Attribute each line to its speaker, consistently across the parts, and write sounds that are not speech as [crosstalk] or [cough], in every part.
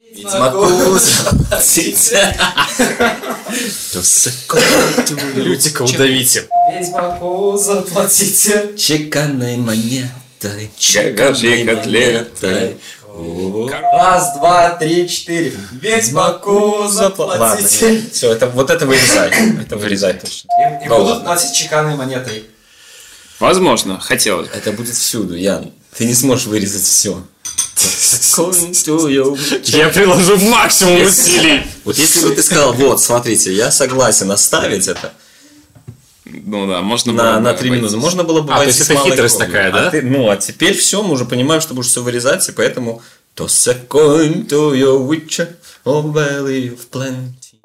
Speaker 1: いつまこうざ
Speaker 2: Лютика удавите.
Speaker 3: Ведьма Коу, заплатите.
Speaker 1: Чеканной монетой, чеканной котлетой.
Speaker 3: Раз, два, три, четыре. Ведьма Коу,
Speaker 2: [laughs] Ладно,
Speaker 3: заплатите.
Speaker 2: все, это, вот это вырезай. Это вырезай точно.
Speaker 3: И, и
Speaker 1: Ну
Speaker 2: Да
Speaker 3: будут
Speaker 2: ладно.
Speaker 3: платить чеканной монетой.
Speaker 4: Возможно, хотелось. бы.
Speaker 1: Это будет всюду, Ян. Ты не сможешь вырезать все.
Speaker 2: Я приложу максимум усилий.
Speaker 1: Вот если бы ты сказал, вот, смотрите, я согласен оставить это
Speaker 4: Ну да, можно было
Speaker 1: на,
Speaker 4: бы
Speaker 1: на 3
Speaker 4: обойтись.
Speaker 1: минуты, можно было бы
Speaker 2: А, то
Speaker 1: обойтись
Speaker 2: есть это
Speaker 1: малой
Speaker 2: хитрость
Speaker 1: кровью.
Speaker 2: такая,
Speaker 1: А
Speaker 2: да?
Speaker 1: ты- ну, а теперь все, мы уже понимаем, что будешь все вырезать, и поэтому... Toss a coin to your witcher, oh valley of plenty.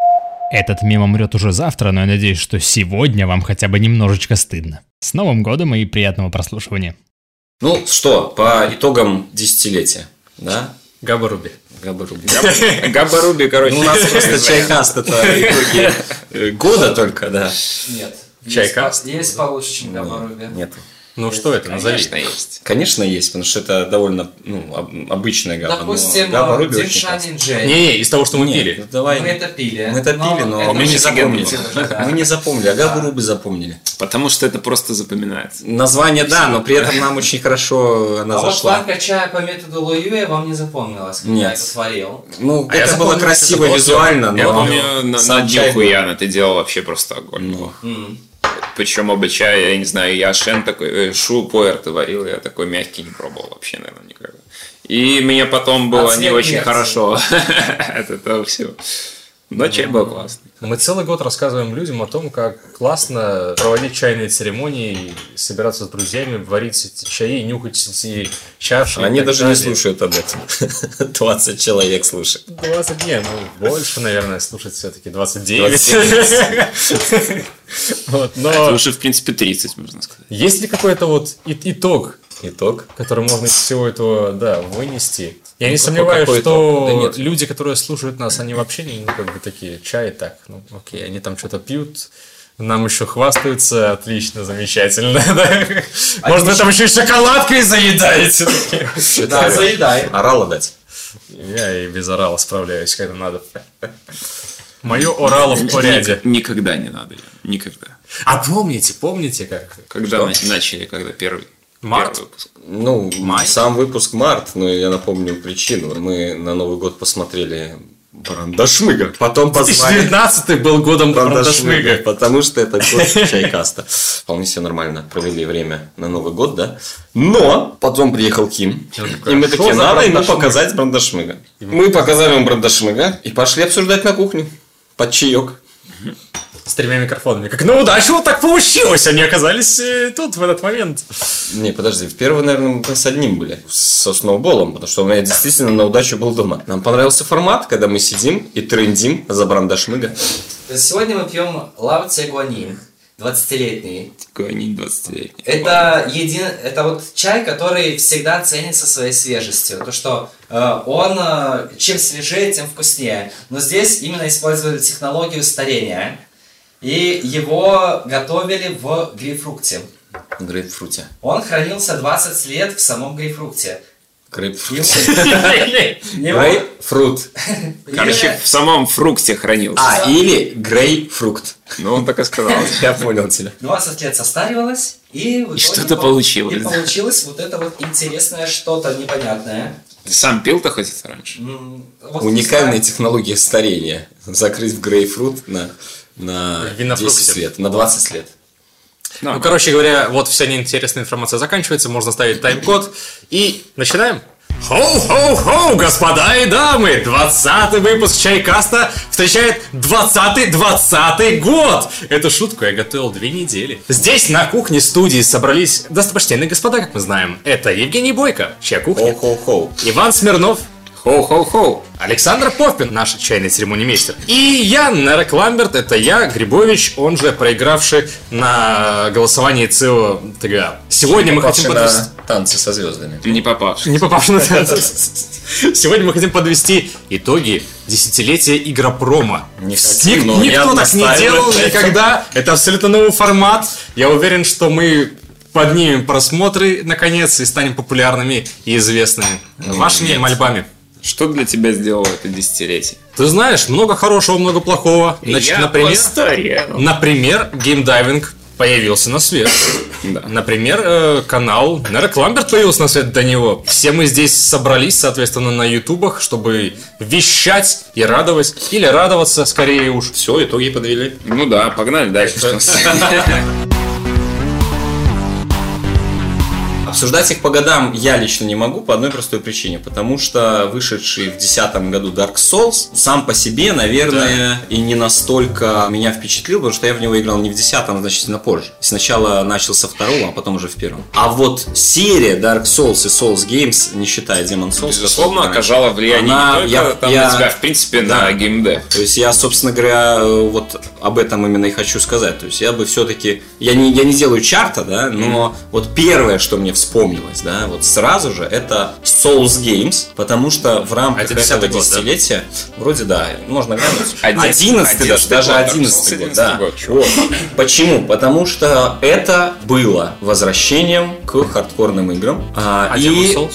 Speaker 5: Этот мем умрет уже завтра, но я надеюсь, что сегодня вам хотя бы немножечко стыдно. С Новым годом и приятного прослушивания.
Speaker 1: Ну что, по итогам десятилетия, да?
Speaker 2: Габа Руби.
Speaker 1: Габаруби.
Speaker 4: Габа Руби, короче.
Speaker 1: Ну, у [laughs] нас просто чайкаст это
Speaker 2: [laughs]
Speaker 1: итоги э, года только, да.
Speaker 3: Нет.
Speaker 2: Чайка?
Speaker 3: Есть, по- есть получше, чем Габаруби.
Speaker 1: Нет.
Speaker 2: Ну что это, назови.
Speaker 4: Конечно, есть.
Speaker 1: Конечно, есть, потому что это довольно ну, об- обычная габа. но
Speaker 3: Допустим, э,
Speaker 1: габа Руби очень
Speaker 3: Динша
Speaker 1: классная.
Speaker 3: Нинджей.
Speaker 2: Не-не, из того, что мы
Speaker 1: Нет,
Speaker 2: пили.
Speaker 1: ну, давай.
Speaker 3: Мы это пили.
Speaker 1: Мы это пили, но
Speaker 3: это
Speaker 1: мы
Speaker 3: очень
Speaker 1: не запомнили.
Speaker 3: запомнили уже, [laughs] да.
Speaker 1: Мы не запомнили, а габу Руби запомнили.
Speaker 4: Потому что это просто запоминается.
Speaker 1: Название, да, но при этом нам очень хорошо она
Speaker 3: А вот
Speaker 1: зашла.
Speaker 3: банка чая по методу Луюя вам не запомнилась, когда
Speaker 1: Нет.
Speaker 3: я это сварил.
Speaker 1: Ну,
Speaker 2: А я
Speaker 1: это
Speaker 2: запомнил,
Speaker 1: было
Speaker 2: что
Speaker 1: красиво
Speaker 2: это было
Speaker 1: визуально, но...
Speaker 4: Я помню, на, на
Speaker 1: Ну, а сам чай
Speaker 4: днюху
Speaker 1: был-
Speaker 4: Яна ты делал вообще просто огонь.
Speaker 1: Ну,
Speaker 4: Причем оба чая, я не знаю, я Шен такой, э, Шу Пуэр ты варил, я такой мягкий не пробовал вообще, наверное, никогда. И мне потом было
Speaker 3: А цвет
Speaker 4: не очень
Speaker 3: нет.
Speaker 4: хорошо [laughs] от этого всего. Но чай был классный.
Speaker 2: Мы целый год рассказываем людям о том, как классно проводить чайные церемонии, собираться с друзьями, варить эти чаи, нюхать эти чаши. и
Speaker 1: Они
Speaker 2: так
Speaker 1: даже не
Speaker 2: далее.
Speaker 1: слушают об [laughs] этом. 20 человек слушают.
Speaker 2: 20 дней, ну, больше, наверное, слушать все-таки 29.
Speaker 1: 29.
Speaker 2: [laughs] Вот,
Speaker 1: А
Speaker 2: Но
Speaker 4: Слушай, в принципе, 30, можно сказать.
Speaker 2: есть ли какой-то вот и- итог, Ну,
Speaker 1: Итог.
Speaker 2: который можно из всего этого, да, вынести? Я не сомневаюсь,
Speaker 1: какой итог? Да
Speaker 2: что
Speaker 1: нет.
Speaker 2: люди, которые слушают нас, они вообще не, ну, как бы такие, чай так, ну, окей, они там что-то пьют, нам еще хвастаются, отлично, замечательно, [laughs] да? Может, вы там А еще и шоколадкой заедаете?
Speaker 3: Да, заедай.
Speaker 1: Орала дать.
Speaker 2: [laughs] Я и без орала справляюсь, когда надо. Мое орало в порядке.
Speaker 4: Ник- Никогда не надо, Яна, никогда.
Speaker 2: А помните, помните как?
Speaker 4: Когда на- начали, когда первый?
Speaker 2: Март?
Speaker 4: первый выпуск.
Speaker 1: Ну, сам выпуск март, но я напомню причину. Мы на Новый год посмотрели Брандашмыга. Потом [laughs] позвали
Speaker 2: 2019 был годом
Speaker 1: Брандашмыга,
Speaker 2: Брандашмыга.
Speaker 1: потому что это год чайкаста. Вполне себе нормально провели время на Новый год, да? Но потом приехал Ким, и мы
Speaker 2: «Что
Speaker 1: такие,
Speaker 2: за
Speaker 1: надо ему
Speaker 2: Брандашмыг?»
Speaker 1: показать Брандашмыга. Мы показали ему Брандашмыга и пошли обсуждать на кухню под чаек.
Speaker 2: С тремя микрофонами. Как на удачу вот так получилось. Они оказались э, тут в этот момент.
Speaker 1: Не, подожди, в первый, наверное, мы с одним были, со сноуболом, потому что у меня действительно на удачу был дома. Нам понравился формат, когда мы сидим и трендим за брандашмыга.
Speaker 3: То есть Сегодня мы пьем Лао Цэ Гуанин, 20-летний.
Speaker 4: Такой они 20-летний.
Speaker 3: Это, един... это вот чай, который всегда ценится своей свежестью. То, что э, он э, чем свежее, тем вкуснее. Но здесь именно использовали технологию старения. И его готовили в грейпфрукте.
Speaker 1: В Грейпфруте.
Speaker 3: Он хранился 20 лет в самом грейпфрукте.
Speaker 1: Грейпфрут.
Speaker 3: Его-
Speaker 1: [laughs]
Speaker 3: его-
Speaker 1: Грейпфрут.
Speaker 4: Короче,
Speaker 3: Или-
Speaker 4: в самом фрукте хранился.
Speaker 1: А, или грейпфрукт. [laughs]
Speaker 4: Ну, он так и сказал.
Speaker 1: Я понял тебя.
Speaker 3: 20 лет состаривалась, и, в итоге
Speaker 4: что-то
Speaker 3: пол-
Speaker 4: получилось,
Speaker 3: И
Speaker 4: да.
Speaker 3: получилось вот это вот интересное что-то непонятное.
Speaker 4: Ты сам пил-то хоть это раньше?
Speaker 3: М, вот
Speaker 2: Ну,
Speaker 3: не
Speaker 1: Уникальная
Speaker 3: знаю.
Speaker 1: технология старения. Закрыть в грейпфрут на, на
Speaker 2: Винофрукте.
Speaker 1: 10 лет, на 20 лет.
Speaker 2: Ну, короче говоря, вот вся неинтересная информация заканчивается. Можно ставить тайм-код. И начинаем. Хоу-хоу-хоу, господа и дамы! 20 выпуск Чайкаста встречает 20-20 год! Эту шутку я готовил две недели. Здесь на кухне студии собрались достопочтенные господа, как мы знаем. Это Евгений Бойко, чья кухня,
Speaker 1: Хоу-хоу-хоу.
Speaker 2: Иван Смирнов,
Speaker 4: Хоу-хоу-хоу.
Speaker 2: Александр Поппин, наш чайный церемонимейстер. И я, Нерек Ламберт, это я, Грибович, он же проигравший на голосовании ЦИО ТГА. Сегодня мы хотим
Speaker 1: Попавший
Speaker 2: подвести...
Speaker 1: на танцы со звездами.
Speaker 4: Не попавший.
Speaker 2: Не попавший на танцы. Сегодня мы хотим подвести итоги десятилетия Игропрома.
Speaker 1: Не
Speaker 2: Ник-
Speaker 1: хотим, но
Speaker 2: никто
Speaker 1: явно
Speaker 2: так не
Speaker 1: ставим
Speaker 2: делал
Speaker 1: это.
Speaker 2: никогда. Это абсолютно новый формат. Я уверен, что мы
Speaker 1: Ну,
Speaker 2: поднимем просмотры, наконец, и станем популярными и известными. Вашими мольбами.
Speaker 4: Что для тебя сделало это десятилетие?
Speaker 2: Ты знаешь, много хорошего, много плохого. Значит,
Speaker 4: Я
Speaker 2: например,
Speaker 4: постарел.
Speaker 2: например, геймдайвинг появился на свет.
Speaker 4: Да.
Speaker 2: Например, э, канал Нера Кламберт появился на свет до него. Все мы здесь собрались, соответственно, на ютубах, чтобы вещать и радовать, или радоваться скорее уж. Все, итоги подвели.
Speaker 4: Ну да, погнали дальше. что у нас.
Speaker 1: Обсуждать их по годам я лично не могу по одной простой причине, потому что вышедший в 2010 году Dark Souls сам по себе, наверное, и не настолько меня впечатлил, потому что я в него играл не в 10 а значительно позже. Сначала начал со второго, а потом уже в первом. А вот серия Dark Souls и Souls Games, не считая Demon Souls,
Speaker 4: Безусловно, оказала влияние
Speaker 1: Она-
Speaker 4: не
Speaker 1: я-
Speaker 4: только там
Speaker 1: я-
Speaker 4: на тебя, в принципе,
Speaker 1: Да.
Speaker 4: на геймдев.
Speaker 1: То есть я, собственно говоря, э, вот об этом именно и хочу сказать. То есть я бы все-таки, я не, я не делаю чарта, да, но вот первое, что мне вспомнилось, да, вот сразу же, это Souls Games, потому что в
Speaker 2: А
Speaker 1: рамках этого
Speaker 2: это 10-й год, да?
Speaker 1: десятилетия, вроде да, можно глянуть,
Speaker 4: Одиннадцатый-
Speaker 1: 11 даже,
Speaker 4: одиннадцатый
Speaker 1: даже 11
Speaker 4: год,
Speaker 1: год,
Speaker 4: 11-й
Speaker 1: да.
Speaker 4: год, чувак.
Speaker 1: Вот. Почему? Потому что это было возвращением к хардкорным играм. А,
Speaker 2: А
Speaker 1: и-
Speaker 2: Demon's Souls?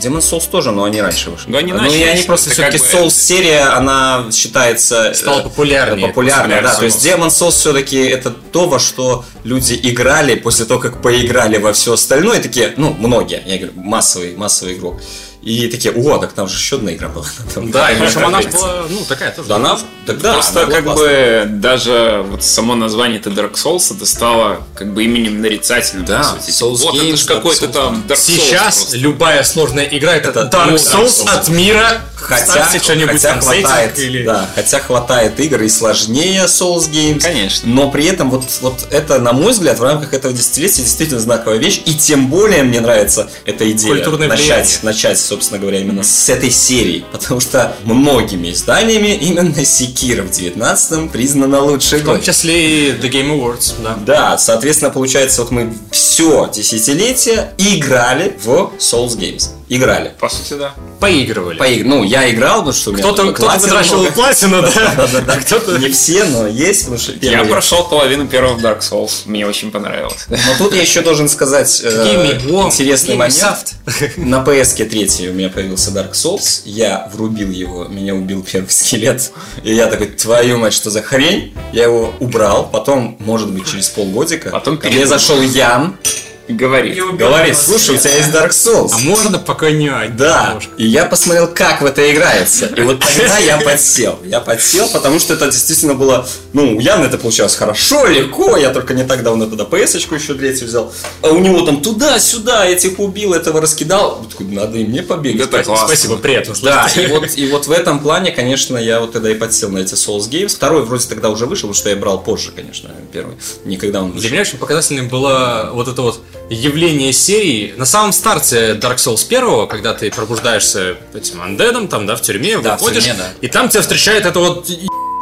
Speaker 1: Demon's Souls тоже, но они раньше вышли.
Speaker 4: Но они
Speaker 1: ну,
Speaker 4: начали,
Speaker 1: и они
Speaker 4: что
Speaker 1: просто
Speaker 4: это
Speaker 1: все-таки
Speaker 4: как бы-
Speaker 1: Souls серия, она считается... э,
Speaker 2: Стала популярнее.
Speaker 1: Популярная, да.
Speaker 4: популярнее
Speaker 1: То есть
Speaker 4: Souls.
Speaker 1: Demon Souls все-таки это то, во что люди играли после того, как поиграли во все остальное, такие, ну, многие, я говорю, массовый, массовый игрок. И такие, о, так там же еще одна игра была. Там-
Speaker 2: Да, и причем она ж
Speaker 1: Да,
Speaker 2: была, ну, такая тоже.
Speaker 1: она... Так да,
Speaker 4: Просто
Speaker 1: она была
Speaker 4: как
Speaker 1: классная.
Speaker 4: бы даже вот само название это Dark Souls, это стало как бы именем нарицательным.
Speaker 1: Да,
Speaker 4: по сути.
Speaker 1: Souls
Speaker 4: вот это
Speaker 1: Games,
Speaker 4: же
Speaker 1: Dark
Speaker 4: какой-то
Speaker 1: Souls.
Speaker 4: там Dark Souls.
Speaker 2: Сейчас
Speaker 4: просто.
Speaker 2: любая сложная игра это,
Speaker 1: Это
Speaker 2: Dark
Speaker 1: ну, Dark
Speaker 2: Souls
Speaker 1: Souls.
Speaker 2: от мира.
Speaker 1: Хотя,
Speaker 2: Ставьте что-нибудь
Speaker 1: хотя
Speaker 2: там, сеттинг
Speaker 1: хватает,
Speaker 2: или-
Speaker 1: да, хотя хватает игр и сложнее Souls Games.
Speaker 4: Конечно.
Speaker 1: Но при этом вот, вот это, на мой взгляд, в рамках этого десятилетия действительно знаковая вещь. И тем более мне нравится эта идея
Speaker 2: Культурное влияние.
Speaker 1: начать, начать, собственно говоря, именно с этой серии. Потому что многими изданиями именно Секира в 19-м признана лучшей
Speaker 2: В том
Speaker 1: игрой.
Speaker 2: числе и The Game Awards, да.
Speaker 1: Да, соответственно, получается, вот мы все десятилетие играли в Souls Games. Играли.
Speaker 4: По сути, да.
Speaker 2: Поигрывали.
Speaker 1: Поиг- Ну, я играл, потому что у меня
Speaker 2: Кто-то
Speaker 1: там
Speaker 2: кто
Speaker 1: платина
Speaker 2: потрачивал
Speaker 1: [laughs] много.
Speaker 2: платину, да?
Speaker 1: Да-да-да.
Speaker 2: Кто-то-
Speaker 1: Не все, но есть, потому что
Speaker 4: Я
Speaker 1: первый есть.
Speaker 4: прошел половину первого Dark Souls. Мне
Speaker 1: [laughs]
Speaker 4: очень понравилось.
Speaker 1: Но тут я еще должен сказать э,
Speaker 2: Какими? О,
Speaker 1: интересный
Speaker 2: Ubisoft.
Speaker 1: момент. На PS3 третьей у меня появился Dark Souls. Я врубил его, меня убил первый скелет. И я такой, твою мать, что за хрень? Я его убрал. Потом, может быть, через полгодика
Speaker 4: Потом
Speaker 1: ко мне
Speaker 4: передумал.
Speaker 1: зашел Ян.
Speaker 4: Говорит.
Speaker 1: Говорит, слушай, у тебя есть Dark Souls.
Speaker 2: А можно пока не а,
Speaker 1: Да,
Speaker 2: немножко.
Speaker 1: и я посмотрел, как в это играется. И вот тогда я подсел. Я подсел, потому что это действительно было... Ну, у Яны это получалось хорошо, легко. Я только не так давно тогда PS-очку еще третью взял. А у него там туда-сюда этих убил, этого раскидал. Вот такой, Надо и мне побегать.
Speaker 4: Это классно.
Speaker 2: Спасибо, приятно
Speaker 1: Да,
Speaker 2: слышать.
Speaker 1: и вот, и вот в этом плане, конечно, я вот тогда и подсел на эти Souls Games. Второй вроде тогда уже вышел, потому что я брал позже, конечно, первый. Никогда он
Speaker 2: Для
Speaker 1: вышел.
Speaker 2: меня очень показательным было вот это вот явление серии. На самом старте Dark Souls 1, когда ты пробуждаешься этим андедом, там, да, в тюрьме,
Speaker 1: Да, в
Speaker 2: выходишь,
Speaker 1: тюрьме, да.
Speaker 2: и там тебя встречает это вот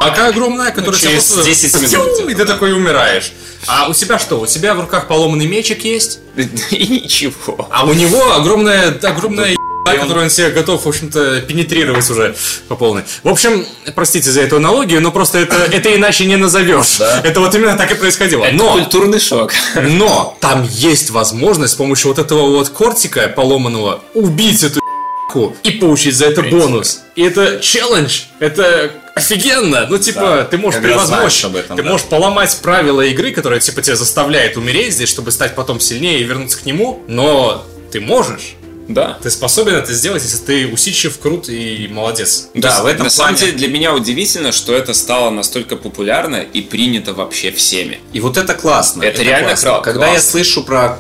Speaker 2: Ака огромная, которая тебя
Speaker 1: через
Speaker 2: просто
Speaker 1: 10 минут
Speaker 2: тю,
Speaker 1: где-то,
Speaker 2: И ты
Speaker 1: да.
Speaker 2: такой умираешь. А у тебя что? У тебя в руках поломанный мечик есть,
Speaker 4: [laughs] И ничего.
Speaker 2: а у него огромная, огромная ебать, которую он себе готов, в общем-то, пенетрировать уже по полной. В общем, простите за эту аналогию, но просто это, это иначе не назовешь. Это вот именно так и происходило. но,
Speaker 4: Культурный шок. [laughs]
Speaker 2: но там есть возможность с помощью вот этого вот кортика поломанного убить эту ебаку и получить за это бонус. И это челлендж, это офигенно. Ну, типа, ты можешь
Speaker 1: когда
Speaker 2: превозмочь,
Speaker 1: знаешь об этом,
Speaker 2: ты
Speaker 1: да.
Speaker 2: можешь поломать правила игры, которые, типа, тебя заставляет умереть здесь, чтобы стать потом сильнее и вернуться к нему, но ты можешь.
Speaker 4: Да.
Speaker 2: Ты способен это сделать, если ты усидчив, крут и молодец.
Speaker 1: Да,
Speaker 4: То есть,
Speaker 1: в этом
Speaker 4: На самом
Speaker 1: плане-
Speaker 4: деле для меня удивительно, что это стало настолько популярно и принято вообще всеми.
Speaker 1: И вот это классно.
Speaker 4: Это реально
Speaker 1: классно.
Speaker 4: кра-
Speaker 1: Когда я
Speaker 4: классно.
Speaker 1: слышу про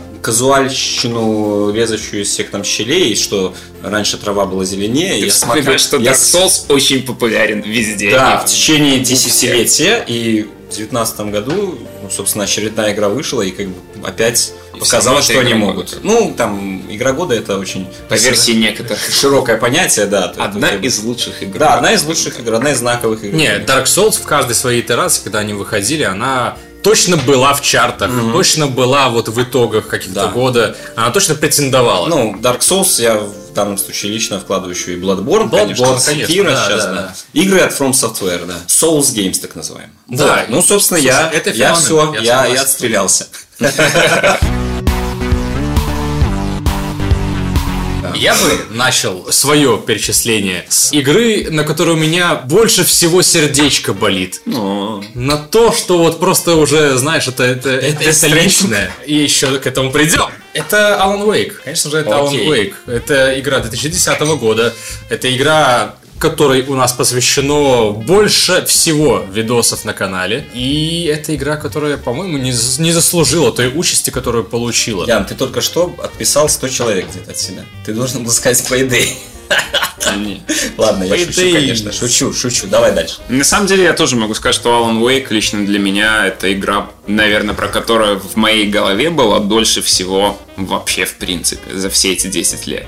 Speaker 1: казуальщину, резающую из всех там щелей, и что раньше трава была зеленее,
Speaker 4: Ты
Speaker 1: я
Speaker 4: вспоминаешь,
Speaker 1: смотрю,
Speaker 4: что
Speaker 1: я
Speaker 4: Dark
Speaker 1: с-
Speaker 4: Souls очень популярен везде.
Speaker 1: Да,
Speaker 4: И-
Speaker 1: в течение десятилетия, и в девятнадцатом году, ну, собственно, очередная игра вышла, и как бы опять
Speaker 4: И
Speaker 1: показала,
Speaker 4: все
Speaker 1: что
Speaker 4: равно это
Speaker 1: они
Speaker 4: игры
Speaker 1: могут. Ну, там, игра года это очень
Speaker 4: По версии некоторых.
Speaker 1: широкое понятие, да. то-
Speaker 4: Одна
Speaker 1: то-
Speaker 4: из лучших игр.
Speaker 1: Да, одна из лучших игр, одна из знаковых игр.
Speaker 2: Не, Dark Souls в каждой своей итерации, когда они выходили, она точно была в чартах, точно была вот в итогах каких-то
Speaker 1: Да.
Speaker 2: года, она точно претендовала.
Speaker 1: Ну, Dark Souls я в данном случае лично вкладываю еще и Bloodborne,
Speaker 2: Bloodborne,
Speaker 1: конечно,
Speaker 2: конечно,
Speaker 1: Sekiro
Speaker 2: да,
Speaker 1: сейчас,
Speaker 2: да,
Speaker 1: да,
Speaker 2: да.
Speaker 1: Игры от From Software, да. Souls Games, так называемые.
Speaker 2: Да.
Speaker 1: Вот, Ну, собственно,
Speaker 2: Слушай,
Speaker 1: я,
Speaker 2: это
Speaker 1: я
Speaker 2: феномен,
Speaker 1: все,
Speaker 2: я
Speaker 1: я,
Speaker 2: согласен.
Speaker 1: я отстрелялся.
Speaker 2: Я бы начал свое перечисление с игры, на которой у меня больше всего сердечко болит.
Speaker 4: Ну,
Speaker 2: На то, что вот просто уже, знаешь, это, это, это, это личное. И еще к этому придем. Это Alan Wake. Конечно же, это
Speaker 4: Окей.
Speaker 2: Alan Wake. Это игра 2010 года. Это игра которой у нас посвящено больше всего видосов на канале. И это игра, которая, по-моему, не, зас- не заслужила той участи, которую получила.
Speaker 1: Ян, ты только что отписал 100 человек где-то от себя. Ты должен был сказать по идее.
Speaker 4: не.
Speaker 1: [laughs] Ладно, я
Speaker 2: По
Speaker 1: шучу,
Speaker 2: идее.
Speaker 1: конечно. Шучу, шучу. Давай
Speaker 2: [laughs]
Speaker 1: дальше.
Speaker 4: На самом деле я тоже могу сказать, что Alan Wake лично для меня это игра, наверное, про которую в моей голове была дольше всего вообще в принципе за все эти 10 лет.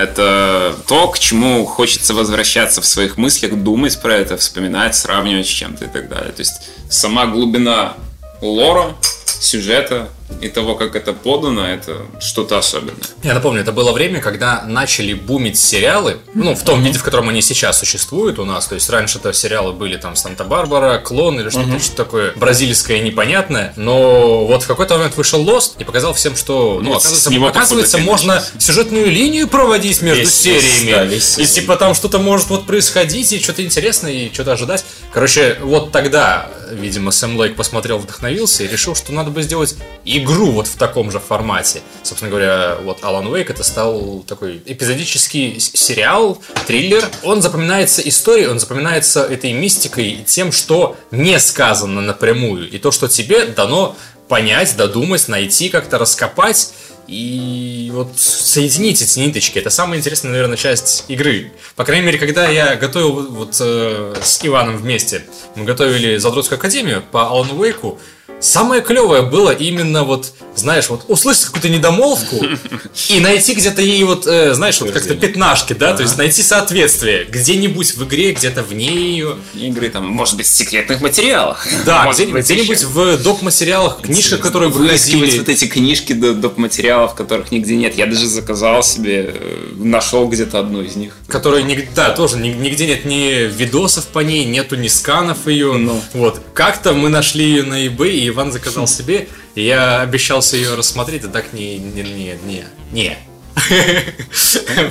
Speaker 4: Это то, к чему хочется возвращаться в своих мыслях, думать про это, вспоминать, сравнивать с чем-то и так далее. То есть сама глубина лора, сюжета и того, как это подано, это что-то особенное.
Speaker 2: Я напомню, это было время, когда начали бумить сериалы, ну, в том виде, в котором они сейчас существуют у нас. То есть раньше это сериалы были там Санта-Барбара, Клон или что-то что такое бразильское непонятное. Но вот в какой-то момент вышел Lost и показал всем, что, ну,
Speaker 4: Вот
Speaker 2: оказывается,
Speaker 4: с него
Speaker 2: оказывается,
Speaker 4: походу
Speaker 2: можно
Speaker 4: началось.
Speaker 2: сюжетную линию проводить между
Speaker 1: Весь-
Speaker 2: сериями.
Speaker 1: да, весь
Speaker 2: и
Speaker 1: сезон.
Speaker 2: типа там что-то может вот происходить, и что-то интересное, и что-то ожидать. Короче, вот тогда, видимо, Сэм Лейк посмотрел, вдохновился и решил, что надо бы сделать игру вот в таком же формате. Собственно говоря, вот Alan Wake это стал такой эпизодический с- сериал, триллер. Он запоминается историей, он запоминается этой мистикой и тем, что не сказано напрямую, и то, что тебе дано понять, додумать, найти, как-то раскопать. И вот соединить эти ниточки. Это самая интересная, наверное, часть игры. По крайней мере, когда я готовил вот- вот э, с Иваном вместе, мы готовили Задротскую Академию по Alan Wake, самое клевое было именно вот, знаешь, вот услышать какую-то недомолвку и найти где-то ей вот, э, знаешь, вот как-то пятнашки, да, то есть найти соответствие где-нибудь в игре, где-то вне ее.
Speaker 4: Игры там, может быть, в секретных материалах.
Speaker 2: Да,
Speaker 4: Может
Speaker 2: где-нибудь
Speaker 4: быть,
Speaker 2: где-нибудь
Speaker 4: еще.
Speaker 2: в док-материалах, книжках, которые
Speaker 4: Выискивать
Speaker 2: выходили.
Speaker 4: вот эти книжки до доп. материалов, которых нигде нет. Я даже заказал себе, э, нашел где-то одну из них.
Speaker 2: Которые нигде, да, тоже ни- нигде нет ни видосов по ней, нету ни сканов ее.
Speaker 4: Ну.
Speaker 2: Вот. Как-то мы нашли ее на eBay, и Иван заказал себе. И я обещался ее рассмотреть, а так не, не, не, не, не.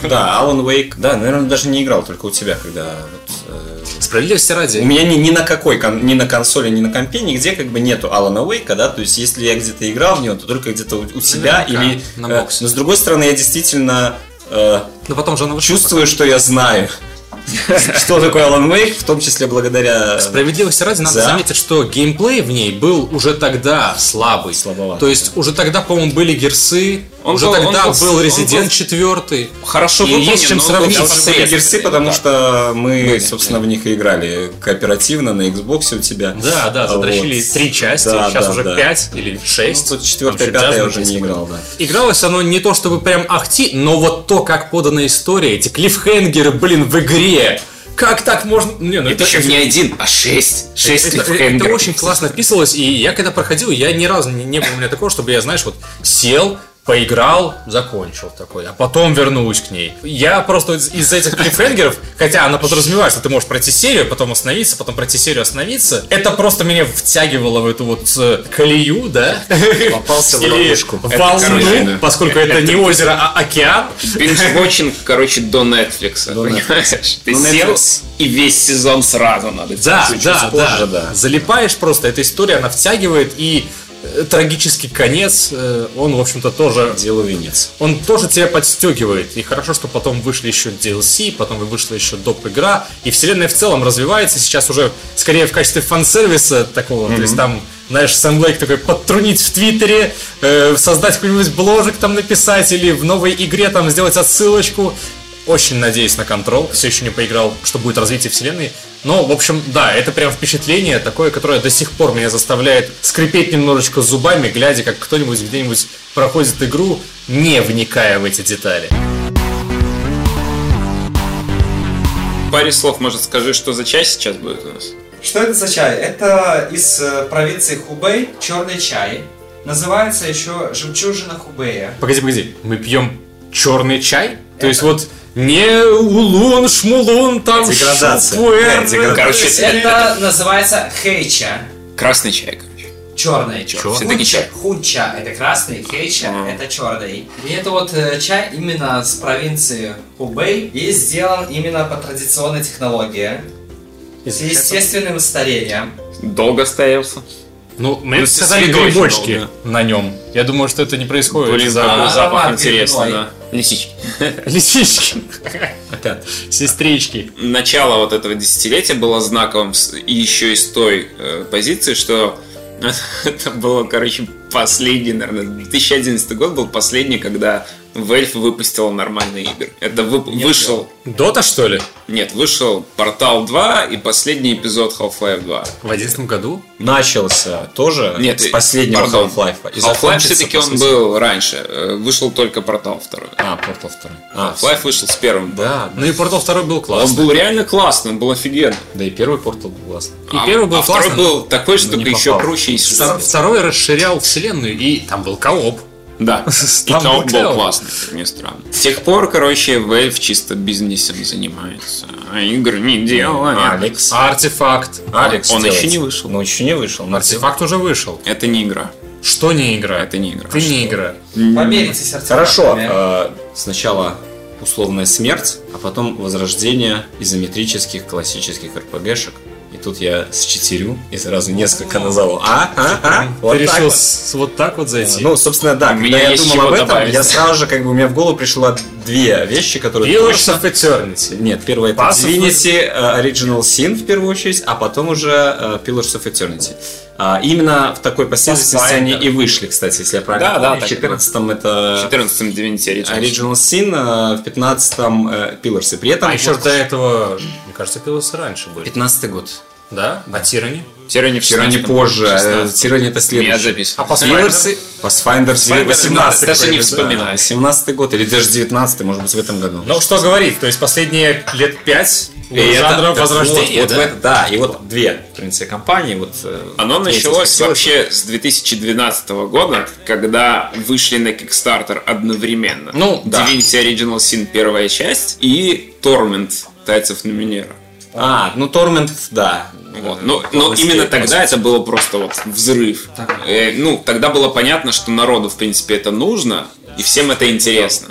Speaker 1: Да, Alan Wake. Да, наверное, даже не играл, только у тебя, когда вот, э,
Speaker 2: Справедливости
Speaker 1: У
Speaker 2: ради.
Speaker 1: меня ни, ни на какой, кон- ни на консоли, ни на компе нигде как бы нету Алана Уэйка, да, то есть если я где-то играл в него, то только где-то у, у себя
Speaker 2: Наверняка,
Speaker 1: или...
Speaker 2: на
Speaker 1: э,
Speaker 2: боксе.
Speaker 1: но с другой стороны, я действительно э,
Speaker 2: Но потом же она вышла.
Speaker 1: чувствую, что я знаю, [laughs] что такое Алан Уэйк, в том числе благодаря...
Speaker 2: Справедливости ради, надо
Speaker 1: За.
Speaker 2: заметить, что геймплей в ней был уже тогда слабый.
Speaker 1: Слабоват.
Speaker 2: То есть уже тогда, по-моему, были герсы,
Speaker 4: Он
Speaker 2: уже
Speaker 4: был- он
Speaker 2: тогда
Speaker 4: был-
Speaker 2: был
Speaker 4: он
Speaker 2: Resident
Speaker 4: был-
Speaker 2: 4.
Speaker 4: Хорошо
Speaker 2: И
Speaker 4: выполнен,
Speaker 2: есть чем
Speaker 4: но он
Speaker 2: сравнить.
Speaker 4: был
Speaker 2: Посредственно,
Speaker 1: Посредственно, герсы, потому
Speaker 4: да.
Speaker 1: что мы,
Speaker 4: Были,
Speaker 1: собственно, в них и играли кооперативно на Xbox у тебя.
Speaker 2: Да, да, задрочили
Speaker 1: Вот.
Speaker 2: три части,
Speaker 1: Да,
Speaker 2: сейчас
Speaker 1: да,
Speaker 2: уже
Speaker 1: да.
Speaker 2: пять или шесть.
Speaker 1: Ну, тут четвертая,
Speaker 2: Там еще
Speaker 1: пятая я
Speaker 2: джаз
Speaker 1: уже не
Speaker 2: будет.
Speaker 1: играл, да.
Speaker 2: Игралось оно не то чтобы прям ахти, но вот то, как подана история, эти клиффхенгеры, блин, в игре. Как так можно? Не, ну
Speaker 4: Это еще не один, а шесть. Шесть
Speaker 2: это,
Speaker 4: клиффхенгеров.
Speaker 2: это очень классно вписывалось, и я когда проходил, я ни разу не, не было у меня такого, чтобы я, знаешь, вот сел, поиграл, закончил такой, а потом вернусь к ней. Я просто из- из этих клиффхенгеров, хотя она подразумевает, что ты можешь пройти серию, потом остановиться, потом пройти серию, остановиться, это просто меня втягивало в эту вот э, колею, да?
Speaker 1: Попался в
Speaker 2: Или
Speaker 1: ловушку.
Speaker 2: в
Speaker 4: Это, короче,
Speaker 2: волну,
Speaker 4: да.
Speaker 2: поскольку это не озеро, а океан.
Speaker 4: [laughs] Биндж-вотчинг, короче, до Netflix.
Speaker 1: До
Speaker 4: понимаешь? Ты
Speaker 1: Ну,
Speaker 4: сел
Speaker 1: Netflix.
Speaker 4: и весь сезон сразу надо.
Speaker 2: Да,
Speaker 1: Чуть
Speaker 2: да,
Speaker 1: позже,
Speaker 2: да,
Speaker 1: да.
Speaker 2: Залипаешь просто, эта история, она втягивает, и э, трагический конец, э, он, в общем-то, тоже...
Speaker 1: Делу венец.
Speaker 2: Он тоже тебя подстегивает. И хорошо, что потом вышли еще DLC, потом вышла еще доп-игра. И вселенная в целом развивается сейчас уже скорее в качестве фан-сервиса такого. То есть там, знаешь, Сэм Лейк такой подтрунить в Твиттере, э, создать какой-нибудь бложек там написать или в новой игре там сделать отсылочку. Очень надеюсь на контрол. Все еще не поиграл, что будет развитие вселенной. Но, в общем, да, это прям впечатление такое, которое до сих пор меня заставляет скрипеть немножечко зубами, глядя, как кто-нибудь где-нибудь проходит игру, не вникая в эти детали.
Speaker 4: В Паре слов, может, скажи, что за чай сейчас будет у нас?
Speaker 3: Что это за чай? Это из э, провинции Хубей черный чай. Называется еще жемчужина Хубея.
Speaker 2: Погоди, погоди, мы пьем черный чай? То есть вот не улун, шмулун, там
Speaker 1: Деградация.
Speaker 2: шпуэр.
Speaker 1: Да, деградация.
Speaker 4: Короче,
Speaker 3: Это называется хейча.
Speaker 4: красный чай, короче.
Speaker 3: черный.
Speaker 4: Чёрный. Всё-таки чай.
Speaker 3: Хунча – это красный, хейча
Speaker 4: Мгм.
Speaker 3: это черный. И это вот э, чай именно с провинции Хубэй и сделан именно по традиционной технологии. С естественным старением.
Speaker 4: Долго стоялся.
Speaker 2: Ну, мне
Speaker 4: Ну,
Speaker 2: сказали
Speaker 4: следующий
Speaker 2: грибочки
Speaker 4: был,
Speaker 2: на нем. Я думаю, что это не происходит.
Speaker 4: Блин,
Speaker 2: из-за
Speaker 4: какой
Speaker 3: аромат
Speaker 4: запах
Speaker 3: грибной.
Speaker 4: интересный, да. Лисички.
Speaker 2: Лисички. [laughs]
Speaker 1: Опять.
Speaker 2: Сестрички.
Speaker 4: начало вот этого десятилетия было знаковым с- и еще и с той э, позиции, что [laughs] это было, короче, последний, наверное, 2011 год был последний, когда Valve выпустила нормальные игры. Это вып-
Speaker 3: Нет,
Speaker 4: вышел...
Speaker 2: Дота, что ли?
Speaker 4: Нет, вышел Портал 2 и последний эпизод Half-Life 2.
Speaker 2: В одиннадцатом году?
Speaker 1: Начался тоже
Speaker 4: Нет,
Speaker 1: с
Speaker 4: и-
Speaker 1: последнего
Speaker 4: пардон.
Speaker 1: Half-Life. И
Speaker 4: Half-Life
Speaker 1: закончится,
Speaker 4: все-таки
Speaker 1: по
Speaker 4: он
Speaker 1: сути-
Speaker 4: был раньше. Э, Вышел только Портал 2.
Speaker 1: А, Portal 2. А,
Speaker 4: Half-Life вышел с первым.
Speaker 1: Да,
Speaker 2: Ну и Портал второй был
Speaker 4: Он
Speaker 2: классный.
Speaker 4: был реально классный, он был офигенно.
Speaker 1: да и первый Portal был классный.
Speaker 2: И первый был
Speaker 4: а второй
Speaker 2: классный.
Speaker 4: был такой, что
Speaker 1: не
Speaker 4: ты еще
Speaker 1: попал.
Speaker 4: круче и
Speaker 2: Втор- Второй расширял вселенную, и там был кооп. [laughs]
Speaker 4: Да, и
Speaker 2: Там
Speaker 4: Таук
Speaker 2: был
Speaker 4: был
Speaker 2: клёвый.
Speaker 4: классный, как ни странно. С тех пор, короче, Valve чисто бизнесом занимается, а игр не делает.
Speaker 1: Алекс.
Speaker 2: Артефакт.
Speaker 1: Алекс
Speaker 4: А, он
Speaker 1: делается.
Speaker 4: еще не вышел.
Speaker 1: Ну, еще не вышел. но
Speaker 2: Артефакт уже вышел.
Speaker 4: Это не игра, А,
Speaker 2: Что не игра?
Speaker 4: это не игра.
Speaker 2: Ты не игра.
Speaker 3: Померитесь
Speaker 1: Хорошо,
Speaker 3: артефактами.
Speaker 1: э, сначала условная смерть, а потом возрождение изометрических классических РПГшек. И тут я счетерю и сразу несколько назову. А, а, а, вот
Speaker 2: Ты
Speaker 1: так
Speaker 2: решил
Speaker 1: вот.
Speaker 2: с- вот так вот зайти?
Speaker 1: Ну, собственно, да,
Speaker 4: У
Speaker 1: когда
Speaker 4: меня
Speaker 1: я
Speaker 4: есть
Speaker 1: думал
Speaker 4: чего
Speaker 1: об этом,
Speaker 4: добавить.
Speaker 1: я сразу же, как бы, у меня в голову пришла две вещи, которые...
Speaker 2: Pillars
Speaker 1: точно-
Speaker 2: of Eternity.
Speaker 1: Нет, первое это
Speaker 2: Pass of-
Speaker 1: Divinity, э, Original Sin в первую очередь, а потом уже э, Pillars of Eternity. А, Именно в такой последовательности
Speaker 2: Pathfinder.
Speaker 1: они и вышли, кстати, если я правильно
Speaker 4: Да, да,
Speaker 1: помню.
Speaker 4: так
Speaker 1: в 14-м
Speaker 4: Э, В
Speaker 1: это
Speaker 4: 14-м Divinity Original.
Speaker 1: Original Sin, э, в 15-м э, Pillars. И при этом...
Speaker 2: А еще
Speaker 1: вот
Speaker 2: ж до этого, мне кажется, пилосы раньше были.
Speaker 1: 15-й год.
Speaker 2: Да? А Тирани?
Speaker 4: Тирани в
Speaker 1: Тирани
Speaker 4: 16-м,
Speaker 1: позже, э,
Speaker 4: 16-м.
Speaker 1: Тирани это
Speaker 4: Меня
Speaker 1: следующий.
Speaker 4: записывал.
Speaker 2: А после
Speaker 1: Пилларсы, Pathfinder
Speaker 4: Pathfinder,
Speaker 1: 18
Speaker 4: даже не вспоминаю.
Speaker 1: 17 год, или даже 19 может быть, в этом году.
Speaker 2: Ну, что говорить, то есть последние лет пять у
Speaker 1: И
Speaker 2: жанра
Speaker 1: это-
Speaker 2: возрождения,
Speaker 1: вот- вот
Speaker 2: да?
Speaker 1: в это- да, и вот две, в принципе, компании. Вот, э,
Speaker 2: А,
Speaker 4: Оно
Speaker 1: третья
Speaker 4: началось
Speaker 1: захотелось.
Speaker 4: вообще с 2012 года, когда вышли на Kickstarter одновременно.
Speaker 2: Ну, да.
Speaker 4: Divinity Original Sin первая часть и Torment Тайцев на Минера.
Speaker 1: А, ну Тормент, да.
Speaker 4: Вот. Но,
Speaker 1: Э,
Speaker 4: но
Speaker 1: полностью
Speaker 4: именно
Speaker 1: я
Speaker 4: тогда
Speaker 1: полностью.
Speaker 4: это было просто вот взрыв. Э, ну, тогда было понятно, что народу, в принципе, это нужно, и всем это интересно.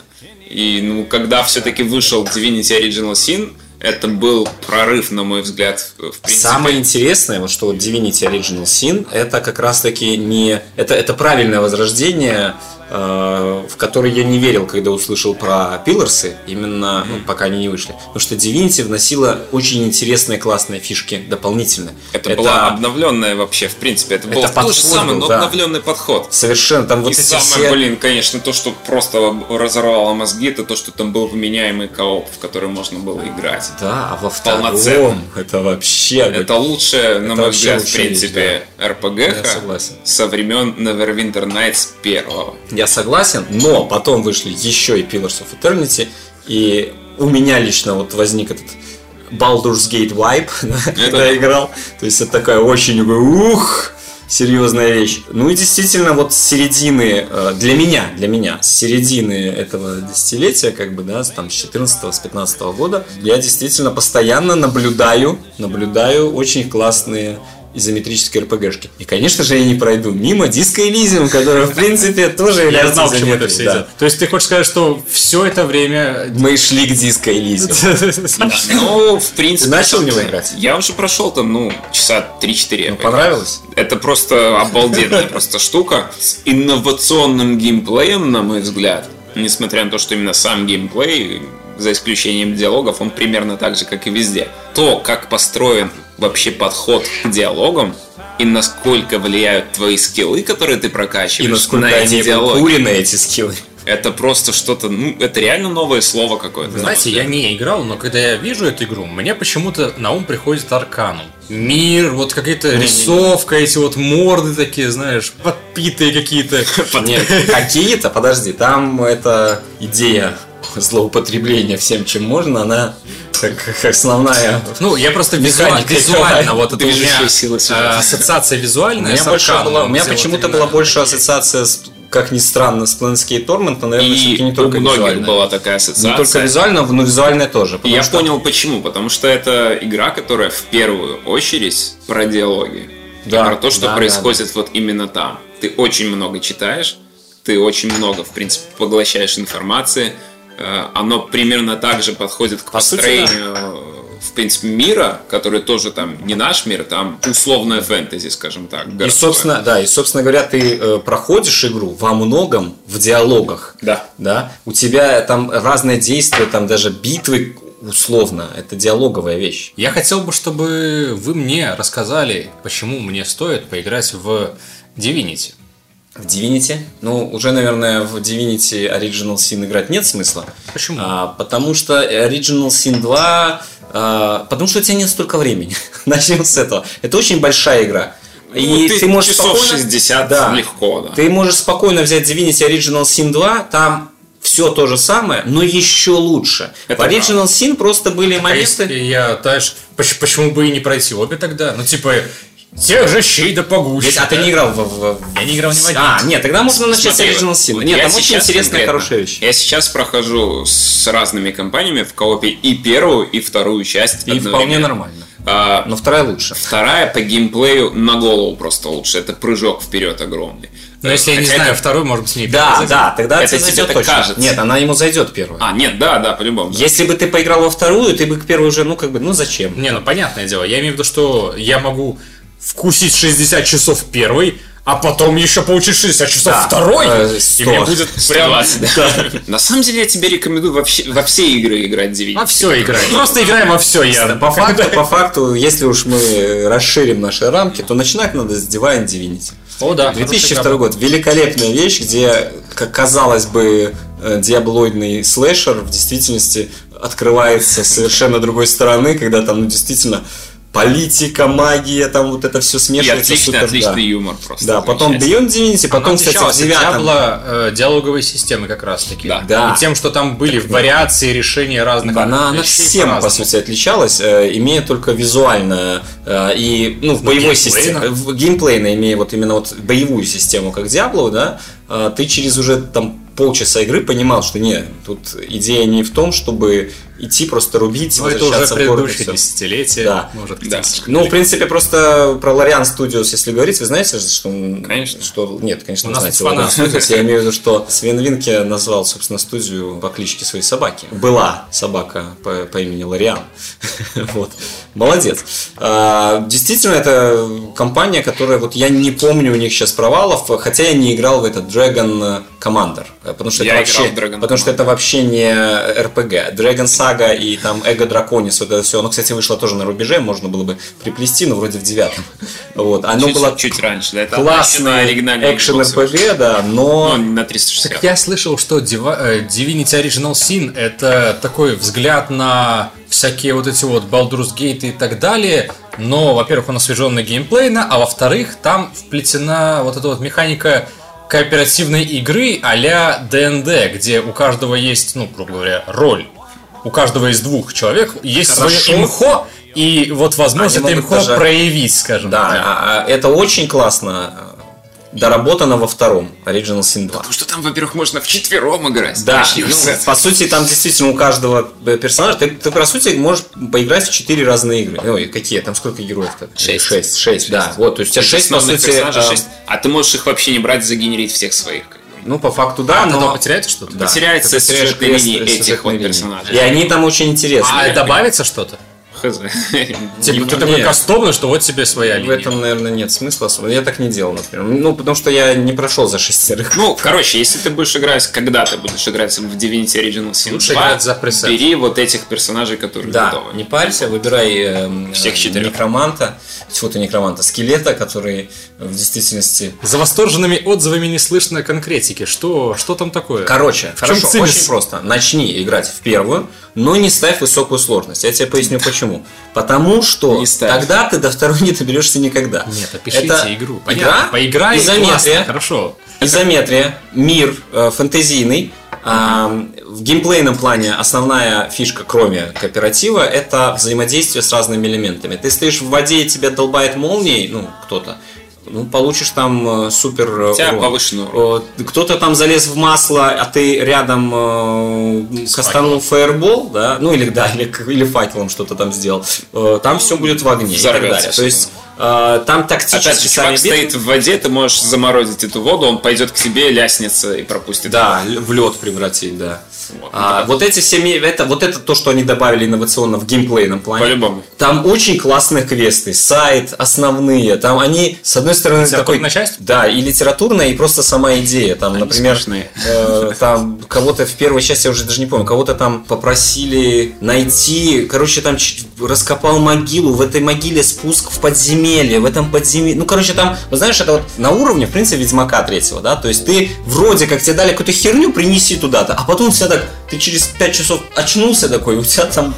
Speaker 4: И, ну, когда все-таки вышел Divinity Original Sin, это был прорыв, на мой взгляд, в в принципе.
Speaker 1: Самое интересное, вот что вот Divinity Original Sin, это как раз-таки не... Это, это правильное возрождение, э, в которое я не верил, когда услышал про пилорсы, именно ну, пока они не вышли. Потому что Divinity вносила очень интересные классные фишки дополнительно.
Speaker 4: Это, была обновленная вообще, в принципе. Это, был тот же
Speaker 1: подход
Speaker 4: самый,
Speaker 1: был,
Speaker 4: но
Speaker 1: да.
Speaker 4: обновленный подход.
Speaker 1: Совершенно, там вот
Speaker 4: и
Speaker 1: эти
Speaker 4: самое,
Speaker 1: все...
Speaker 4: блин, конечно, то, что просто разорвало мозги, это то, что там был вменяемый кооп, в который можно было играть.
Speaker 1: Да, а во
Speaker 4: Полноценно.
Speaker 1: втором это вообще...
Speaker 4: Это лучшее, на
Speaker 1: Это
Speaker 4: мой
Speaker 1: вообще
Speaker 4: взгляд, в
Speaker 1: лучшая вещь,
Speaker 4: принципе,
Speaker 1: Я
Speaker 4: РПГ
Speaker 1: согласен.
Speaker 4: со времен Neverwinter Nights первого.
Speaker 1: Я согласен, но потом вышли еще и Pillars of Eternity, и у меня лично вот возник этот Baldur's Gate [laughs] Vibe, когда я играл. То есть это такая очень, ух, серьезная вещь. Ну и действительно, вот с середины, э, для меня, для меня, с середины этого десятилетия, как бы, да, с, там, с 14 с 15 года, я действительно постоянно наблюдаю, наблюдаю очень классные изометрические РПГшки. И, конечно же, я не пройду мимо Disco Elysium, который, в принципе, тоже
Speaker 2: Я
Speaker 1: является
Speaker 2: знал, к чему это
Speaker 1: изометрией,
Speaker 2: все
Speaker 1: да.
Speaker 2: идет. То есть ты хочешь сказать, что все это время...
Speaker 1: Мы шли к Disco
Speaker 4: типа,
Speaker 1: Elysium.
Speaker 4: Ну, в принципе...
Speaker 1: Ты начал в него играть?
Speaker 4: Я уже прошел там, ну, часа 3-4.
Speaker 1: Ну, понравилось?
Speaker 4: Это
Speaker 1: [laughs]
Speaker 4: просто обалденная просто штука с инновационным геймплеем, на мой взгляд. Несмотря на то, что именно сам геймплей, за исключением диалогов, он примерно так же, как и везде. То, как построен вообще подход к диалогам, и насколько влияют твои скиллы, которые ты прокачиваешь,
Speaker 1: И насколько
Speaker 4: типа, на
Speaker 1: они
Speaker 4: эти диалоги.
Speaker 1: курены, эти скиллы.
Speaker 4: Это просто что-то, ну, это реально новое слово какое-то. на
Speaker 2: Знаете,
Speaker 4: мой
Speaker 2: я
Speaker 4: взгляд.
Speaker 2: не играл, но когда я вижу эту игру, мне почему-то на ум приходит Арканум. Мир, вот какая-то рисовка, эти вот морды такие, знаешь, подпитые какие-то.
Speaker 1: Нет, какие-то, подожди, там эта идея злоупотребления всем, чем можно, она как, как основная.
Speaker 2: Ну, я просто визу-
Speaker 1: Механика
Speaker 2: визуально,
Speaker 1: играет.
Speaker 2: вот это у меня
Speaker 4: Движущая сила
Speaker 2: э,
Speaker 4: сюжета.
Speaker 2: ассоциация
Speaker 1: У
Speaker 2: визуальная
Speaker 1: меня,
Speaker 2: с
Speaker 1: больше
Speaker 2: Арканумом
Speaker 1: была- у меня
Speaker 2: сделана
Speaker 1: почему-то
Speaker 2: именно.
Speaker 1: была больше ассоциация, с, как ни странно, с Planescape Torment, но, наверное,
Speaker 4: И
Speaker 1: все-таки не
Speaker 4: у
Speaker 1: только
Speaker 4: многих
Speaker 1: визуально.
Speaker 4: была такая ассоциация.
Speaker 1: Не только визуально, но визуальная тоже.
Speaker 4: И
Speaker 1: потому
Speaker 4: я
Speaker 1: что-
Speaker 4: понял почему. Потому что это игра, которая в первую очередь про диалоги. да, про то, что
Speaker 1: да, да,
Speaker 4: происходит вот именно там. Ты очень много читаешь, ты очень много, в принципе, поглощаешь информации. Э, Оно примерно так же подходит к
Speaker 1: сути,
Speaker 4: построению, э, в принципе, мира, который тоже там не наш мир, там условная фэнтези, скажем так.
Speaker 1: И,
Speaker 4: городское.
Speaker 1: собственно, да, и, собственно говоря, ты э, проходишь игру во многом в диалогах.
Speaker 4: Да.
Speaker 1: Да. У тебя там разные действия, там даже битвы условно. Это диалоговая вещь.
Speaker 2: Я хотел бы, чтобы вы мне рассказали, почему мне стоит поиграть в Divinity.
Speaker 1: В Divinity? Ну, уже, наверное, в Divinity Original Sin играть нет смысла.
Speaker 2: Почему?
Speaker 1: А, потому что Original Sin 2... а, потому что у тебя нет столько времени. [laughs] Начнем с этого. Это очень большая игра. И
Speaker 4: Ну,
Speaker 1: ты, можешь
Speaker 4: часов
Speaker 1: спокойно...
Speaker 4: 60
Speaker 1: Да.
Speaker 4: легко, да.
Speaker 1: Ты можешь спокойно взять Divinity Original Sin 2, там все то же самое, но еще лучше.
Speaker 4: Это
Speaker 1: в Original Sin просто были
Speaker 2: А если
Speaker 1: моменты...
Speaker 2: я, знаешь, поч- почему бы и не пройти обе тогда? Ну, типа, тех же щей да погуще.
Speaker 1: Если- а ты
Speaker 2: да?
Speaker 1: не играл в... в- в-
Speaker 2: Я не играл ни в один.
Speaker 1: А, нет, тогда можно начать с
Speaker 4: Смотри,
Speaker 1: Original
Speaker 4: вот
Speaker 1: Sin.
Speaker 4: я
Speaker 1: Нет, там очень
Speaker 4: сейчас
Speaker 1: интересная,
Speaker 4: конкретно-
Speaker 1: хорошая вещь.
Speaker 4: Я сейчас прохожу с разными компаниями в коопе и первую, и вторую часть.
Speaker 1: И вполне
Speaker 4: одновременно.
Speaker 1: нормально.
Speaker 4: А,
Speaker 1: Но вторая лучше.
Speaker 4: вторая по геймплею на голову просто лучше. Это прыжок вперед огромный.
Speaker 2: Но Ну, если я не
Speaker 4: Хотя
Speaker 2: знаю
Speaker 4: это-
Speaker 2: вторую, может быть, не
Speaker 1: Да, да, тогда
Speaker 4: Это
Speaker 1: тебе
Speaker 4: тебе
Speaker 1: зайдет
Speaker 4: так
Speaker 1: точно.
Speaker 4: кажется.
Speaker 1: Нет, она ему зайдет первая.
Speaker 4: А, нет, да, да, по-любому. да.
Speaker 1: Если бы ты поиграл во вторую, ты бы к первой уже, ну как бы, ну зачем?
Speaker 2: Не, ну понятное дело. Я имею в виду, что я могу вкусить 60 часов первый, а потом еще получить 60 часов
Speaker 1: Да.
Speaker 2: второй.
Speaker 1: Э,
Speaker 2: и
Speaker 1: 100.
Speaker 2: мне будет прям...
Speaker 4: 120, да. [laughs] На самом деле я тебе рекомендую вообще, во все игры играть девять.
Speaker 2: А все играем. Просто играем во все, я.
Speaker 1: По факту, по факту, если уж мы расширим наши рамки, то начинать надо с Divine Divinity.
Speaker 2: О, да.
Speaker 1: 2002 год. Великолепная вещь, где, как казалось бы, э, диаблоидный слэшер в действительности открывается с совершенно другой стороны, когда там ну, действительно политика, магия, там вот это все
Speaker 4: И
Speaker 1: смешивается.
Speaker 4: отличный,
Speaker 1: супер, да.
Speaker 4: отличный юмор просто.
Speaker 1: Да, потом
Speaker 4: Замечательно.
Speaker 1: Beyond Divinity, потом, кстати, в
Speaker 4: а
Speaker 1: девятом.
Speaker 2: Диабло э, диалоговой системы как раз таки.
Speaker 4: Да.
Speaker 1: Да.
Speaker 2: И тем, что там были вариации решения разных
Speaker 1: Она, она
Speaker 2: вещей
Speaker 1: всем, по
Speaker 2: по-разному.
Speaker 1: сути, отличалась, э, имея только визуально э, и ну, в боевой
Speaker 2: геймплейно.
Speaker 1: системе, в геймплейно, имея вот именно вот боевую систему, как Diablo, да, э, ты через уже там полчаса игры понимал, что не, тут идея не в том, чтобы идти просто рубить,
Speaker 2: Ну, это уже
Speaker 1: возвращаться в город и
Speaker 2: предыдущее
Speaker 1: всё.
Speaker 2: десятилетие.
Speaker 1: Да.
Speaker 2: Может,
Speaker 4: Да.
Speaker 2: хотя-
Speaker 1: Ну, в принципе, просто про Лориан Studios, если говорить, вы знаете, что...
Speaker 4: Конечно.
Speaker 1: Что, нет, конечно,
Speaker 2: У
Speaker 1: вы
Speaker 2: нас
Speaker 1: знаете.
Speaker 2: тут фанат.
Speaker 1: Larian [laughs] Studios. Я имею в виду, что Свен Винке назвал, собственно, студию по кличке своей собаки. Была собака по, по имени Лориан. [laughs] вот. Молодец. А, действительно, это компания, которая... Вот я не помню у них сейчас провалов, хотя я не играл в этот Dragon Commander. Потому что,
Speaker 4: Я
Speaker 1: это
Speaker 4: играл
Speaker 1: вообще,
Speaker 4: в Dragon
Speaker 1: потому что
Speaker 4: Commander.
Speaker 1: это вообще не RPG. Dragon Saga и там Эго Драконис, вот это все. Оно, кстати, вышло тоже на рубеже, можно было бы приплести, но вроде в девятом. Вот. Оно
Speaker 4: чуть,
Speaker 1: было
Speaker 4: чуть раньше, да, это
Speaker 1: классное
Speaker 4: оригинальный
Speaker 1: экшен RPG, да,
Speaker 4: Ну,
Speaker 1: но...
Speaker 4: на 360.
Speaker 2: Так я слышал, что Дива- э, Divinity Original Sin это такой взгляд на всякие вот эти вот Baldur's Gate и так далее, но, во-первых, он освеженный геймплейно, а во-вторых, там вплетена вот эта вот механика кооперативной игры а-ля ДНД, где у каждого есть, ну, грубо говоря, роль. У каждого из двух человек есть свое
Speaker 1: Хорошо.
Speaker 2: имхо, и вот возможность
Speaker 1: Они
Speaker 2: это
Speaker 1: могут
Speaker 2: имхо
Speaker 1: даже-
Speaker 2: проявить, скажем
Speaker 1: Да,
Speaker 2: так.
Speaker 1: а- а это очень классно э, доработано во втором Original Sin 2.
Speaker 4: Потому что там, во-первых, можно вчетвером играть.
Speaker 1: Да,
Speaker 4: Начнем
Speaker 1: ну,
Speaker 4: с этого.
Speaker 1: по сути, там действительно у каждого э, персонажа ты, ты, по сути, можешь поиграть в четыре разные игры. Ой, какие? Там сколько героев-то?
Speaker 4: Шесть.
Speaker 1: Шесть, шесть, да.
Speaker 4: Шесть.
Speaker 1: Вот, то есть у тебя шесть, по
Speaker 4: Основных
Speaker 1: сути...
Speaker 4: персонажей
Speaker 1: э,
Speaker 4: шесть. А ты можешь их вообще не брать, загенерить всех своих. как бы.
Speaker 1: Ну, по факту, да,
Speaker 2: А,
Speaker 1: но...
Speaker 2: тогда потеряется что-то?
Speaker 1: Да,
Speaker 4: Потеряется
Speaker 1: ты потеряешь
Speaker 4: сюжетные
Speaker 1: квест-
Speaker 4: линии этих
Speaker 1: сюжетные
Speaker 4: вот
Speaker 1: линии.
Speaker 4: персонажей.
Speaker 1: И они там очень интересные.
Speaker 2: А добавится что-то?
Speaker 4: Хз.
Speaker 2: Типа,
Speaker 1: Нет,
Speaker 2: ты такой
Speaker 1: ну, нет.
Speaker 2: кастомный, что вот тебе своя
Speaker 1: В
Speaker 2: линия.
Speaker 1: этом, наверное, нет смысла. особо. Я так не делал, например. Ну, потому что я не прошел за шестерых.
Speaker 4: [laughs] Ну, короче, если ты будешь играть, когда ты будешь играть в Divinity Original Sin
Speaker 2: Лучше
Speaker 4: 2,
Speaker 2: играть за пресет.
Speaker 4: бери вот этих персонажей,
Speaker 1: [laughs]
Speaker 4: которые
Speaker 1: Да,
Speaker 4: готовы.
Speaker 1: не парься, выбирай эм,
Speaker 4: Всех
Speaker 1: э,
Speaker 4: четырех.
Speaker 1: некроманта, чего то некроманта, скелета, который в действительности...
Speaker 2: За восторженными отзывами не слышно конкретики. Что, что там такое?
Speaker 1: Короче,
Speaker 2: чем
Speaker 1: хорошо,
Speaker 2: цимис?
Speaker 1: очень просто. Начни играть в первую, но не ставь высокую сложность. Я тебе поясню почему. Потому что
Speaker 4: Не ставь.
Speaker 1: тогда ты до второй не доберешься никогда.
Speaker 2: Нет, опишите
Speaker 1: Это
Speaker 2: игру.
Speaker 1: Игра,
Speaker 2: Понятно. Поиграй,
Speaker 1: изометрия,
Speaker 2: классно, хорошо.
Speaker 1: Изометрия, мир э, фэнтезийный. А, В геймплейном плане основная фишка, кроме кооператива, это взаимодействие с разными элементами. Ты стоишь в воде и тебя долбает молнией, ну, кто-то, ну, получишь там э, супер э,
Speaker 4: У тебя
Speaker 1: урон.
Speaker 4: повышенный урон.
Speaker 1: Вот. Кто-то там залез в масло, а ты рядом э, кастанул фаербол, да, ну или да, или, или факелом что-то там сделал. Э, там все будет в огне и так
Speaker 4: Взорвётся
Speaker 1: далее. То
Speaker 4: всё.
Speaker 1: есть Э, Там
Speaker 4: Опять
Speaker 1: тактически
Speaker 4: же,
Speaker 1: сами
Speaker 4: чувак
Speaker 1: битвы-
Speaker 4: стоит в воде, ты можешь заморозить эту воду, он пойдет к тебе, ляснется и пропустит.
Speaker 1: Да, л- в лед превратить, да.
Speaker 4: Вот.
Speaker 1: А, вот эти все, ми- это, вот это то, что они добавили инновационно в геймплейном плане.
Speaker 4: По-любому.
Speaker 1: Там очень классные квесты, сайт, основные. Там они, с одной стороны, такой...
Speaker 2: Литературная часть?
Speaker 1: Да, и литературная, и просто сама идея. Там, например,
Speaker 4: смешные.
Speaker 1: э, там кого-то в первой части, я уже даже не помню, кого-то там попросили найти, короче, там ч- раскопал могилу, в этой могиле спуск в подземелье, в этом подземелье... Ну, короче, там, вы знаешь, это вот на уровне, в принципе, Ведьмака третьего, да? То есть ты вроде как тебе дали какую-то херню, принеси туда-то, а потом все так... Ты через 5 часов очнулся такой, и у тебя там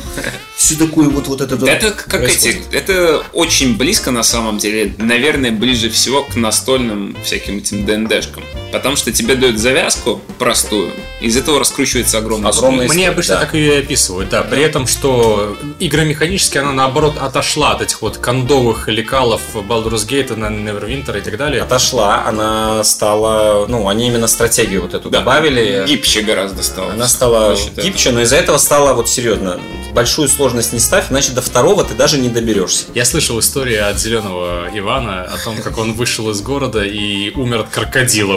Speaker 1: все такое вот, вот это... вот
Speaker 4: Это как
Speaker 1: происходит.
Speaker 4: эти, это очень близко на самом деле, наверное, ближе всего к настольным всяким этим ДНДшкам. Потому что тебе дают завязку простую, из этого раскручивается огромный
Speaker 1: Огромный
Speaker 4: сюжет.
Speaker 1: история,
Speaker 2: Мне обычно
Speaker 1: да.
Speaker 2: так ее и описывают, да. При этом, что игра механически, она наоборот отошла от этих вот кондовых лекалов Baldur's Gate, на Neverwinter и так далее.
Speaker 1: отошла, она стала, ну, они именно стратегию вот эту добавили.
Speaker 4: Гибче гораздо стало.
Speaker 1: Она стала
Speaker 4: Я считаю.
Speaker 1: гибче, но из-за этого стала вот серьезно. Большую сложность не ставь, иначе до второго ты даже не доберешься.
Speaker 2: Я слышал историю от зеленого Ивана о том, как он вышел из города и умер от крокодила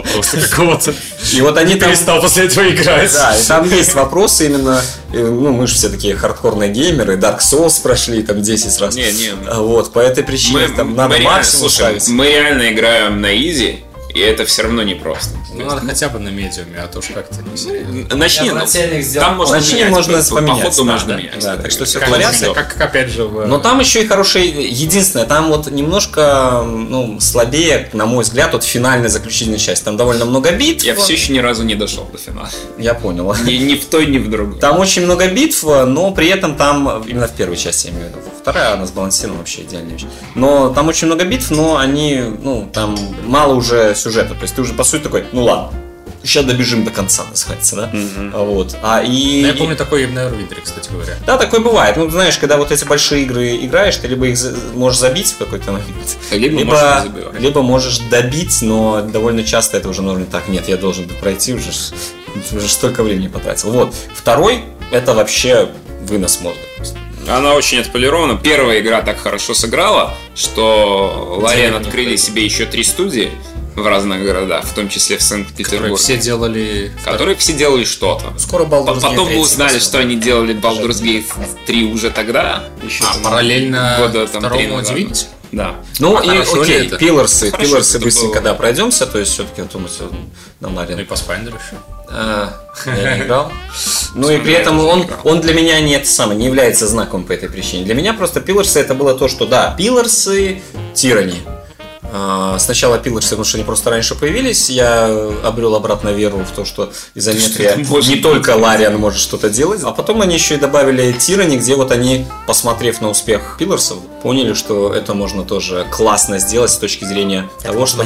Speaker 1: [laughs]
Speaker 2: просто какого-то.
Speaker 1: И вот они
Speaker 2: И
Speaker 1: там...
Speaker 2: перестал после этого играть.
Speaker 1: Да, и там есть вопросы именно, э, ну, мы же все такие хардкорные геймеры, Dark Souls прошли там 10 раз.
Speaker 4: Не, не.
Speaker 1: А Вот, по этой причине там надо
Speaker 4: реально-
Speaker 1: максимум
Speaker 4: слушай,
Speaker 1: ставить.
Speaker 4: мы реально играем на изи, и это все равно непросто.
Speaker 2: Ну, надо хотя бы на медиуме, а то уж как-то не серьезно.
Speaker 4: Начни,
Speaker 3: Я
Speaker 4: ну,
Speaker 3: брательник сделал.
Speaker 4: там можно
Speaker 1: Начни,
Speaker 4: менять,
Speaker 1: можно
Speaker 4: по- по
Speaker 1: поменять,
Speaker 4: ходу
Speaker 1: да,
Speaker 4: можно
Speaker 1: да,
Speaker 4: менять.
Speaker 1: да, так что всё
Speaker 4: Конечно,
Speaker 1: вариация,
Speaker 4: да.
Speaker 2: Как, как опять же в...
Speaker 1: Но там еще и хороший, единственное, там вот немножко, ну, слабее, на мой взгляд, вот финальная заключительная часть. Там довольно много битв.
Speaker 4: Я все еще ни разу не дошел до финала.
Speaker 1: Я понял.
Speaker 4: Ни, ни в той, ни в другой.
Speaker 1: Там очень много битв, но при этом там, именно в первой части, я имею в виду, вторая, она сбалансирована вообще идеально. вообще. Но там очень много битв, но они, ну, там мало уже сюжета. То есть ты уже, по сути, такой, ну ладно, сейчас добежим до конца, называется, да? Вот. А и...
Speaker 2: Ну, Я помню такой на Neverwinter, кстати говоря.
Speaker 1: Да, такое бывает. Ну, знаешь, когда вот эти большие игры играешь, ты либо их за- можешь забить в какой-то момент,
Speaker 4: Либо можешь не забивать.
Speaker 1: либо можешь добить, но довольно часто это уже нужно так. Нет, я должен это пройти уже, ж- уже ж столько времени потратил. Вот. Второй это вообще вынос мозга. просто.
Speaker 4: Она очень отполирована. Первая игра так хорошо сыграла, что Ларен
Speaker 1: Денег не
Speaker 4: открыли
Speaker 1: хватит.
Speaker 4: себе еще три студии в разных городах, в том числе в
Speaker 2: Которые
Speaker 4: Санкт-Петербурге.
Speaker 2: все делали...
Speaker 4: которые все делали что-то.
Speaker 1: Скоро Baldur's Gate
Speaker 4: Потом
Speaker 1: третий
Speaker 4: мы узнали,
Speaker 1: выйдет.
Speaker 4: что они делали Baldur's Gate 3 уже тогда. Еще
Speaker 2: А,
Speaker 4: там
Speaker 2: параллельно
Speaker 4: года там три
Speaker 2: второму
Speaker 4: назад.
Speaker 2: Divinity?
Speaker 4: Да.
Speaker 1: Ну
Speaker 2: А
Speaker 1: и
Speaker 2: хорошо ли
Speaker 1: окей,
Speaker 2: это?
Speaker 1: пилорсы,
Speaker 4: Хорошо,
Speaker 1: пилорсы
Speaker 4: это
Speaker 1: быстренько,
Speaker 4: было.
Speaker 1: когда пройдемся, то есть все-таки я думаю, всё на Ларин.
Speaker 2: Ну и Pathfinder еще.
Speaker 4: Э,
Speaker 1: А, я не
Speaker 4: [laughs]
Speaker 1: играл. Ну и при этом он, он для меня не это самое, не является знаком по этой причине. Для меня просто пилорсы это было то, что да, пилорсы, тирани. А, Сначала пилорсы, потому что они просто раньше появились, я обрел обратно веру в то, что изометрия
Speaker 4: Что это может
Speaker 1: не только Лариан может что-то делать, а потом они еще и добавили Тирани, где вот они, посмотрев на успех пилорсов, поняли, что это можно тоже классно сделать с точки зрения того, что...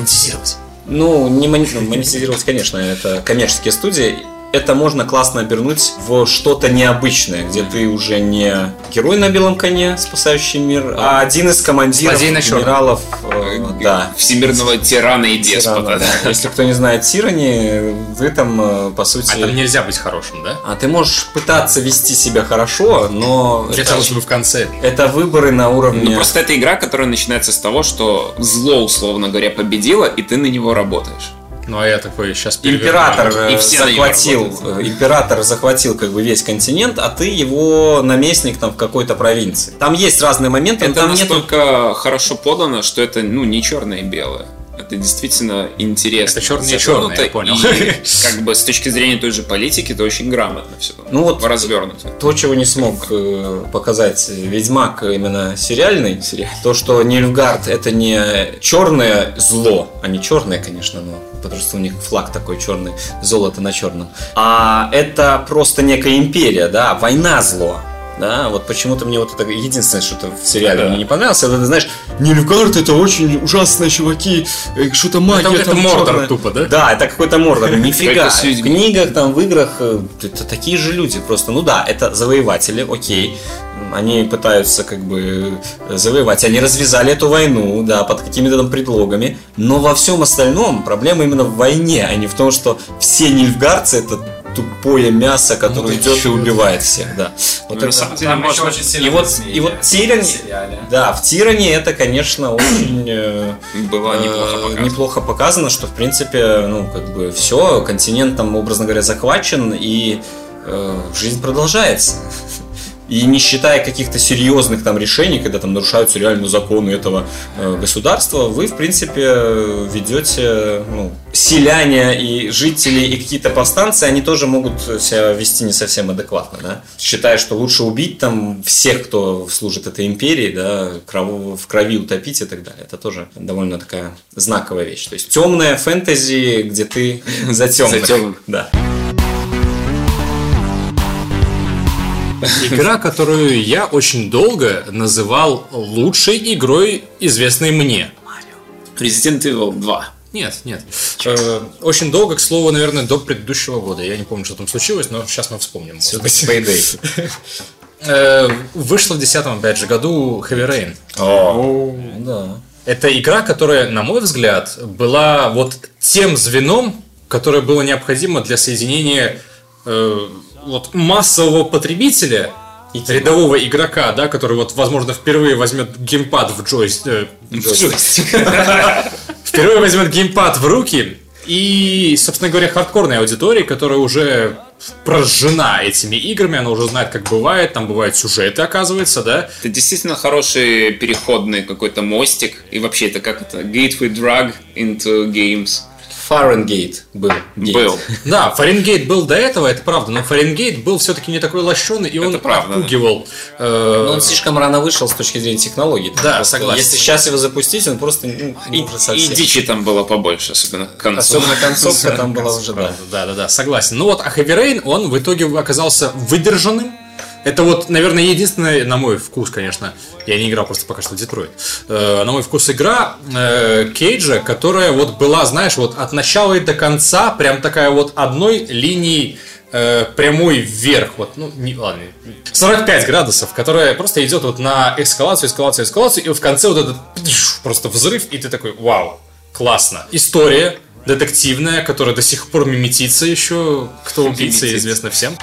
Speaker 1: Ну, не мони- ну, монетизировать, конечно, это коммерческие студии. Это можно классно обернуть в что-то необычное, где ты уже не герой на белом коне, спасающий мир, а один из командиров,
Speaker 2: Злодей на чёрном.
Speaker 1: генералов, э, да.
Speaker 4: Всемирного тирана и деспота.
Speaker 1: Тирана,
Speaker 4: да.
Speaker 1: да. Если кто не знает Тирани, вы там, э, по сути...
Speaker 2: А там нельзя быть хорошим, да?
Speaker 1: А ты можешь пытаться вести себя хорошо, но
Speaker 2: Я
Speaker 1: это,
Speaker 2: хотел, чтобы в конце.
Speaker 1: это выборы на
Speaker 4: Ну,
Speaker 1: уровне...
Speaker 4: просто это игра, которая начинается с того, что зло, условно говоря, победило, и ты на него работаешь.
Speaker 2: Ну а я такой сейчас
Speaker 1: Император
Speaker 4: И
Speaker 1: э,
Speaker 4: все на него
Speaker 1: захватил,
Speaker 4: работают.
Speaker 1: э, император захватил как бы весь континент, а ты его наместник там в какой-то провинции. Там есть разные моменты, но
Speaker 4: Это
Speaker 1: там нету.
Speaker 4: настолько хорошо подано, что это ну не черное и белое. Это действительно интересно.
Speaker 2: Это чёрное и чёрное, я
Speaker 4: Завернуто,
Speaker 2: понял.
Speaker 4: и, как бы с точки зрения той же политики, это очень грамотно все.
Speaker 1: Ну вот-
Speaker 4: развернуто.
Speaker 1: То, чего не смог э, показать Ведьмак именно сериальный, то, что Нильфгард это не черное зло, а не черное, конечно, но потому что у них флаг такой черный, золото на черном. А это просто некая империя, да, война зло. Да, вот почему-то мне вот это единственное, что-то в сериале
Speaker 4: Да.
Speaker 1: мне не понравилось, это, ты знаешь, Нильфгард это очень ужасные чуваки, э, что-то магия
Speaker 2: это
Speaker 1: там
Speaker 2: Мордор
Speaker 1: чёрная».
Speaker 2: тупо, да?
Speaker 1: Да, это какой-то
Speaker 4: [laughs]
Speaker 1: Мордор, нифига.
Speaker 4: Только с
Speaker 1: В
Speaker 4: людьми.
Speaker 1: книгах, там, в играх, э, это такие же люди просто. Ну да, это завоеватели, окей. Они пытаются как бы э, завоевать. Они развязали эту войну, да, под какими-то там предлогами. Но во всем остальном проблема именно в войне, а не в том, что все нильфгарцы это тупое мясо, которое
Speaker 4: ты
Speaker 1: идет и
Speaker 4: чё?
Speaker 1: убивает всех, да. Вот
Speaker 4: Ну,
Speaker 1: это-
Speaker 4: сам- деле,
Speaker 3: Там
Speaker 4: может,
Speaker 3: еще очень сильно
Speaker 1: и вот-
Speaker 3: высмеяли
Speaker 1: и вот
Speaker 3: в
Speaker 1: Тирин-
Speaker 3: сериале.
Speaker 1: Да, в Тиране это, конечно, очень э,
Speaker 4: Было неплохо
Speaker 1: э,
Speaker 4: показано.
Speaker 1: неплохо показано, что, в принципе, ну, как бы все, континент там, образно говоря, захвачен, и э, жизнь продолжается. [laughs] И не считая каких-то серьезных там решений, когда там нарушаются реально законы этого э, государства, вы, в принципе, э, ведете, ну, селяне и жители и какие-то повстанцы, они тоже могут себя вести не совсем адекватно, да? Считая, что лучше убить там всех, кто служит этой империи, да, крово- в крови утопить и так далее. Это тоже довольно такая знаковая вещь. То есть темная фэнтези, где ты [laughs] за темных.
Speaker 4: За тёмных.
Speaker 1: Да.
Speaker 2: Игра, которую я очень долго называл лучшей игрой, известной мне.
Speaker 4: Resident Evil 2.
Speaker 2: Нет, нет. Э, Очень долго, к слову, наверное, до предыдущего года. Я не помню, что там случилось, но сейчас мы вспомним. может быть.
Speaker 1: Payday.
Speaker 2: Э, Вышла в 2010 опять же году Heavy Rain.
Speaker 1: Да.
Speaker 2: Это игра, которая, на мой взгляд, была вот тем звеном, которое было необходимо для соединения э, вот массового потребителя и рядового игрока, да, который вот, возможно, впервые возьмет геймпад в джойс- э, джойстик. Впервые возьмет геймпад в руки и, собственно говоря, хардкорной аудитории, которая уже прожжена этими играми, она уже знает, как бывает, там бывают сюжеты, оказывается, да.
Speaker 4: Это действительно хороший переходный какой-то мостик. И вообще это как это? Gateway drug into games.
Speaker 1: Фаренгейт был. Гейт. [laughs]
Speaker 4: Был.
Speaker 2: Да, Фаренгейт был до этого, это правда, но Фаренгейт был все-таки не такой лощеный, и он
Speaker 4: Это правда, да. Ну,
Speaker 2: отпугивал. э,
Speaker 1: Но он слишком рано вышел с точки зрения технологий. Там
Speaker 2: Да,
Speaker 1: просто
Speaker 2: согласен.
Speaker 1: Если сейчас его запустить, он просто ну,
Speaker 4: И,
Speaker 1: может
Speaker 4: и
Speaker 1: совсем.
Speaker 4: дичи там было побольше, особенно к концу.
Speaker 1: Особенно концовка там была уже, да.
Speaker 2: Да, да, да, согласен. Ну вот, а Heavy Rain, он в итоге оказался выдержанным. Это вот, наверное, единственная, на мой вкус, конечно, я не играл просто пока что в Детройт, э, на мой вкус игра э, Кейджа, которая вот была, знаешь, вот от начала и до конца прям такая вот одной линией э, прямой вверх, вот, ну, не, ладно, 45 градусов, которая просто идет вот на эскалацию, эскалацию, эскалацию, и в конце вот этот пдж, просто взрыв, и ты такой, вау, классно. История детективная, которая до сих пор мимитится еще, кто убийца,
Speaker 4: Мимитится.
Speaker 2: известно всем.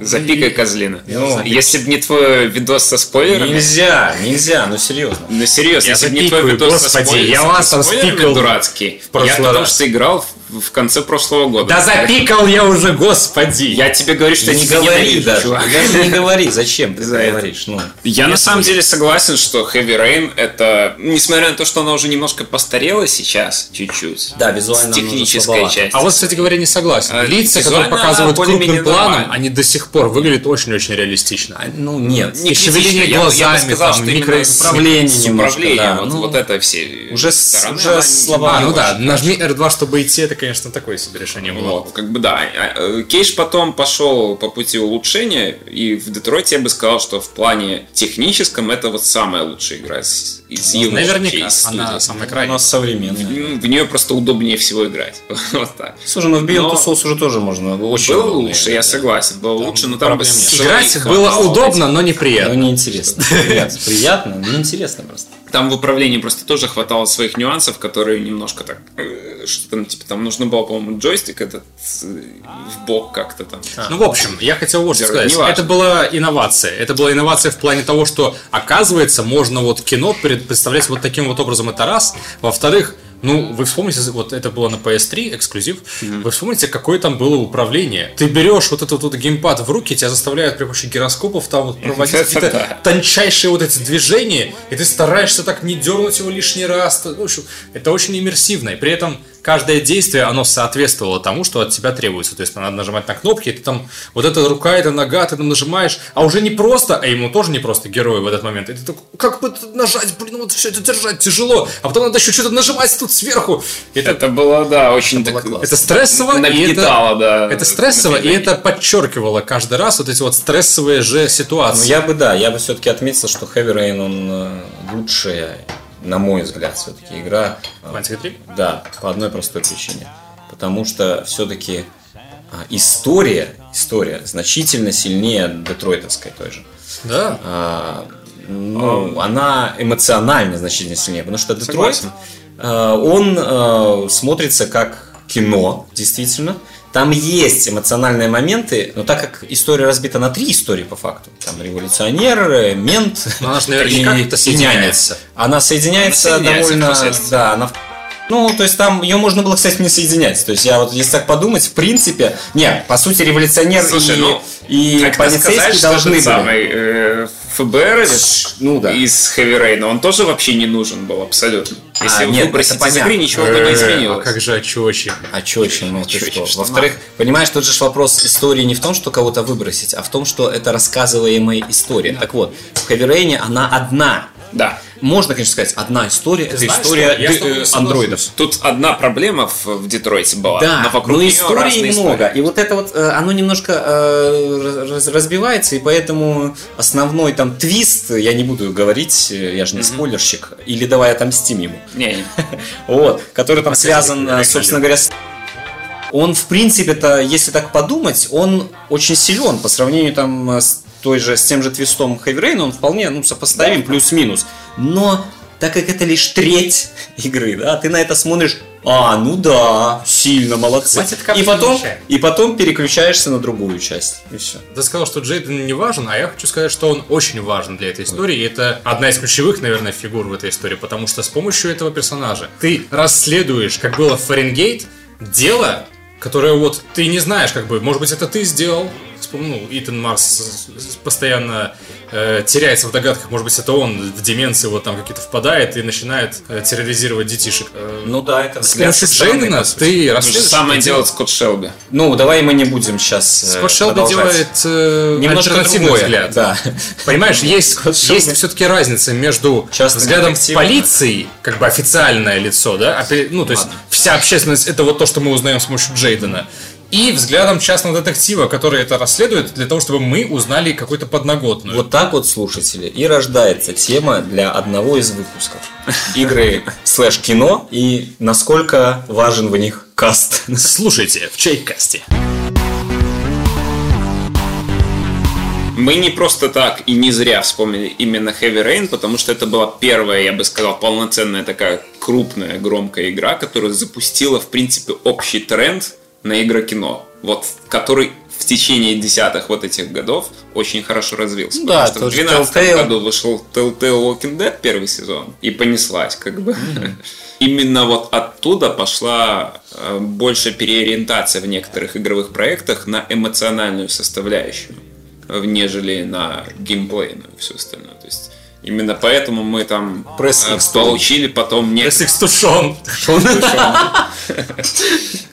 Speaker 4: Запикай козлина.
Speaker 1: Я не знаю.
Speaker 4: Если бы не твой видос со спойлерами...
Speaker 1: Нельзя, нельзя, ну серьезно.
Speaker 4: Ну серьезно,
Speaker 2: Я
Speaker 4: если бы не твой
Speaker 2: запикаю,
Speaker 4: видос а со
Speaker 2: господи,
Speaker 4: спойлерами...
Speaker 2: я
Speaker 4: со
Speaker 2: вас там
Speaker 4: спойлерами
Speaker 2: спикал
Speaker 4: дурацкий.
Speaker 2: прошлый
Speaker 4: Я потому
Speaker 2: раз.
Speaker 4: что играл в- в конце прошлого года.
Speaker 2: Да запикал я уже, господи!
Speaker 4: Я тебе говорю, что
Speaker 1: Ты
Speaker 4: я
Speaker 1: не
Speaker 4: тебя
Speaker 1: говори
Speaker 4: ненавижу,
Speaker 1: даже.
Speaker 4: чувак.
Speaker 1: Даже не говори, зачем ты
Speaker 4: [laughs] За
Speaker 1: это
Speaker 4: это.
Speaker 1: говоришь. Ну,
Speaker 4: Я на самом деле согласен, что Heavy Rain это, несмотря на то, что она уже немножко постарела сейчас, чуть-чуть.
Speaker 1: Да, визуально она
Speaker 4: с
Speaker 1: уже
Speaker 4: технической
Speaker 1: слабовата.
Speaker 4: части.
Speaker 2: А вот, кстати говоря, не согласен.
Speaker 4: А,
Speaker 2: Лица,
Speaker 4: визуально
Speaker 2: которые показывают
Speaker 4: она
Speaker 2: крупным
Speaker 4: более-менее
Speaker 2: планом,
Speaker 4: нормальная.
Speaker 2: они до сих пор выглядят очень-очень реалистично.
Speaker 1: ну нет.
Speaker 4: Не
Speaker 2: и шевеление
Speaker 4: критично, я бы- я бы
Speaker 2: глазами,
Speaker 4: сказал,
Speaker 2: там,
Speaker 4: что именно
Speaker 2: микроуправление
Speaker 4: с
Speaker 1: немножко,
Speaker 4: управлением,
Speaker 1: да,
Speaker 4: вот,
Speaker 1: ну,
Speaker 4: вот это все.
Speaker 1: уже с-
Speaker 4: стороны,
Speaker 1: уже
Speaker 4: она
Speaker 1: слабо.
Speaker 2: А,
Speaker 4: не
Speaker 2: ну да,
Speaker 4: очень.
Speaker 2: нажми R2, чтобы идти, это, конечно, такое себе решение было.
Speaker 4: Вот, как бы да. А, э, Кейдж потом пошел по пути улучшения, и в Детройте я бы сказал, что в плане техническом это вот самая лучшая игра из, из его
Speaker 2: Ну, Наверняка,
Speaker 4: из студии.
Speaker 2: она самая
Speaker 1: У
Speaker 2: крайняя.
Speaker 1: нас современная.
Speaker 4: М, В нее просто удобнее всего играть. [laughs] Вот так.
Speaker 1: Слушай, ну в Beyond
Speaker 4: Но-
Speaker 1: Two Souls уже тоже можно. Очень
Speaker 4: было
Speaker 1: удобно
Speaker 4: лучше,
Speaker 1: играть,
Speaker 4: я
Speaker 1: да.
Speaker 4: согласен, было лучше, но там
Speaker 2: проблем
Speaker 4: бы
Speaker 2: нет.
Speaker 4: с-
Speaker 2: Играть
Speaker 4: их
Speaker 2: было
Speaker 4: хватало.
Speaker 2: удобно, но
Speaker 1: Ну,
Speaker 4: [laughs]
Speaker 2: неприятно.
Speaker 1: неинтересно. Приятно, Приятно, но неинтересно просто.
Speaker 4: Там в управлении просто тоже хватало своих нюансов, которые немножко так, э, что там, типа, там нужно было, по-моему, джойстик этот э, в бок как-то там.
Speaker 2: Ну, в общем, я хотел вот что
Speaker 4: Здорово,
Speaker 2: сказать.
Speaker 4: неважно.
Speaker 2: Это была инновация. Это была инновация в плане того, что, оказывается, можно вот кино пред- представлять вот таким вот образом. Это раз. Во-вторых, ну, вы вспомните, вот это было на PS3, эксклюзив, вы вспомните, какое там было управление. Ты берешь вот этот вот геймпад в руки, тебя заставляют при помощи гироскопов там вот проводить
Speaker 4: Это
Speaker 2: какие-то
Speaker 4: да.
Speaker 2: [laughs] тончайшие вот эти движения, и ты стараешься так не дернуть его лишний раз. В общем, это очень иммерсивно. И при этом каждое действие, оно соответствовало тому, что от тебя требуется. То есть надо нажимать на кнопки, и ты там вот эта рука, эта нога, ты там нажимаешь, а уже не просто, а ему тоже не просто герою в этот момент. И ты такой, как бы это нажать, блин, вот все это держать тяжело, а потом надо еще что-то нажимать тут сверху. Это,
Speaker 4: Это было, да, очень так...
Speaker 2: это стрессово, и это...
Speaker 4: Нагнетало, да.
Speaker 2: Это стрессово, и
Speaker 4: напряжение.
Speaker 2: это подчеркивало каждый раз вот эти вот стрессовые же
Speaker 1: Ну,
Speaker 2: ситуации.
Speaker 1: я бы, да, я бы все-таки отметил, что Heavy Rain, он э, лучшая, на мой взгляд, все-таки игра. э,
Speaker 2: Quantic Dream?
Speaker 1: Да, по одной простой причине. Потому что все-таки история, история значительно сильнее детройтовской той же.
Speaker 2: Да.
Speaker 1: А, ну, она эмоционально значительно сильнее, потому что Детройт, а,
Speaker 4: Согласен.
Speaker 1: э, он э, смотрится как кино, действительно, Там есть эмоциональные моменты, но так как история разбита на три истории по факту, там революционер, э, мент
Speaker 4: Ну,
Speaker 2: Но она ж наверняка
Speaker 1: и-
Speaker 2: как-то
Speaker 1: и нянец.
Speaker 2: соединяется.
Speaker 1: Она соединяется,
Speaker 4: Она соединяется
Speaker 1: довольно...
Speaker 4: впоследствии.
Speaker 1: Да, она... в- Ну, то есть там ее можно было, кстати, не соединять. То есть я вот, если так подумать, в принципе... Не, по сути, революционер
Speaker 4: Слушай,
Speaker 1: и,
Speaker 4: ну,
Speaker 1: и
Speaker 4: Как-то сказать,
Speaker 1: полицейский
Speaker 4: что
Speaker 1: должны
Speaker 4: этот
Speaker 1: были.
Speaker 4: самый э, ФБР этот
Speaker 1: Ну да.
Speaker 4: из Хэви Рейна, он тоже вообще не нужен был абсолютно. Если
Speaker 1: А, нет,
Speaker 4: выбросить
Speaker 1: это
Speaker 4: из игры,
Speaker 1: понятно.
Speaker 4: ничего бы не
Speaker 2: А
Speaker 4: изменилось.
Speaker 2: как же очочи?
Speaker 1: А чё очень, ну ты
Speaker 4: чё,
Speaker 1: что?
Speaker 4: чё,
Speaker 1: Во-вторых, понимаешь, тут же ж вопрос истории не в том, что кого-то выбросить, а в том, что это рассказываемая история. Так вот, в Хаверейне она одна.
Speaker 4: Да.
Speaker 1: Можно, конечно, сказать, одна история. это
Speaker 2: знаешь,
Speaker 1: история
Speaker 2: что? Я
Speaker 1: д-
Speaker 2: с тобой
Speaker 1: э,
Speaker 2: согласен.
Speaker 1: андроидов.
Speaker 4: Тут одна проблема в, в Детройте была.
Speaker 1: Да,
Speaker 4: но
Speaker 1: но,
Speaker 4: вокруг неё разные
Speaker 1: истории
Speaker 4: истории.
Speaker 1: много. И вот это вот, э, оно немножко э, раз- разбивается, и поэтому основной там твист, я не буду говорить, э, я же не спойлерщик, или давай отомстим ему.
Speaker 4: Не, не.
Speaker 1: Вот, который там связан,
Speaker 4: Александр.
Speaker 1: э, собственно говоря, с... Он, в принципе-то, если так подумать, он очень силен по сравнению там э, с той же, с тем же твистом Heavy Rain, он вполне, ну, сопоставим, плюс-минус. Но так как это лишь треть [laughs] игры, да, ты на это смотришь, а, ну да, сильно, молодцы.
Speaker 2: Хватит капсулы
Speaker 1: И потом,
Speaker 2: чая.
Speaker 1: и потом переключаешься на другую часть, и все.
Speaker 2: Ты сказал, что Джейден не важен, а я хочу сказать, что он очень важен для этой истории. И это одна из ключевых, наверное, фигур в этой истории, потому что с помощью этого персонажа ты расследуешь, как было в Фаренгейт, дело, которое вот ты не знаешь, как бы, может быть, это ты сделал. Вспомнил, Итан Марс с- с- постоянно э, теряется в догадках, может быть, это он в деменции вот там какие-то впадает и начинает э, терроризировать детишек. Э,
Speaker 1: Ну да, это
Speaker 2: с помощью Джейдена ты
Speaker 4: То же
Speaker 2: расследуешь.
Speaker 4: ну, самое
Speaker 2: это
Speaker 4: делает Скотт Шелби.
Speaker 1: Ну, давай мы не будем сейчас
Speaker 2: Скотт Шелби делает э,
Speaker 1: немножко
Speaker 2: альтернативный
Speaker 1: другой
Speaker 2: взгляд.
Speaker 1: Да.
Speaker 2: Понимаешь, есть,
Speaker 1: Шелби.
Speaker 2: есть все-таки разница между
Speaker 1: Частным
Speaker 2: взглядом
Speaker 1: детективом.
Speaker 2: полиции, как бы официальное лицо, да, опе- ну, то есть вся общественность это вот то, что мы узнаем с помощью Джейдена, и взглядом частного детектива, который это расследует, для того, чтобы мы узнали какую-то подноготную.
Speaker 1: Вот так вот, слушатели, и рождается тема для одного из выпусков. Игры слэш кино и насколько важен в них каст.
Speaker 2: Слушайте в Чайкасте.
Speaker 4: Мы не просто так и не зря вспомнили именно Heavy Rain, потому что это была первая, я бы сказал, полноценная такая крупная, громкая игра, которая запустила, в принципе, общий тренд на игрокино. Вот, который в течение десятых вот этих годов очень хорошо развился.
Speaker 1: Ну да,
Speaker 4: потому
Speaker 1: тот
Speaker 4: что в
Speaker 1: же
Speaker 4: 2012
Speaker 1: Telltale.
Speaker 4: году вышел Telltale Walking Dead первый сезон и понеслась как бы. [laughs] Именно вот оттуда пошла э, больше переориентация в некоторых игровых проектах на эмоциональную составляющую э, нежели на геймплейную и все остальное. То есть именно поэтому мы там э,
Speaker 1: Пресс-X.
Speaker 4: получили потом некоторые
Speaker 2: Если стушен.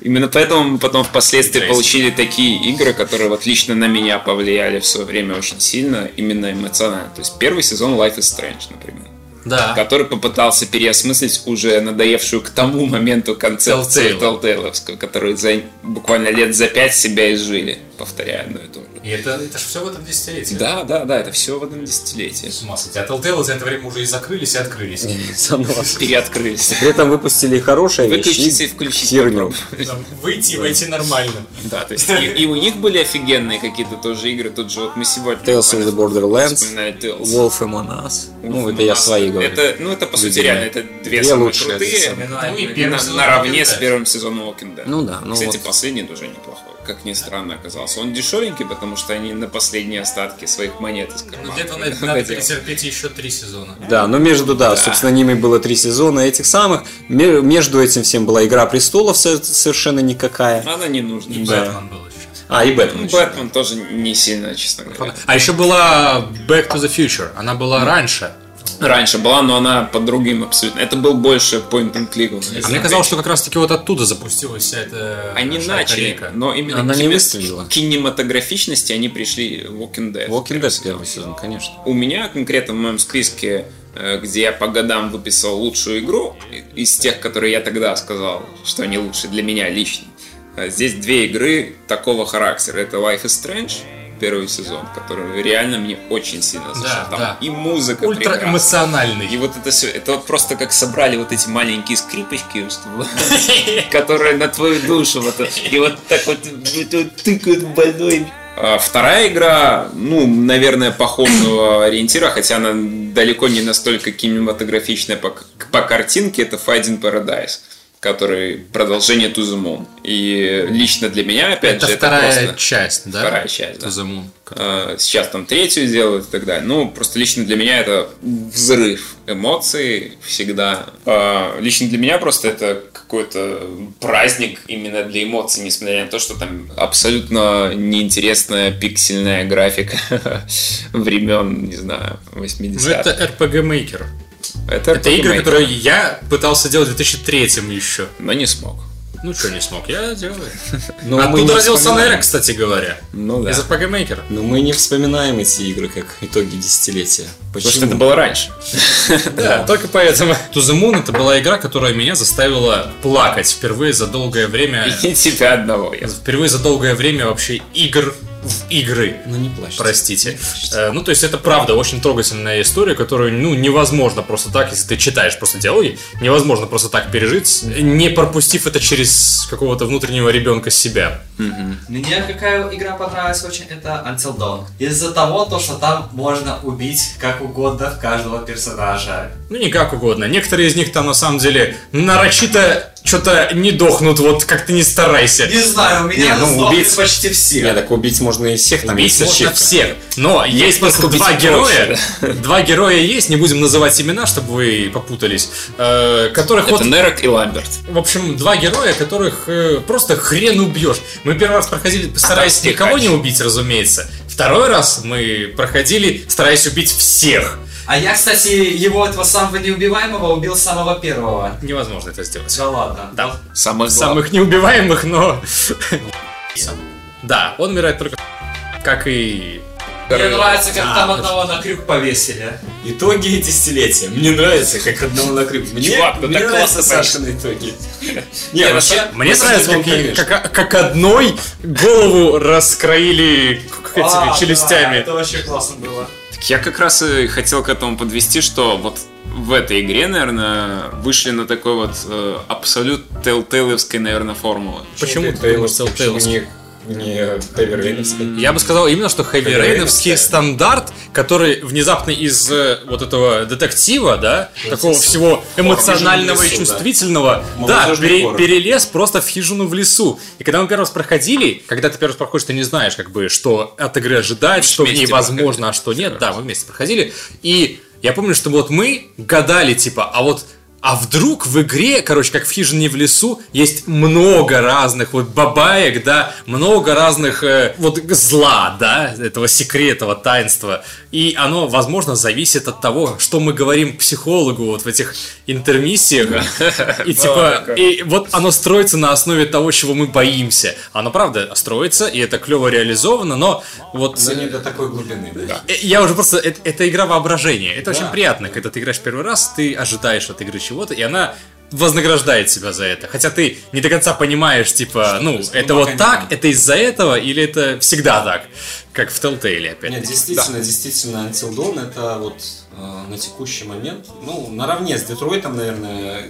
Speaker 4: Именно поэтому мы потом впоследствии
Speaker 2: Интересно.
Speaker 4: получили такие игры, которые вот лично на меня повлияли в свое время очень сильно, именно эмоционально. То есть первый сезон Life is Strange, например,
Speaker 2: Да.
Speaker 4: А. который попытался переосмыслить уже надоевшую к тому моменту концепцию
Speaker 2: Telltale.
Speaker 4: Telltale, которую за, буквально лет за пять себя изжили, повторяя одно и то же.
Speaker 2: И это, это же все в этом десятилетии.
Speaker 4: Да, да, да, это все в одном
Speaker 1: [laughs]
Speaker 4: десятилетии.
Speaker 2: С ума сойти. А Telltale за это время уже и закрылись, и открылись.
Speaker 1: [laughs]
Speaker 4: Переоткрылись.
Speaker 1: При этом выпустили хорошие
Speaker 4: Выключите и
Speaker 1: вещи.
Speaker 4: включите.
Speaker 1: Херню.
Speaker 2: Там Выйти, и войти нормально.
Speaker 4: Да, то есть и, и у них были офигенные какие-то тоже игры. Тут же вот мы сегодня...
Speaker 1: Tales of the Borderlands,
Speaker 4: вспоминали Tales.
Speaker 1: Wolf Among Us. Ну, это я
Speaker 4: Нас-
Speaker 1: свои говорю.
Speaker 4: Это, ну, это, по сути,
Speaker 1: Людьми.
Speaker 4: реально, это две
Speaker 1: Две
Speaker 4: самые
Speaker 1: лучшие,
Speaker 4: крутые.
Speaker 1: это
Speaker 2: Ну и
Speaker 4: на-
Speaker 2: первый сезон
Speaker 4: наравне
Speaker 2: Walking
Speaker 4: с
Speaker 2: Dead.
Speaker 4: первым сезоном Walking Dead.
Speaker 1: Ну да, ну
Speaker 4: Кстати,
Speaker 1: вот.
Speaker 4: последний тоже неплохой, как ни странно оказался. Он дешевенький, потому что они на последние остатки своих монет из кармана.
Speaker 2: Но для этого надо, надо
Speaker 4: выходили.
Speaker 2: перетерпеть еще три сезона.
Speaker 1: Да, но между, да, собственно, ними было три сезона этих самых. Ме- Между этим всем была Игра Престолов со- совершенно никакая.
Speaker 4: Она не нужна.
Speaker 2: Бэтмен был еще.
Speaker 1: А, и
Speaker 4: Ну,
Speaker 1: Бэтмен. еще.
Speaker 4: Бэтмен тоже не сильно, честно говоря.
Speaker 2: А еще была Back to the Future. Она была раньше.
Speaker 4: Раньше была, но она под другим абсолютно. Это был больше point and click.
Speaker 2: А мне казалось, что как раз таки вот оттуда запустилась вся эта
Speaker 4: Они
Speaker 2: наша
Speaker 4: начали, ну,
Speaker 2: колейка.
Speaker 4: но именно
Speaker 1: Она
Speaker 4: к
Speaker 1: не
Speaker 4: кине-
Speaker 1: выстрелила.
Speaker 4: к кинематографичности они пришли в Walking Dead.
Speaker 1: Walking Dead первый сезон, конечно.
Speaker 4: У меня конкретно в моем списке, э, где я по годам выписал лучшую игру, и- из тех, которые я тогда сказал, что они лучше для меня лично, э, здесь две игры такого характера. Это Life is Strange, первый сезон, который реально мне очень сильно зашел. Там
Speaker 2: да.
Speaker 4: и музыка
Speaker 2: Ультра
Speaker 4: прекрасная.
Speaker 2: эмоциональный.
Speaker 4: И вот это все, это вот просто как собрали вот эти маленькие скрипочки, [laughs] чтобы- которые на твою душу вот и вот так вот тыкают в больной. А Вторая игра, ну, наверное, похожего ориентира, хотя она далеко не настолько кинематографичная по, к- по картинке, это Fighting Paradise. который продолжение To The Moon. И лично для меня, опять
Speaker 2: Это
Speaker 4: же, это
Speaker 2: вторая
Speaker 4: просто
Speaker 2: часть, да?
Speaker 4: вторая часть. да.
Speaker 2: To the Moon.
Speaker 4: Э, Сейчас там третью делают и так далее. Ну, просто лично для меня это взрыв эмоций всегда. Э, Лично для меня просто это какой-то праздник именно для эмоций, несмотря на то, что там абсолютно неинтересная пиксельная графика [laughs] времен, не знаю,
Speaker 2: Ну,
Speaker 4: 80-х.
Speaker 2: это RPG Maker.
Speaker 4: Это
Speaker 2: Это игры,
Speaker 4: Pokémon,
Speaker 2: которые я пытался делать в 2003 еще.
Speaker 4: Но не смог.
Speaker 2: Ну, что не смог, я делаю. А
Speaker 1: Но Ну, мы не
Speaker 2: Оттуда родился
Speaker 1: вспоминаем.
Speaker 2: Нейра, кстати говоря.
Speaker 4: Ну да.
Speaker 2: Из RPG Maker.
Speaker 4: [laughs]
Speaker 1: Но мы не вспоминаем эти игры как итоги десятилетия.
Speaker 4: Потому что
Speaker 1: Почему?
Speaker 4: это было раньше.
Speaker 2: Да, только поэтому. To the Moon это была игра, которая меня заставила плакать впервые за
Speaker 4: [laughs]
Speaker 2: долгое время.
Speaker 4: И тебя одного. я
Speaker 2: Впервые за долгое время вообще игр в игры.
Speaker 1: Ну не плачь.
Speaker 2: Простите. Э, Ну, то есть, это правда очень трогательная история, которую, ну, невозможно просто так, если ты читаешь просто диалоги, невозможно просто так пережить, не пропустив это через какого-то внутреннего ребенка себя.
Speaker 3: Мне какая игра понравилась очень, это Until Dawn. Из-за того, то, что там можно убить как угодно каждого персонажа.
Speaker 2: Ну, не как угодно. Некоторые из них там, на самом деле, нарочито что-то не дохнут, вот как ты не старайся.
Speaker 3: Не знаю, у меня
Speaker 1: Не, ну,
Speaker 3: сдохли
Speaker 1: убийц-
Speaker 3: почти все.
Speaker 1: Не, так убить можно и всех, там
Speaker 2: Убить
Speaker 1: есть
Speaker 2: можно
Speaker 1: ачивка.
Speaker 2: всех. Но есть просто
Speaker 4: убить
Speaker 2: два
Speaker 4: проще,
Speaker 2: героя. Два героя есть, не будем называть имена, чтобы вы попутались. э, Которых вот
Speaker 4: Это Нерок и Ламберт.
Speaker 2: В общем, два героя, которых э, просто хрен убьешь. Мы первый раз проходили, стараясь
Speaker 4: Там
Speaker 2: никого не
Speaker 4: стихач.
Speaker 2: убить, разумеется. Второй раз мы проходили, стараясь убить всех.
Speaker 3: А я, кстати, его этого самого неубиваемого убил с самого первого.
Speaker 2: Невозможно это сделать.
Speaker 3: Да ладно.
Speaker 2: Да,
Speaker 4: Самых
Speaker 2: самых неубиваемых, но... Да, он умирает только... Как и...
Speaker 3: Мне нравится, как
Speaker 2: А,
Speaker 3: там
Speaker 2: хорошо.
Speaker 3: одного на крюк повесили.
Speaker 1: Итоги десятилетия. Мне нравится, как одного на крюк. Мне,
Speaker 4: Чувак, ну
Speaker 1: мне
Speaker 4: так
Speaker 1: нравятся
Speaker 4: классно,
Speaker 1: Сашины итоги. Не, вообще...
Speaker 2: Мне
Speaker 1: на
Speaker 2: нравится,
Speaker 1: самом
Speaker 2: как,
Speaker 1: деле, он, конечно.
Speaker 2: как, как одной голову раскроили к- к этими
Speaker 3: А, да,
Speaker 2: челюстями.
Speaker 3: это вообще классно было.
Speaker 4: Так я как раз и хотел к этому подвести, что вот в этой игре, наверное, вышли на такой вот э, абсолют телтейловской, наверное, формулы.
Speaker 2: Почему ты
Speaker 1: Тейлор,
Speaker 2: думаешь, Telltale
Speaker 1: почему не- не Тейвер Вейновский?
Speaker 2: Я бы сказал именно, что Хэви
Speaker 1: Хэви
Speaker 2: Рейновский
Speaker 1: Рейновская.
Speaker 2: стандарт, который внезапно из э, вот этого детектива, да, такого всего эмоционального и
Speaker 1: лесу, да.
Speaker 2: чувствительного, да,
Speaker 1: Молодежный
Speaker 2: пере-
Speaker 1: хоррор.
Speaker 2: перелез просто в хижину в лесу. И когда мы первый раз проходили, когда ты первый раз проходишь, ты не знаешь, как бы, что от игры ожидать, что в ней
Speaker 4: вместе
Speaker 2: возможно, а что нет. Да, мы вместе проходили. И я помню, что вот мы гадали, типа, а вот а вдруг в игре, короче, как в хижине в лесу, есть много разных вот бабаек, да, много разных э, вот зла, да, этого секретного таинства. И оно, возможно, зависит от того, что мы говорим психологу вот в этих интермиссиях. И типа, и вот оно строится на основе того, чего мы боимся. Оно, правда, строится, и это клево реализовано, но вот...
Speaker 1: Но не до такой глубины, да.
Speaker 2: Э, Я уже просто... Это, это игра воображения. Это очень приятно, когда ты играешь первый раз, ты ожидаешь от игры чего-то, и она вознаграждает себя за это. Хотя ты не до конца понимаешь, типа, ну, это вот
Speaker 1: конечно.
Speaker 2: так, это из-за этого, или это всегда так, как в Telltale опять.
Speaker 1: Нет, действительно, действительно, Until Dawn это вот э, на текущий момент, ну, наравне с Детройтом, наверное,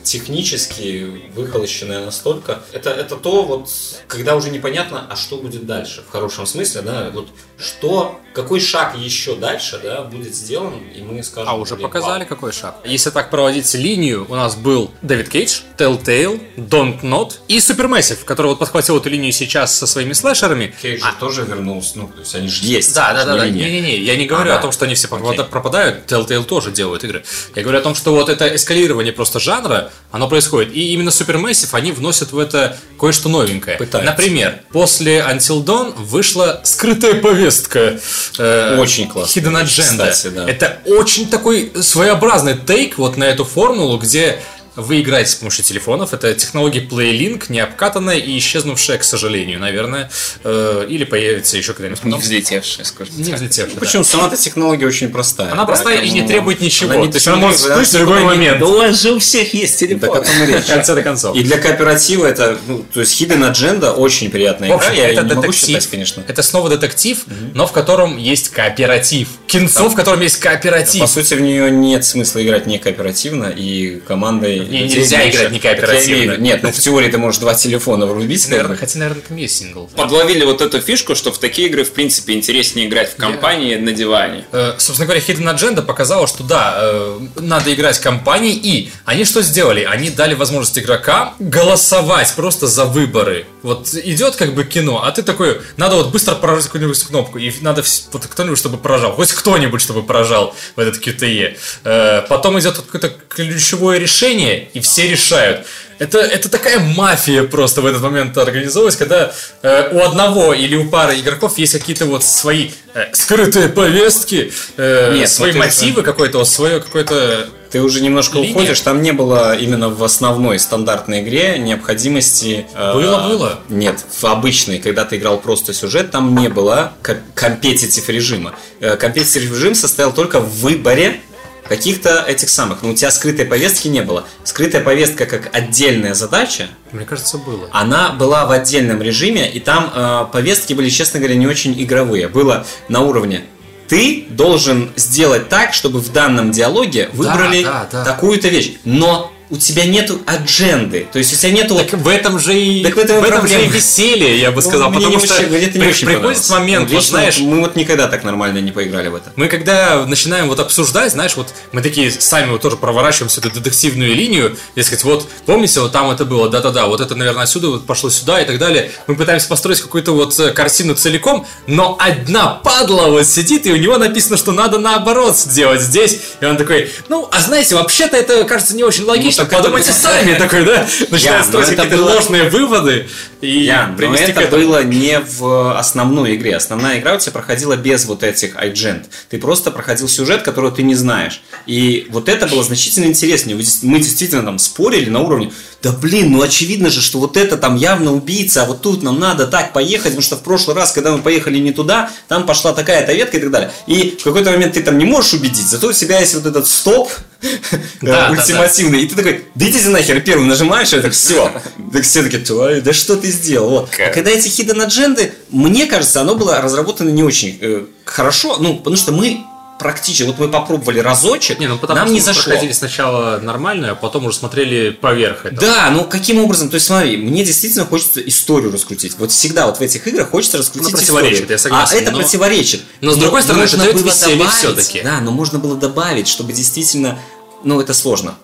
Speaker 1: технически выхолощенное настолько. Это, это то, вот, когда уже непонятно, а что будет дальше, в хорошем смысле, да, вот, что, какой шаг еще дальше, да, будет сделан, и мы скажем...
Speaker 2: А уже
Speaker 1: блин,
Speaker 2: показали
Speaker 1: вау.
Speaker 2: какой шаг. Если так проводить линию, у нас был Дэвид Кейдж, Telltale, Don't Not и Supermassive, который вот подхватил эту линию сейчас со своими слэшерами.
Speaker 1: Кейдж же тоже вернулся, ну, то есть они же есть.
Speaker 2: А. Да, да,
Speaker 1: это
Speaker 2: да,
Speaker 1: же
Speaker 2: да.
Speaker 1: не линия.
Speaker 2: Не-не-не, я не говорю
Speaker 1: Ага.
Speaker 2: о том, что они все пропада- пропадают. Telltale тоже делают игры. Я говорю о том, что вот это эскалирование просто жанра, оно происходит. И именно Supermassive, они вносят в это кое-что новенькое.
Speaker 1: Пытаются.
Speaker 2: Например, после Until Dawn вышла скрытая повестка. э,
Speaker 1: Очень классно.
Speaker 2: Hidden Agenda.
Speaker 1: Кстати, да.
Speaker 2: Это очень такой своеобразный тейк вот на эту формулу, где вы играете с помощью телефонов. Это технология PlayLink, не обкатанная и исчезнувшая, к сожалению, наверное. Э, Или появится еще когда-нибудь
Speaker 4: Не
Speaker 2: потом.
Speaker 4: взлетевшие, скажем
Speaker 2: Не
Speaker 4: так.
Speaker 2: взлетевшая, да.
Speaker 1: Причем сама эта технология очень простая.
Speaker 2: Она
Speaker 1: Да,
Speaker 2: простая и не
Speaker 1: поэтому
Speaker 2: требует ничего.
Speaker 1: она не
Speaker 2: То есть она
Speaker 1: требует,
Speaker 2: может
Speaker 1: она
Speaker 2: слышать в любой
Speaker 1: никуда не-
Speaker 2: момент.
Speaker 1: Да
Speaker 2: В
Speaker 4: же у всех есть
Speaker 1: Так о том и речь.
Speaker 4: [laughs]
Speaker 2: конце до концов.
Speaker 1: И для кооператива это, ну, то есть Hidden Agenda очень приятная
Speaker 2: В общем,
Speaker 1: игра. Я
Speaker 2: это
Speaker 1: ее не могу
Speaker 2: детектив.
Speaker 1: считать, конечно.
Speaker 2: Это снова детектив, но в котором есть кооператив. Кинцо, в котором есть
Speaker 1: По
Speaker 2: кооператив.
Speaker 1: сути, в нее нет смысла играть не кооперативно, и командой
Speaker 2: Не-
Speaker 1: людей
Speaker 2: нельзя
Speaker 1: меньше.
Speaker 2: играть не
Speaker 1: Так я
Speaker 2: кооперативно.
Speaker 1: имею в виду- Нет, ну в теории ты можешь два телефона врубить.
Speaker 2: Наверное,
Speaker 1: как бы.
Speaker 2: хотя, наверное, там есть сингл.
Speaker 4: Подловили вот эту фишку, что в такие игры, в принципе, интереснее играть в компании на диване.
Speaker 2: Э, Собственно говоря, Hidden Agenda показала, что да, э, надо играть компанией, и они что сделали? Они дали возможность игрока голосовать просто за выборы. Вот идет как бы кино, а ты такой, надо вот быстро поражать какую-нибудь кнопку, и надо вс- вот кто-нибудь, чтобы поражал, хоть кто-нибудь, чтобы поражал в этот QTE. Э, Потом идет какое-то ключевое решение, и все решают. Это, это такая мафия просто в этот момент организовалась, когда э, у одного или у пары игроков есть какие-то вот свои э, скрытые повестки, э,
Speaker 1: Нет,
Speaker 2: свои
Speaker 1: ну ты-
Speaker 2: мотивы какое-то, вот свое какое-то...
Speaker 1: Ты уже немножко
Speaker 2: Линия.
Speaker 1: уходишь, там не было именно в основной стандартной игре необходимости... э,
Speaker 2: Было, было.
Speaker 1: Нет, в обычной, когда ты играл просто сюжет, там не было ко- компетитив режима. Компетитив режим состоял только в выборе каких-то этих самых. Но у тебя скрытой повестки не было. Скрытая повестка как отдельная задача,
Speaker 2: Мне кажется, было.
Speaker 1: она была в отдельном режиме, и там э, повестки были, честно говоря, не очень игровые. Было на уровне ты должен сделать так, чтобы в данном диалоге выбрали
Speaker 2: да, да.
Speaker 1: такую-то вещь. Но у тебя нету адженды. То есть у тебя нету вот
Speaker 2: Так в этом же и,
Speaker 1: Так в этом и
Speaker 2: же и
Speaker 1: проблема.
Speaker 2: веселье, я бы сказал,
Speaker 1: Ну, мне
Speaker 2: потому
Speaker 1: не
Speaker 2: что
Speaker 1: очень- это не
Speaker 2: при-
Speaker 1: очень
Speaker 2: приходит
Speaker 1: понравилось.
Speaker 2: момент, вот
Speaker 1: Лично
Speaker 2: знаешь,
Speaker 1: мы вот никогда так нормально не поиграли в это.
Speaker 2: Мы когда начинаем вот обсуждать, знаешь, вот мы такие сами вот тоже проворачиваем всю эту детективную линию, дескать, вот помните, вот там это было, да-да-да, вот это, наверное, отсюда вот пошло сюда и так далее. Мы пытаемся построить какую-то вот э, картину целиком, но одна падла вот сидит, и у него написано, что надо наоборот сделать здесь. И он такой, ну, а знаете, вообще-то это кажется не очень логично,
Speaker 1: так это
Speaker 2: подумайте
Speaker 1: было-
Speaker 2: сами, такой, да? Начинает
Speaker 1: но
Speaker 2: строить
Speaker 1: это
Speaker 2: какие-то
Speaker 1: было-
Speaker 2: ложные выводы и
Speaker 1: Я, но
Speaker 2: привести к
Speaker 1: это
Speaker 2: этому.
Speaker 1: было не в э, основной игре. Основная игра у тебя проходила без вот этих айджент. Ты просто проходил сюжет, которого ты не знаешь. И вот это было значительно интереснее. Вы дес- Мы действительно там спорили на уровне, да блин, ну очевидно же, что вот это там явно убийца, а вот тут нам надо так поехать, потому что в прошлый раз, когда мы поехали не туда, там пошла такая-то ветка и так далее. И в какой-то момент ты там не можешь убедить, зато у тебя есть вот этот стоп [laughs]
Speaker 2: Да, да,
Speaker 1: э, ультимативный. И ты такой, да идите нахер, первый нажимаешь, это все. Так все такие, «Твою, да что ты сделал? Вот. А
Speaker 4: Как?
Speaker 1: когда эти hidden адженды, мне кажется, оно было разработано не очень э, хорошо, ну, потому что мы практически, вот мы попробовали разочек,
Speaker 2: Не, ну потому
Speaker 1: нам
Speaker 2: что
Speaker 1: не
Speaker 2: мы
Speaker 1: зашло.
Speaker 2: проходили сначала нормально, а потом уже смотрели поверх этого.
Speaker 1: Да, ну каким образом? То есть смотри, мне действительно хочется историю раскрутить. Вот всегда вот в этих играх хочется раскрутить
Speaker 2: Она противоречит,
Speaker 1: историю.
Speaker 2: я согласен,
Speaker 1: А это
Speaker 2: но-
Speaker 1: противоречит.
Speaker 2: но с другой стороны,
Speaker 1: нужно
Speaker 2: это дает
Speaker 1: было
Speaker 2: веселье
Speaker 1: добавить-
Speaker 2: всё-таки.
Speaker 1: Да, но можно было добавить, чтобы действительно... Ну, это сложно.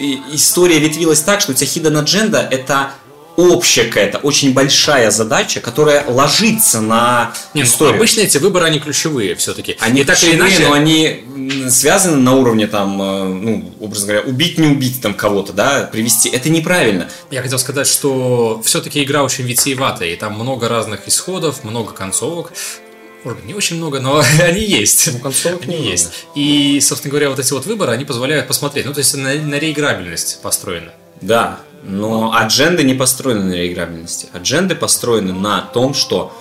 Speaker 1: И- история ветвилась так, что у тебя Hidden Agenda — это общая какая-то, очень большая задача, которая ложится на
Speaker 2: Не, ну,
Speaker 1: историю.
Speaker 2: обычно эти выборы, они ключевые все-таки.
Speaker 1: Они
Speaker 2: и так или
Speaker 1: ключевые,
Speaker 2: иначе,
Speaker 1: но они м, связаны на уровне там, э, ну, образно говоря, убить, не убить там кого-то, да, привести. Это неправильно.
Speaker 2: я хотел сказать, что все-таки игра очень витиеватая, и там много разных исходов, много концовок. Может быть, не очень много, но [laughs] они есть.
Speaker 1: Ну, концовок
Speaker 2: Они
Speaker 1: немного.
Speaker 2: есть. И, собственно говоря, вот эти вот выборы, они позволяют посмотреть. Ну, то есть на, на реиграбельность построена.
Speaker 1: Да, но адженды не построены на реиграбельности. Адженды построены на том, что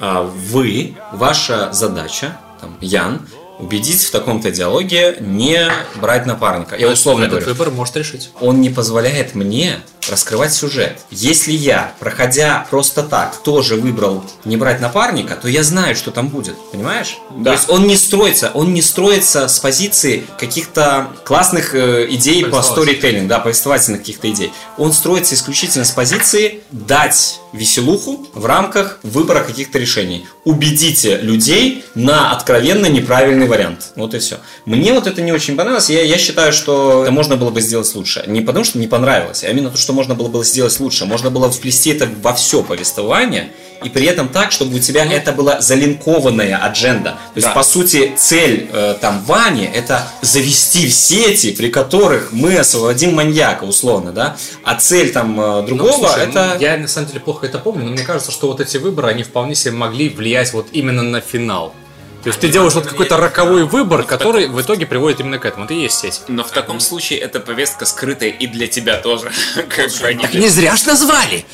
Speaker 1: а, вы, ваша задача, там, Ян, убедить в таком-то диалоге не брать напарника. Я условно
Speaker 2: Этот
Speaker 1: говорю.
Speaker 2: выбор может решить.
Speaker 1: Он не позволяет мне раскрывать сюжет. Если я, проходя просто так, тоже выбрал не брать напарника, то я знаю, что там будет. Понимаешь?
Speaker 4: Да.
Speaker 1: То есть он не строится, он не строится с позиции каких-то классных э, идей по
Speaker 2: Повествовательных.
Speaker 1: сторителлингу, да, повествовательных каких-то идей. Он строится исключительно с позиции дать веселуху в рамках выбора каких-то решений. Убедите людей на откровенно неправильный вариант. Вот и все. Мне вот это не очень понравилось. Я, я считаю, что это можно было бы сделать лучше. Не потому, что не понравилось, а именно то, что можно было бы сделать лучше. Можно было вплести это во все повествование, и при этом так, чтобы у тебя это была залинкованная адженда. То есть,
Speaker 4: Да.
Speaker 1: по сути, цель э, там Вани это завести в сети, при которых мы освободим маньяка, условно, да. А цель там э,
Speaker 2: Ну,
Speaker 1: другого
Speaker 2: слушай,
Speaker 1: это.
Speaker 2: Я на самом деле плохо это помню, но мне кажется, что вот эти выборы, они вполне себе могли влиять вот именно на финал. То есть ты делаешь вот какой-то роковой выбор, который в итоге приводит именно к этому. Это и есть сеть.
Speaker 4: Но в таком случае эта повестка скрытая и для тебя тоже. [laughs] Как бы они-
Speaker 2: зря ж назвали!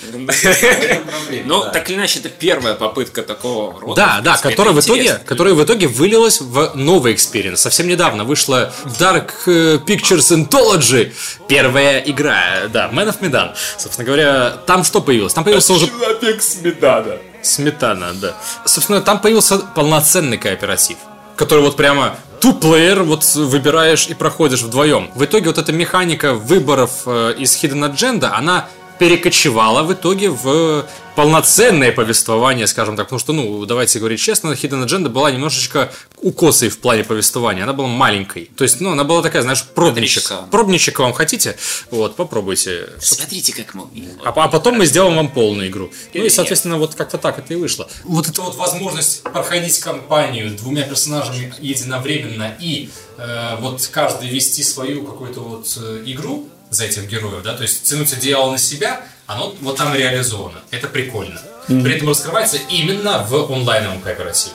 Speaker 4: Ну, так или иначе, это первая попытка такого рода.
Speaker 2: Да, да,
Speaker 4: принципе,
Speaker 2: которая
Speaker 4: это
Speaker 2: в, итоге,
Speaker 4: интересно.
Speaker 2: которая в итоге вылилась в новый экспириенс. Совсем недавно вышла в Dark э, Pictures Anthology первая игра, э, да, Man of Medan. Собственно говоря, там что появилось? Там появился уже
Speaker 4: Человек сметана.
Speaker 2: Сметана, да. Собственно, там появился полноценный кооператив, который вот прямо туплеер вот выбираешь и проходишь вдвоем. В итоге вот эта механика выборов э, из Hidden Agenda, она перекочевала в итоге в полноценное повествование, скажем так, потому что, ну, давайте говорить честно, Hidden Agenda была немножечко укосой в плане повествования, она была маленькой, то есть, ну, она была такая, знаешь, пробничек,
Speaker 4: часа.
Speaker 2: пробничек вам хотите, вот, попробуйте,
Speaker 4: Смотрите, как мы.
Speaker 2: а, а потом мы сделаем вам полную игру. Ну и, соответственно, вот как-то так это и вышло. Вот эта вот возможность проходить кампанию с двумя персонажами единовременно и э, вот каждый вести свою какую-то вот э, игру за этих героев, да, то есть тянуть одеяло на себя, оно вот там реализовано. Это прикольно. При этом раскрывается именно в онлайновом кооперативе.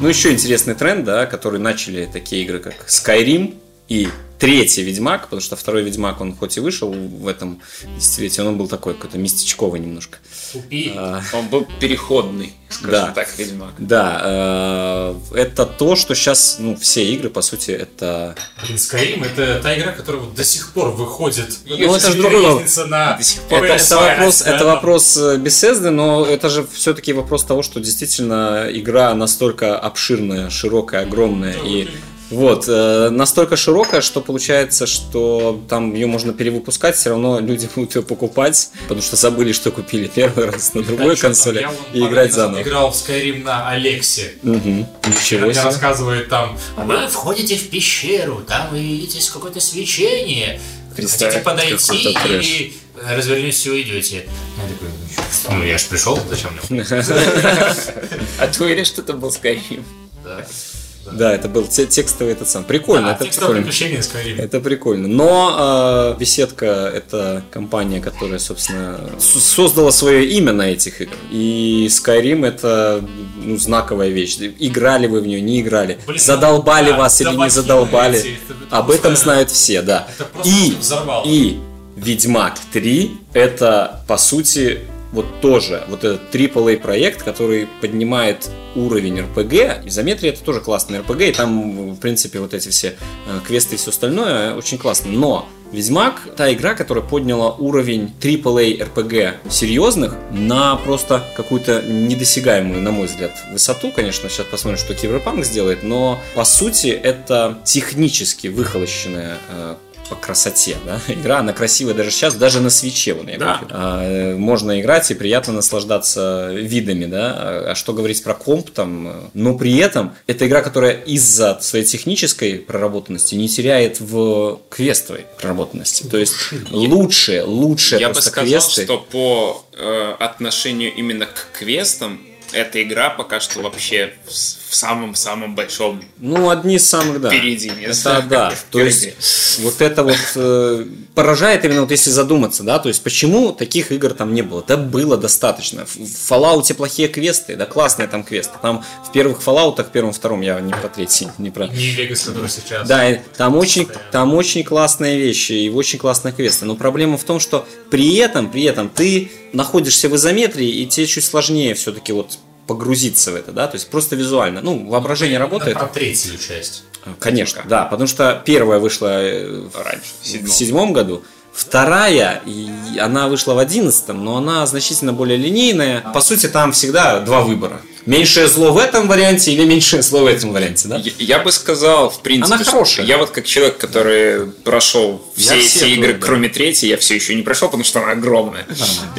Speaker 1: Ну, еще интересный тренд, да, который начали такие игры, как Skyrim и третий Ведьмак, потому что второй Ведьмак, он хоть и вышел в этом десятилетии, он был такой какой-то местечковый немножко.
Speaker 2: И
Speaker 1: А,
Speaker 4: Он был переходный, скажем
Speaker 1: Да.
Speaker 4: так, Ведьмак.
Speaker 1: Да, э, это то, что сейчас, ну, все игры, по сути, это...
Speaker 2: блин, Skyrim это та игра, которая вот до сих пор выходит.
Speaker 1: Ну, это ж другой вопрос.
Speaker 2: Разница на
Speaker 4: До сих пор.
Speaker 1: Это, это
Speaker 2: PSI,
Speaker 1: вопрос,
Speaker 2: да,
Speaker 1: это
Speaker 2: там.
Speaker 1: вопрос э, Bethesda, но это же все-таки вопрос того, что действительно игра настолько обширная, широкая, огромная и вот э, настолько широкая, что получается, что там ее можно перевыпускать, все равно люди [laughs] будут ее покупать, потому что забыли, что купили первый раз на другой
Speaker 2: Чё там,
Speaker 1: консоли
Speaker 2: я вон
Speaker 1: и
Speaker 2: пару
Speaker 1: играть
Speaker 2: раз
Speaker 1: заново.
Speaker 2: Играл в Skyrim на Алексе.
Speaker 1: Мгм.
Speaker 2: Она
Speaker 1: Ничего
Speaker 2: мне
Speaker 1: себе.
Speaker 2: рассказывает там,
Speaker 6: Вы входите в пещеру, там вы видите какое-то свечение.
Speaker 4: Представь,
Speaker 6: Хотите подойти
Speaker 1: какой-то трэш.
Speaker 6: или э, развернитесь и уйдете. Я такой, «Ну чё, ну я ж пришел, зачем мне?
Speaker 4: А ты уверен, что это был Skyrim?
Speaker 6: Да.
Speaker 1: Да, это был те- текстовый этот сам. Прикольно,
Speaker 2: а,
Speaker 1: ну, это
Speaker 2: текстовое
Speaker 1: прикольно.
Speaker 2: приключение Skyrim.
Speaker 1: Это прикольно. Но э, беседка это компания, которая, собственно, с- создала свое имя на этих играх. И Skyrim это ну, знаковая вещь. Играли вы в нее, не играли.
Speaker 2: Блин,
Speaker 1: задолбали
Speaker 2: да,
Speaker 1: вас или не
Speaker 2: добавки
Speaker 1: задолбали.
Speaker 2: эти, это- это
Speaker 1: Об
Speaker 2: просто-
Speaker 1: этом знают все, да.
Speaker 2: Это просто
Speaker 1: И,
Speaker 2: взорвало.
Speaker 1: и Ведьмак 3 это по сути вот тоже вот этот AAA проект, который поднимает уровень РПГ. Изометрия это тоже классный РПГ, и там, в принципе, вот эти все э, квесты и все остальное очень классно. Но Ведьмак — та игра, которая подняла уровень AAA РПГ серьезных на просто какую-то недосягаемую, на мой взгляд, высоту. Конечно, сейчас посмотрим, что Киберпанк сделает, но по сути это технически выхолощенная э, по красоте, да? [laughs] Игра, она красивая даже сейчас, даже на свече. вон я
Speaker 4: Да.
Speaker 1: купил. А, э, можно играть и приятно наслаждаться видами, да. А а что говорить про комп там? э, Но при этом это игра, которая из-за своей технической проработанности не теряет в квестовой проработанности. То есть лучше, лучше
Speaker 4: Я бы
Speaker 1: просто
Speaker 4: сказал,
Speaker 1: квесты.
Speaker 4: что по э, отношению именно к квестам, эта игра пока что вообще в с- в самом-самом большом
Speaker 1: Ну, одни из самых, да.
Speaker 4: впереди. не
Speaker 1: Это
Speaker 4: знаю,
Speaker 1: да, то
Speaker 4: впереди.
Speaker 1: есть вот это вот э, поражает именно вот если задуматься, да, то есть почему таких игр там не было? Да было достаточно. В в Fallout плохие квесты, да классные там квесты. Там в первых Fallout, первом, втором, я не про третий, [laughs] не про...
Speaker 2: Не Вегас, который сейчас.
Speaker 1: Да, и там очень, там очень классные вещи и очень классные квесты. Но проблема в том, что при этом, при этом ты находишься в изометрии, и тебе чуть сложнее все-таки вот погрузиться в это, да, то есть просто визуально. Ну, воображение работает.
Speaker 2: Про третью часть.
Speaker 1: Конечно, да, потому что первая вышла э, в-
Speaker 4: Типа. Раньше, в
Speaker 1: в
Speaker 4: седьмом.
Speaker 1: седьмом году, вторая, и она вышла в одиннадцатом, но она значительно более линейная.
Speaker 4: А.
Speaker 1: По сути, там всегда два выбора. Меньшее зло в этом варианте или меньшее зло в этом варианте, да?
Speaker 4: Я, я бы сказал, в принципе,
Speaker 1: Она
Speaker 4: что
Speaker 1: хорошая.
Speaker 4: я вот как человек, который прошел все
Speaker 1: Я
Speaker 4: эти
Speaker 1: все
Speaker 4: игры,
Speaker 1: тоже, да.
Speaker 4: кроме третьей, я все еще не прошел, потому что она огромная.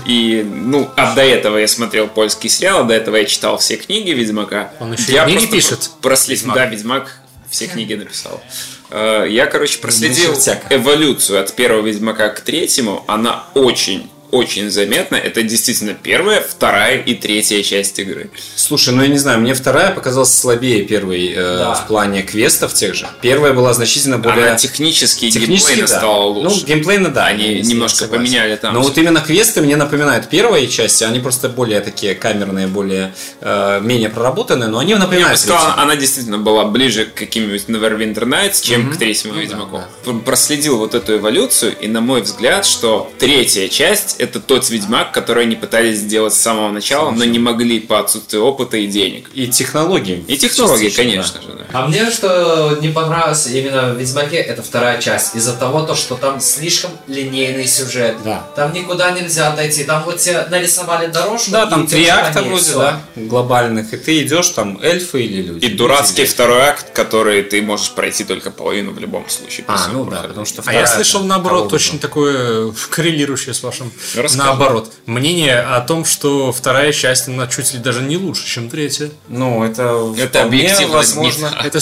Speaker 4: И, ну, а до этого я смотрел польские сериалы, до этого я читал все книги Ведьмака.
Speaker 2: Он еще и
Speaker 4: я
Speaker 2: книги
Speaker 4: просто
Speaker 2: пишет?
Speaker 4: прослед-
Speaker 2: Ведьмак.
Speaker 4: Да, Ведьмак все книги написал. Э, Я, короче, проследил
Speaker 1: чертяка.
Speaker 4: эволюцию от первого Ведьмака к третьему. Она очень очень заметна. Это действительно первая, вторая и третья часть игры.
Speaker 1: Слушай, ну я не знаю, мне вторая показалась слабее первой э,
Speaker 3: Да.
Speaker 1: в плане квестов тех же. Первая была значительно более...
Speaker 4: Она типа технически, и
Speaker 1: Технически,
Speaker 4: геймплейно
Speaker 1: да.
Speaker 4: стала лучше.
Speaker 1: Ну, геймплейно, да.
Speaker 4: Они
Speaker 1: если я
Speaker 4: немножко
Speaker 1: согласен.
Speaker 4: поменяли там
Speaker 1: Но
Speaker 4: всё.
Speaker 1: вот именно квесты мне напоминают первые части. Они просто более такие камерные, более э, менее проработанные, но они
Speaker 4: Я бы
Speaker 1: напоминают.
Speaker 4: сказал,
Speaker 1: третьи.
Speaker 4: она действительно была ближе к каким-нибудь Neverwinter Nights, чем к третьему Ведьмаку. Пр- Проследил вот эту эволюцию, и на мой взгляд, что третья часть — это тот Ведьмак, который они пытались сделать с самого начала, но не могли по отсутствию опыта и денег.
Speaker 1: И технологии.
Speaker 4: а, И технологии,
Speaker 1: Частично, да.
Speaker 4: конечно же. да.
Speaker 3: А мне что не понравилось именно в Ведьмаке, это вторая часть. Из-за того, то, что там слишком линейный сюжет.
Speaker 1: Да.
Speaker 3: Там никуда нельзя отойти. Там вот тебе нарисовали дорожку.
Speaker 1: Да,
Speaker 3: и типа
Speaker 1: там
Speaker 3: идёшь
Speaker 1: три
Speaker 3: по
Speaker 1: акта
Speaker 3: ней,
Speaker 1: вроде,
Speaker 3: всё.
Speaker 1: да, глобальных, и ты идешь там эльфы или люди.
Speaker 4: И дурацкий
Speaker 1: Или-
Speaker 4: второй акт, который ты можешь пройти только половину в любом случае.
Speaker 1: А,
Speaker 4: после
Speaker 1: ну да,
Speaker 4: прохождения.
Speaker 1: потому что
Speaker 2: А я
Speaker 1: вторая-
Speaker 2: слышал, наоборот,
Speaker 1: колода.
Speaker 2: очень такое [laughs] э, коррелирующее с вашим,
Speaker 4: Ну, расскажи.
Speaker 2: наоборот, мнение о том, что вторая часть, она чуть ли даже не лучше, чем третья.
Speaker 1: Ну, это...
Speaker 4: Это
Speaker 1: вполне
Speaker 4: объективно
Speaker 1: возможно.
Speaker 4: не-
Speaker 2: Это
Speaker 4: Но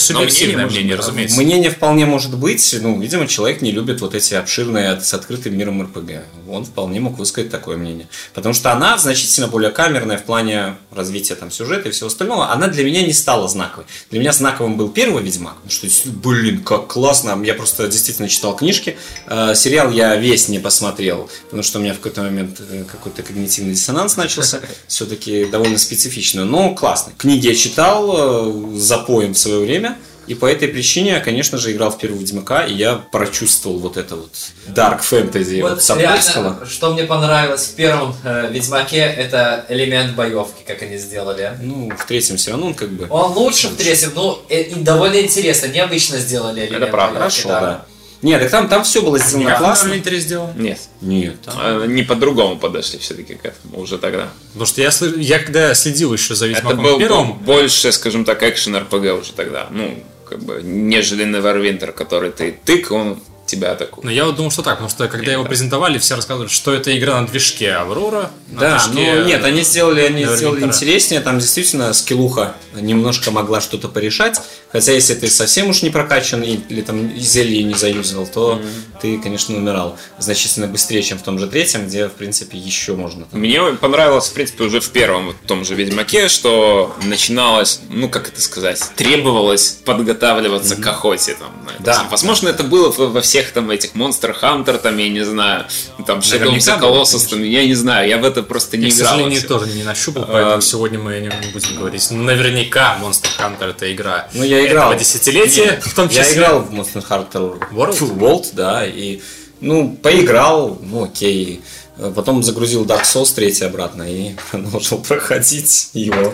Speaker 4: мнение
Speaker 2: субъективное
Speaker 4: может
Speaker 2: мнение,
Speaker 4: быть
Speaker 2: разумеется.
Speaker 1: Мнение вполне может быть, ну, видимо, человек не любит вот эти обширные от- с открытым миром РПГ. Он вполне мог высказать такое мнение. Потому что она значительно более камерная в плане развития там сюжета и всего остального. Она для меня не стала знаковой. Для меня знаковым был первый Ведьмак. потому Что, действительно, блин, как классно. Я просто действительно читал книжки. Э, Сериал я весь не посмотрел, потому что у меня в какой-то момент э, какой-то когнитивный диссонанс начался. Все-таки довольно специфично, но классно. Книги я читал э, запоем в свое время. И по этой причине я, конечно же, играл в первого Ведьмака, и я прочувствовал вот это вот дарк фэнтези
Speaker 3: Вот
Speaker 1: вот, Сапковского.
Speaker 3: реально, что мне понравилось в первом э, Ведьмаке, это элемент боевки, как они сделали.
Speaker 1: Ну, в третьем все равно он как бы...
Speaker 3: Он лучше в третьем, ну, э, и довольно интересно, необычно сделали элемент
Speaker 4: правда.
Speaker 3: боёвки,
Speaker 1: Хорошо, да. Нет, так там, там все было сделано классно.
Speaker 2: сделал.
Speaker 4: Нет.
Speaker 1: Нет, там-
Speaker 4: А, Не по-другому подошли все-таки к этому уже тогда.
Speaker 2: Потому что я, слы- я когда следил еще за
Speaker 4: Это
Speaker 2: Ведьмаком
Speaker 4: был
Speaker 2: первым,
Speaker 4: больше, скажем так, экшен РПГ уже тогда. Ну, как бы, нежели Neverwinter, который ты тык, он тебя атакует.
Speaker 2: но я вот думал, что так, потому что когда его презентовали, все рассказывали, что это игра на движке Аврора. на
Speaker 1: Да,
Speaker 2: движке,
Speaker 1: ну нет, они сделали, они
Speaker 2: Neverwinter.
Speaker 1: сделали интереснее, там действительно скиллуха немножко могла что-то порешать, хотя если ты совсем уж не прокачан и- или там зелье не заюзал, то ты, конечно, умирал значительно быстрее, чем в том же третьем, где, в принципе, еще можно там.
Speaker 4: Мне понравилось, в принципе, уже в первом вот том же Ведьмаке, что начиналось, ну, как это сказать, требовалось подготавливаться к охоте. Там, на это
Speaker 1: Да.
Speaker 4: всё. Возможно, это было во во всех там этих Monster Hunter, там, я не знаю, там, Shadow of
Speaker 1: Наверняка
Speaker 4: the
Speaker 1: было,
Speaker 4: Colossus, там, я не знаю, я в это просто не
Speaker 2: Я, к
Speaker 4: играл.
Speaker 2: сожалению,
Speaker 4: вообще.
Speaker 2: тоже не нащупал,
Speaker 1: А.
Speaker 2: поэтому сегодня мы не будем говорить. Наверняка Monster Hunter это игра
Speaker 1: Ну, я играл.
Speaker 2: этого десятилетия, в том числе.
Speaker 1: Я играл в Monster Hunter
Speaker 2: World?
Speaker 1: World, да, и ну, поиграл, ну окей. Э, Потом загрузил Dark Souls 3 обратно и [laughs] продолжил проходить его.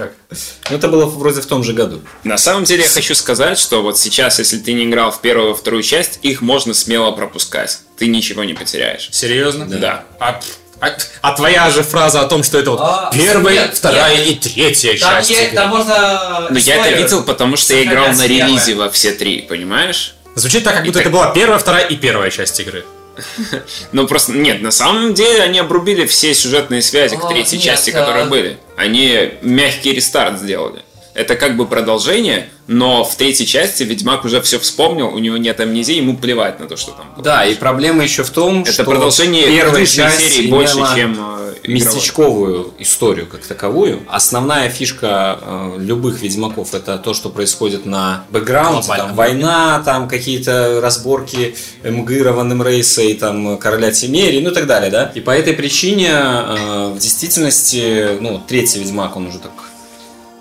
Speaker 1: Ну, это было вроде в том же году.
Speaker 4: На самом деле я хочу сказать, что вот сейчас, если ты не играл в первую и вторую часть, их можно смело пропускать. Ты ничего не потеряешь.
Speaker 2: Серьезно?
Speaker 4: Да.
Speaker 2: А, а- а твоя же фраза о том, что это вот
Speaker 3: А,
Speaker 2: первая,
Speaker 3: нет,
Speaker 2: вторая и третья
Speaker 3: Там,
Speaker 2: часть.
Speaker 3: е-
Speaker 2: игры.
Speaker 3: там можно... э,
Speaker 1: Ну,
Speaker 4: Но Ну, я это
Speaker 3: спойлер.
Speaker 4: видел, потому что я играл
Speaker 3: Сохраняй
Speaker 4: на
Speaker 3: схемы.
Speaker 4: релизе во все три, понимаешь?
Speaker 2: Звучит так, как будто
Speaker 4: И
Speaker 2: это
Speaker 4: так-
Speaker 2: была первая, вторая и первая часть игры.
Speaker 4: Ну просто, нет, на самом деле они обрубили все сюжетные связи к
Speaker 3: А,
Speaker 4: третьей
Speaker 3: нет,
Speaker 4: части,
Speaker 3: а-
Speaker 4: которые были. Они мягкий рестарт сделали. Это как бы продолжение, но в третьей части Ведьмак уже все вспомнил, у него нет амнезии, ему плевать на то, что там было.
Speaker 1: Да, и проблема еще в том,
Speaker 4: Это
Speaker 1: что
Speaker 4: продолжение
Speaker 1: первая
Speaker 4: первой
Speaker 1: часть
Speaker 4: серии больше,
Speaker 1: имела
Speaker 4: чем э, игровой.
Speaker 1: местечковую историю как таковую. Основная фишка э, любых ведьмаков это то, что происходит на бэкграунде, там
Speaker 2: Глобальном.
Speaker 1: война, там какие-то разборки МГИРа, Ван Эмрейса и там э, короля Тимери, ну и так далее, да. И по этой причине э, в действительности, ну, третий ведьмак, он уже так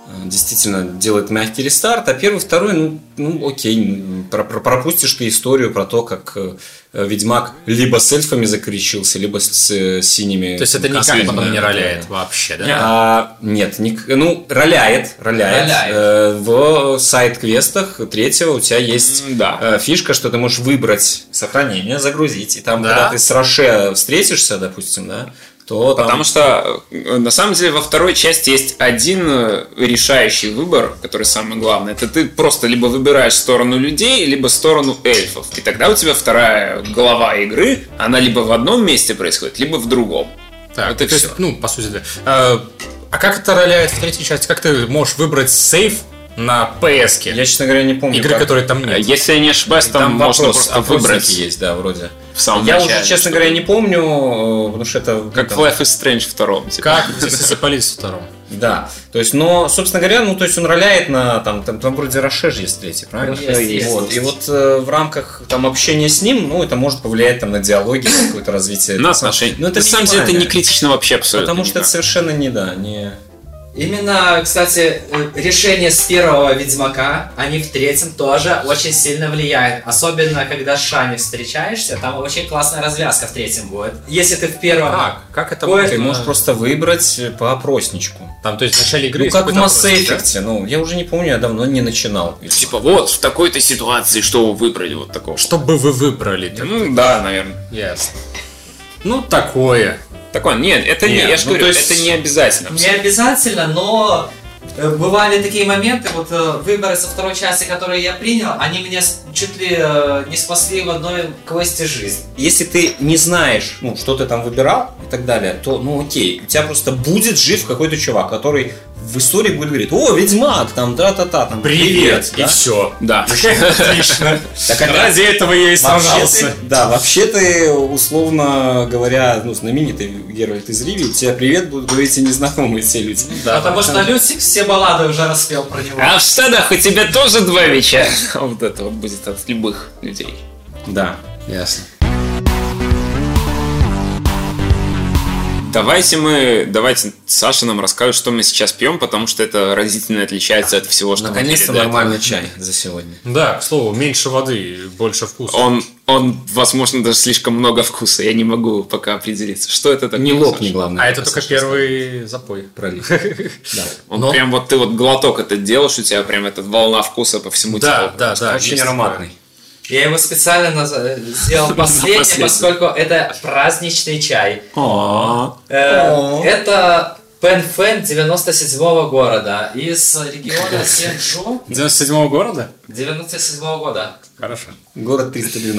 Speaker 1: э, действительно делает мягкий рестарт, а первый, второй, ну, ну окей, м, про- про- пропустишь ты историю про то, как э, Ведьмак либо с эльфами закричился, либо с, э, синими.
Speaker 2: То есть это никак
Speaker 1: конкретно,
Speaker 2: потом не
Speaker 1: да,
Speaker 2: роляет
Speaker 1: да.
Speaker 2: вообще, да?
Speaker 1: А, нет, не, к- ну, роляет, роляет.
Speaker 3: Роляет.
Speaker 1: Э, в сайт-квестах третьего у тебя есть
Speaker 4: М, Да.
Speaker 1: э, фишка, что ты можешь выбрать сохранение, загрузить. И там,
Speaker 2: Да.
Speaker 1: когда ты с Роше встретишься, допустим, да, то там...
Speaker 4: Потому что э, на самом деле во второй части есть один э, решающий выбор, который самый главный. Это ты просто либо выбираешь сторону людей, либо сторону эльфов. И тогда у тебя вторая глава игры, она либо в одном месте происходит, либо в другом.
Speaker 2: Так,
Speaker 4: Вот и
Speaker 2: то есть,
Speaker 4: всё.
Speaker 2: ну, по сути, да. А, а как это роляет в третьей части? Как ты можешь выбрать сейф на ps -ке?
Speaker 1: Я, честно говоря, не помню.
Speaker 2: Игры,
Speaker 1: как-
Speaker 2: которые там
Speaker 4: Э,
Speaker 2: нет.
Speaker 4: Если я не ошибаюсь, там, можно
Speaker 1: вопрос-
Speaker 4: просто
Speaker 1: опросники
Speaker 4: выбрать
Speaker 1: есть, да, вроде.
Speaker 4: в самом
Speaker 1: Я
Speaker 4: начале,
Speaker 1: уже, честно
Speaker 4: что-
Speaker 1: говоря, не помню, э, потому что это... ну,
Speaker 4: Как
Speaker 1: там-
Speaker 4: в Life is Strange втором. типа.
Speaker 2: Как запались втором?
Speaker 1: Да. То есть, но, собственно говоря, ну, то есть он роляет на, там, там, там вроде Рашеш есть третий, правильно?
Speaker 3: Есть, есть,
Speaker 1: вот.
Speaker 3: есть.
Speaker 1: И вот э, в рамках там общения с ним, ну, это может повлиять там на диалоги, на какое-то развитие.
Speaker 4: На
Speaker 1: Это сам-
Speaker 4: отношения.
Speaker 1: Ну, это
Speaker 4: на самом деле это
Speaker 1: минимально.
Speaker 4: не критично вообще абсолютно.
Speaker 1: Потому что это
Speaker 4: никак.
Speaker 1: совершенно не, да, не...
Speaker 3: Именно, кстати, э, решение с первого Ведьмака, они в третьем тоже очень сильно влияют. Особенно, когда с Шами встречаешься, там очень классная развязка в третьем будет. Если ты в первом...
Speaker 2: Как? Как это
Speaker 3: Ой,
Speaker 1: Ты можешь
Speaker 2: можно?
Speaker 1: просто выбрать э, по опросничку.
Speaker 2: Там, то есть в начале игры...
Speaker 1: Ну,
Speaker 2: есть
Speaker 1: как в
Speaker 2: какой-то
Speaker 1: Mass
Speaker 2: вопрос, да?
Speaker 1: Effect. Ну, я уже не помню, я давно не начинал.
Speaker 4: Типа, вот, в такой-то ситуации, что вы выбрали вот такого?
Speaker 2: Что бы вы выбрали? Ты-
Speaker 4: Ну, да, наверное.
Speaker 2: Ясно. Ну, такое.
Speaker 4: Такое, нет, это не,
Speaker 1: Не,
Speaker 4: я же
Speaker 1: ну,
Speaker 4: говорю,
Speaker 1: то есть-
Speaker 4: это не обязательно.
Speaker 3: Не обязательно, но э, бывали такие моменты, вот э, выборы со второй части, которые я принял, они меня с- чуть ли э, не спасли в одной квесте жизнь.
Speaker 1: Если ты не знаешь, ну, что ты там выбирал и так далее, то, ну, окей, у тебя просто будет жив какой-то чувак, который в истории будет говорить, о, ведьмак, там, да-та-та, там,
Speaker 2: Привет.
Speaker 1: да».
Speaker 2: И все.
Speaker 4: Да.
Speaker 2: Отлично.
Speaker 1: Так опять-
Speaker 2: Ради этого я и
Speaker 1: Вообще
Speaker 2: сражался.
Speaker 1: ты- да, вообще ты, условно говоря, ну, знаменитый Геральт из Ривии, тебе привет будут говорить и незнакомые все люди.
Speaker 3: Потому что Люсик все баллады уже распел про него.
Speaker 4: А в штанах у тебя тоже два меча. [laughs] Вот это вот будет от любых людей.
Speaker 1: Да.
Speaker 4: Ясно. Давайте мы, давайте Саша нам расскажет, что мы сейчас пьем, потому что это разительно отличается от всего, что мы
Speaker 1: Наконец-то
Speaker 4: пили до
Speaker 1: нормальный чай за сегодня.
Speaker 2: Да, к слову, меньше воды, больше
Speaker 4: этого.
Speaker 2: вкуса.
Speaker 4: Он, он, возможно, даже слишком много вкуса. Я не могу пока определиться, что это такое.
Speaker 1: Не лопни,
Speaker 4: Саша?
Speaker 1: главное.
Speaker 2: А это только первый запой.
Speaker 1: пролив. Да.
Speaker 4: Он прям вот ты вот глоток это делаешь, у тебя прям эта волна вкуса по всему
Speaker 2: Да,
Speaker 4: телу.
Speaker 2: да, да.
Speaker 1: Очень
Speaker 2: есть
Speaker 1: ароматный.
Speaker 3: Я его специально наз- э, сделал последним,
Speaker 4: последний.
Speaker 3: поскольку это праздничный чай.
Speaker 4: А.
Speaker 3: Э,
Speaker 1: О.
Speaker 3: Это Пенфэн 97-го города из региона Сенджу
Speaker 2: такое. 97-го города?
Speaker 3: 97-го года.
Speaker 2: Хорошо.
Speaker 1: Город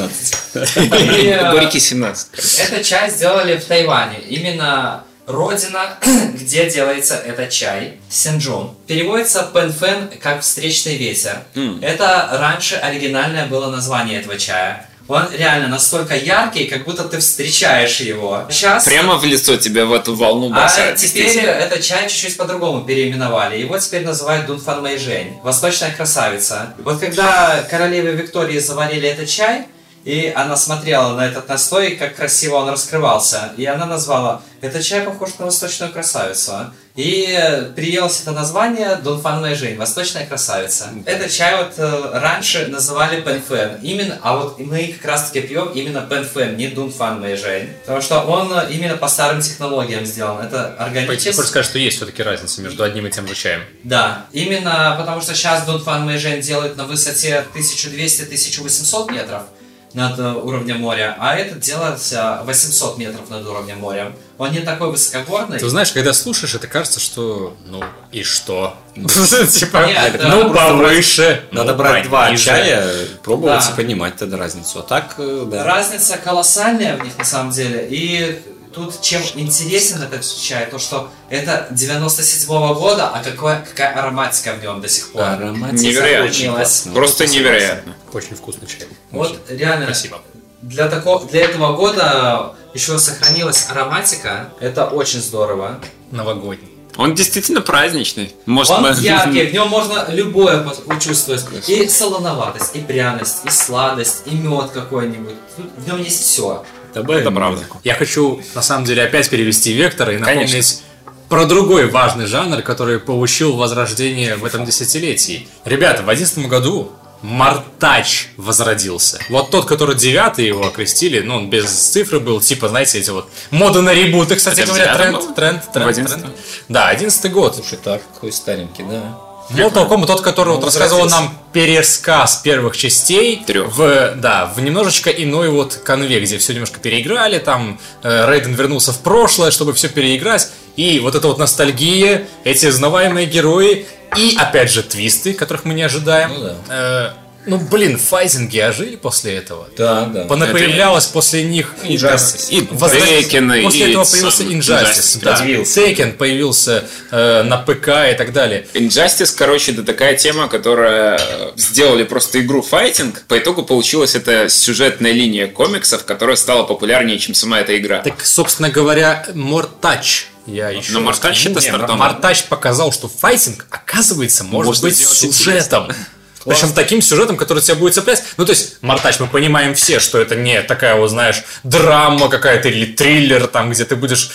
Speaker 1: 312.
Speaker 3: И, э,
Speaker 4: Горький 17.
Speaker 3: Этот чай сделали в Тайване. Именно родина, [clears throat] где делается этот чай, Синджун. Переводится пенфен как «встречный ветер». Это раньше оригинальное было название этого чая. Он реально настолько яркий, как будто ты встречаешь его. Сейчас...
Speaker 4: Прямо в лицо тебя в эту волну
Speaker 3: А
Speaker 4: бросает.
Speaker 3: теперь
Speaker 4: действительно.
Speaker 3: этот чай чуть-чуть по-другому переименовали. Его теперь называют Дунфан Мэйжэнь, восточная красавица. Вот когда королеве Виктории заварили этот чай, и она смотрела на этот настой, как красиво он раскрывался, и она назвала «Этот чай похож на восточную красавицу». И э, приелось это название Дунфан Мэйжэнь, восточная красавица. Этот чай вот э, раньше называли Пенфэн, именно, а вот мы как раз таки пьем именно Пенфэн, не Дунфан Мэйжэнь, потому что он э, именно по старым технологиям сделан. Это
Speaker 2: Пойти
Speaker 3: органически.
Speaker 2: скажешь, что есть все-таки разница между одним и тем же чаем.
Speaker 3: Да, именно потому что сейчас Дунфан Мэйжэнь делает на высоте 1200-1800 метров над э, уровнем моря, а этот делается 800 метров над уровнем моря. Он не такой высокогорный.
Speaker 2: Ты знаешь, когда слушаешь, это кажется, что ну и что? [laughs] Типа,
Speaker 3: Нет, да.
Speaker 2: ну повыше.
Speaker 1: Надо
Speaker 2: ну,
Speaker 1: брать два
Speaker 2: пониже.
Speaker 1: чая, пробовать
Speaker 3: Да.
Speaker 1: и понимать тогда разницу. А так, э, да.
Speaker 3: Разница колоссальная в них на самом деле. И тут чем интересен этот чай, то что это 97-го года, а какое, какая ароматика в нем до сих пор.
Speaker 1: Ароматизм.
Speaker 4: Невероятно.
Speaker 1: Очень классно.
Speaker 4: Просто невероятно.
Speaker 2: Очень вкусный чай.
Speaker 3: Вот реально
Speaker 2: Спасибо.
Speaker 3: для, такого, для этого года еще сохранилась ароматика. Это очень здорово.
Speaker 2: Новогодний.
Speaker 4: Он действительно праздничный. Может,
Speaker 3: Он
Speaker 4: мы-
Speaker 3: яркий, в нем можно любое пос- учувствовать. И солоноватость, и пряность, и сладость, и мед какой-нибудь. Тут в нем есть все.
Speaker 1: Добавим
Speaker 4: [laughs] Это правда.
Speaker 1: музыку.
Speaker 2: Я хочу, на самом деле, опять перевести вектор и напомнить
Speaker 4: Конечно.
Speaker 2: про другой важный жанр, который получил возрождение в этом десятилетии. Ребята, в одиннадцатом году Мартач возродился. Вот тот, который девятый его окрестили, ну он без цифры был, типа, знаете, эти вот мода на ребуты, кстати
Speaker 4: Это в
Speaker 2: говоря,
Speaker 4: девятом
Speaker 2: тренд,
Speaker 4: был?
Speaker 2: тренд, тренд,
Speaker 4: В
Speaker 2: тренд.
Speaker 4: одиннадцатом?
Speaker 2: Да, одиннадцатый год.
Speaker 1: Слушай, так, какой старенький, да.
Speaker 2: Мол, Толком, тот, который вот рассказывал нам пересказ первых частей
Speaker 4: Трёх.
Speaker 2: в, да, в немножечко иной вот конве, где все немножко переиграли, там э, Рейден вернулся в прошлое, чтобы все переиграть, и вот эта вот ностальгия, эти узнаваемые герои, и опять же твисты, которых мы не ожидаем.
Speaker 1: Ну
Speaker 2: Э, ну блин, файтинги ожили после этого.
Speaker 1: Да, да.
Speaker 2: Понапоявлялось после них
Speaker 1: Injustice.
Speaker 4: И
Speaker 2: Возра-
Speaker 4: Текены,
Speaker 2: После
Speaker 4: и
Speaker 2: этого
Speaker 4: сам
Speaker 2: появился
Speaker 4: Injustice
Speaker 2: Injustice, да.
Speaker 1: появился.
Speaker 2: Tekken появился э, на ПК и так далее.
Speaker 4: Injustice, короче, это такая тема, которая э, сделали просто игру файтинг. По итогу получилась эта сюжетная линия комиксов, которая стала популярнее, чем сама эта игра.
Speaker 2: Так, собственно говоря, Мортач. Я еще
Speaker 4: Но Ну, Мортач это стартанул.
Speaker 2: Мортач показал, что файтинг, оказывается, может
Speaker 4: Можно
Speaker 2: быть
Speaker 4: сделать
Speaker 2: сюжетом. [laughs] Причем таким сюжетом, который тебя будет цеплять. Ну, то есть, Мартач, мы понимаем все, что это не такая, вот, знаешь, драма какая-то или триллер, там, где ты будешь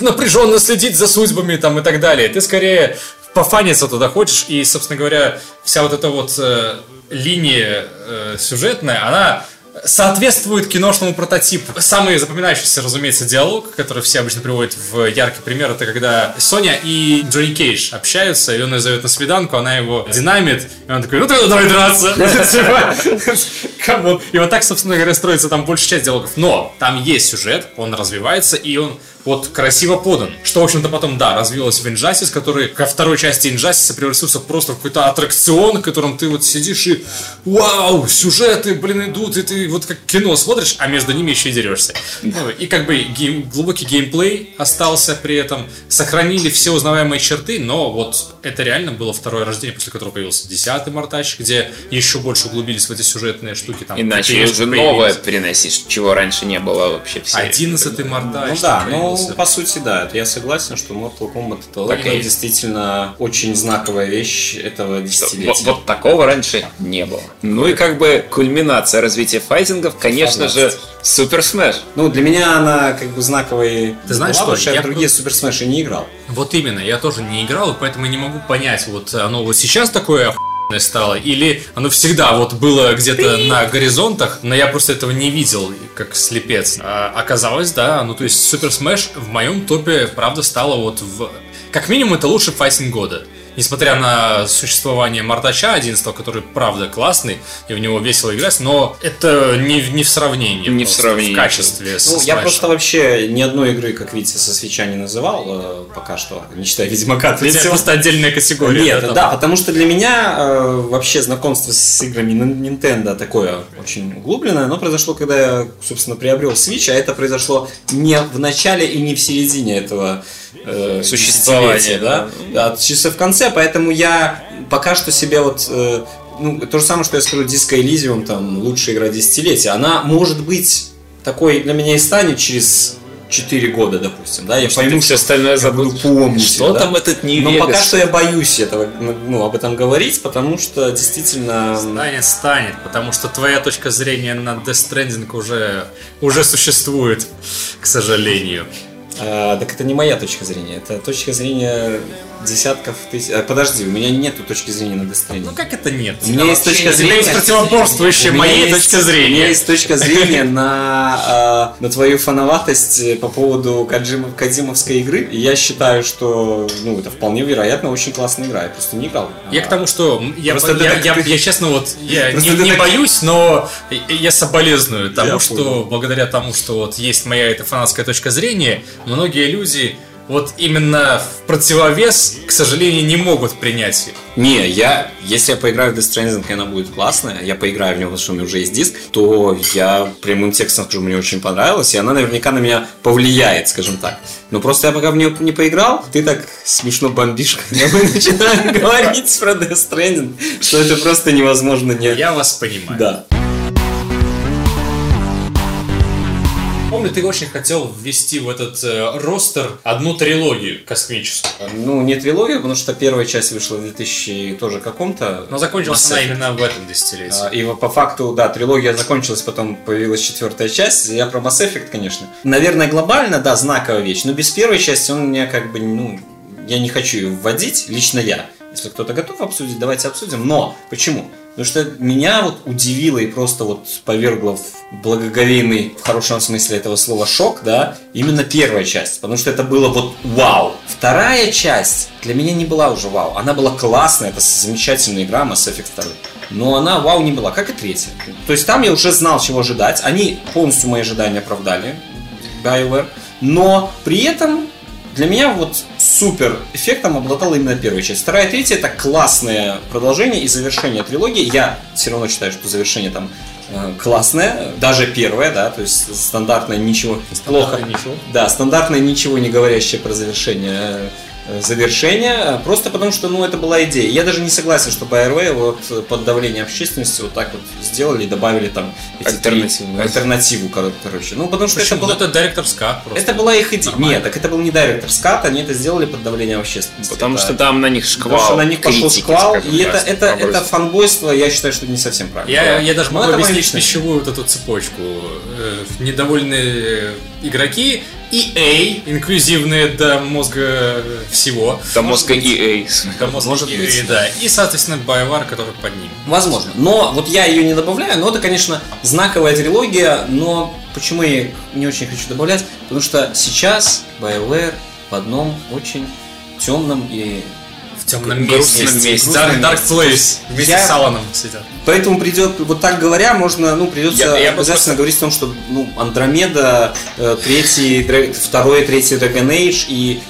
Speaker 2: напряженно следить за судьбами там и так далее. Ты скорее пофаниться туда хочешь, и, собственно говоря, вся вот эта вот э, линия э, сюжетная, она соответствует киношному прототипу. Самый запоминающийся, разумеется, диалог, который все обычно приводят в яркий пример, это когда Соня и Джонни Кейдж общаются, и он ее зовет на свиданку, она его динамит, и он такой, ну тогда давай драться. [laughs] Типа, камон. И вот так, собственно говоря, строится там большая часть диалогов. Но там есть сюжет, он развивается, и он вот красиво подан. Что, в общем-то, потом, да, развилось в Injustice, который ко второй части Injustice превратился просто в какой-то аттракцион, в котором ты вот сидишь и вау, сюжеты, блин, идут, и ты вот как кино смотришь, а между ними еще и дерешься. Ну, и как бы гейм- глубокий геймплей остался при этом, сохранили все узнаваемые черты, но вот это реально было второе рождение, после которого появился десятый Мартач, где еще больше углубились в эти сюжетные штуки. Там,
Speaker 4: И начали
Speaker 2: ПТшка
Speaker 4: уже
Speaker 2: появилась.
Speaker 4: новое приносить, чего раньше не было вообще в серии.
Speaker 2: Одиннадцатый Мартач.
Speaker 1: Ну да,
Speaker 2: там
Speaker 1: ну
Speaker 2: появился.
Speaker 1: по сути да, это я согласен, что Mortal Kombat это
Speaker 4: Так и
Speaker 1: это
Speaker 4: есть.
Speaker 1: действительно очень знаковая вещь этого
Speaker 4: Что Вот,
Speaker 1: десятилетия.
Speaker 4: вот такого раньше не было. Ну и как бы кульминация развития файтингов, конечно же, Супер Смэш.
Speaker 1: Ну для меня она как бы знаковой.
Speaker 2: Ты знаешь
Speaker 1: была,
Speaker 2: что,
Speaker 1: потому Я,
Speaker 2: я
Speaker 1: в другие Супер Смеши не играл.
Speaker 2: Вот именно, я тоже не играл, и поэтому не могу понять, вот оно вот сейчас такое охуенное стало, или оно всегда вот было где-то на горизонтах, но я просто этого не видел, как слепец. А оказалось, да, ну то есть Супер Smash в моем топе, правда, стало вот в... Как минимум, это лучший файтинг года. Несмотря на существование Мартача 11, который правда классный, и в него весело играть, но это не, в- не в сравнении.
Speaker 4: Не в
Speaker 2: просто,
Speaker 4: сравнении.
Speaker 2: В качестве со
Speaker 1: Ну, я
Speaker 2: Smash'ем.
Speaker 1: просто вообще ни одной игры, как видите, со свеча не называл э, пока что, не считая Ведьмака
Speaker 2: Для тебя
Speaker 1: третьего.
Speaker 2: просто отдельная категория.
Speaker 1: Нет,
Speaker 2: там.
Speaker 1: да, потому что для меня э, вообще знакомство с играми Nin- Nintendo такое очень углубленное. Оно произошло, когда я, собственно, приобрел Switch, а это произошло не в начале и не в середине этого э,
Speaker 4: Существования,
Speaker 1: десятилетия, да, да, чисто в конце, поэтому я пока что себе вот э, ну, то же самое, что я скажу, Disco Elysium, там, лучшая игра десятилетия, она, может быть, такой для меня и станет через 4 года, допустим, да, я пойму, что
Speaker 4: все остальное
Speaker 1: я
Speaker 4: забыл.
Speaker 1: буду помнить.
Speaker 4: Что
Speaker 1: да.
Speaker 4: там этот не
Speaker 1: Но Ну, пока что я боюсь этого, ну, об этом говорить, потому что действительно...
Speaker 2: Станет, станет, потому что твоя точка зрения на Death Stranding уже, уже существует, к сожалению.
Speaker 1: э, так это не моя точка зрения, это точка зрения десятков тысяч... э, подожди, у меня нету точки зрения на Death Stranding.
Speaker 2: Ну как это нет?
Speaker 1: У меня есть точка
Speaker 2: У тебя есть
Speaker 1: зрения.
Speaker 2: противоборствующая
Speaker 1: У меня
Speaker 2: моей
Speaker 1: есть-
Speaker 2: точке
Speaker 1: У меня
Speaker 2: зрения.
Speaker 1: есть точка зрения на, э, на твою фановатость э, по поводу Каджима- кадзимовской игры. И я считаю, что ну, это вполне вероятно очень классная игра. Я просто не играл.
Speaker 2: Я к тому, что м, я,
Speaker 1: Просто
Speaker 2: бо-
Speaker 1: ты
Speaker 2: я,
Speaker 1: так-
Speaker 2: я-
Speaker 1: ты-
Speaker 2: я, честно вот я не,
Speaker 1: Просто ты
Speaker 2: не
Speaker 1: так-
Speaker 2: боюсь, но я соболезную тому,
Speaker 1: Я
Speaker 2: что
Speaker 1: понял.
Speaker 2: благодаря тому, что вот есть моя эта фанатская точка зрения, многие люди вот именно в противовес, к сожалению, не могут принять ее.
Speaker 1: Не, я, если я поиграю в Death Stranding, и она будет классная, я поиграю в него, потому что у меня уже есть диск, то я прямым текстом скажу, мне очень понравилась, и она наверняка на меня повлияет, скажем так. Но просто я пока в нее не поиграл, ты так смешно бомбишь, когда мы [laughs] начинаем говорить про Death Stranding, что это просто невозможно не...
Speaker 2: Я вас понимаю.
Speaker 1: Да.
Speaker 2: Помню, ты очень хотел ввести в этот э, ростер одну трилогию космическую.
Speaker 1: Ну, не трилогия, потому что первая часть вышла в 2000 тоже каком-то.
Speaker 2: Но закончилась
Speaker 1: Mass
Speaker 2: она
Speaker 1: Effect.
Speaker 2: именно в этом
Speaker 1: А,
Speaker 2: десятилетии.
Speaker 1: И вот по факту, да, трилогия закончилась, потом появилась четвертая часть. Я про Mass Effect, конечно. Наверное, глобально, да, знаковая вещь, но без первой части он у меня как бы, ну, я не хочу ее вводить, лично я. Если кто-то готов обсудить, давайте обсудим. Но почему? Потому что меня вот удивило и просто вот повергло в благоговейный, в хорошем смысле этого слова, шок, да, именно первая часть. Потому что это было вот вау. Вторая часть для меня не была уже вау. Она была классная, это замечательная игра Mass Effect 2. Но она вау не была, как и третья. То есть там я уже знал, чего ожидать. Они полностью мои ожидания оправдали. BioWare. Но при этом для меня вот супер эффектом обладала именно первая часть. Вторая и третья это классное продолжение и завершение трилогии. Я все равно считаю, что завершение там э, классное, даже первое, да, то есть стандартное ничего плохо.
Speaker 2: ничего.
Speaker 1: Да, стандартное ничего не говорящее про завершение э, э, завершение, э, просто потому что, ну, это была идея. Я даже не согласен, что BioWare вот э, под давлением общественности вот так вот сделали и добавили там эти три-
Speaker 4: Альтернативу.
Speaker 1: альтернативу, кор- короче. Ну, потому что
Speaker 2: Почему?
Speaker 1: это было...
Speaker 2: Это директор просто.
Speaker 1: Это была их идея.
Speaker 2: Нормально.
Speaker 1: Нет, так это был не директор скат, они это сделали под давлением общественности.
Speaker 4: Потому
Speaker 1: Это-
Speaker 4: что там на них шквал.
Speaker 1: потому что на них пошел
Speaker 4: критики,
Speaker 1: шквал,
Speaker 4: скажем,
Speaker 1: и это,
Speaker 4: разных
Speaker 1: это, это
Speaker 4: образов.
Speaker 1: фанбойство, я считаю, что не совсем правильно.
Speaker 2: Я, я даже
Speaker 1: Ну,
Speaker 2: могу
Speaker 1: это моя
Speaker 2: объяснить
Speaker 1: личная-
Speaker 2: пищевую вот эту цепочку. Э, недовольные игроки EA, инклюзивные до мозга всего.
Speaker 4: Там мозга EA.
Speaker 2: До мозга
Speaker 1: Может
Speaker 2: EA,
Speaker 1: быть.
Speaker 2: да. И, соответственно, BioWare, который под ним.
Speaker 1: Возможно. Но вот я ее не добавляю, но это, конечно, знаковая трилогия, но почему я её не очень хочу добавлять? Потому что сейчас BioWare в одном очень темном и...
Speaker 2: В темном
Speaker 4: грустном
Speaker 2: месте.
Speaker 4: месте.
Speaker 2: Dark,
Speaker 4: Грустном
Speaker 2: Dark Place. Вместе
Speaker 1: Я-
Speaker 2: с Аланом сидят.
Speaker 1: Поэтому придет, вот так говоря, можно, ну, придется
Speaker 4: Я- я бы
Speaker 1: обязательно говорить о том, что, ну, Андромеда, э, третий, Дра- второй, третий Dragon Age и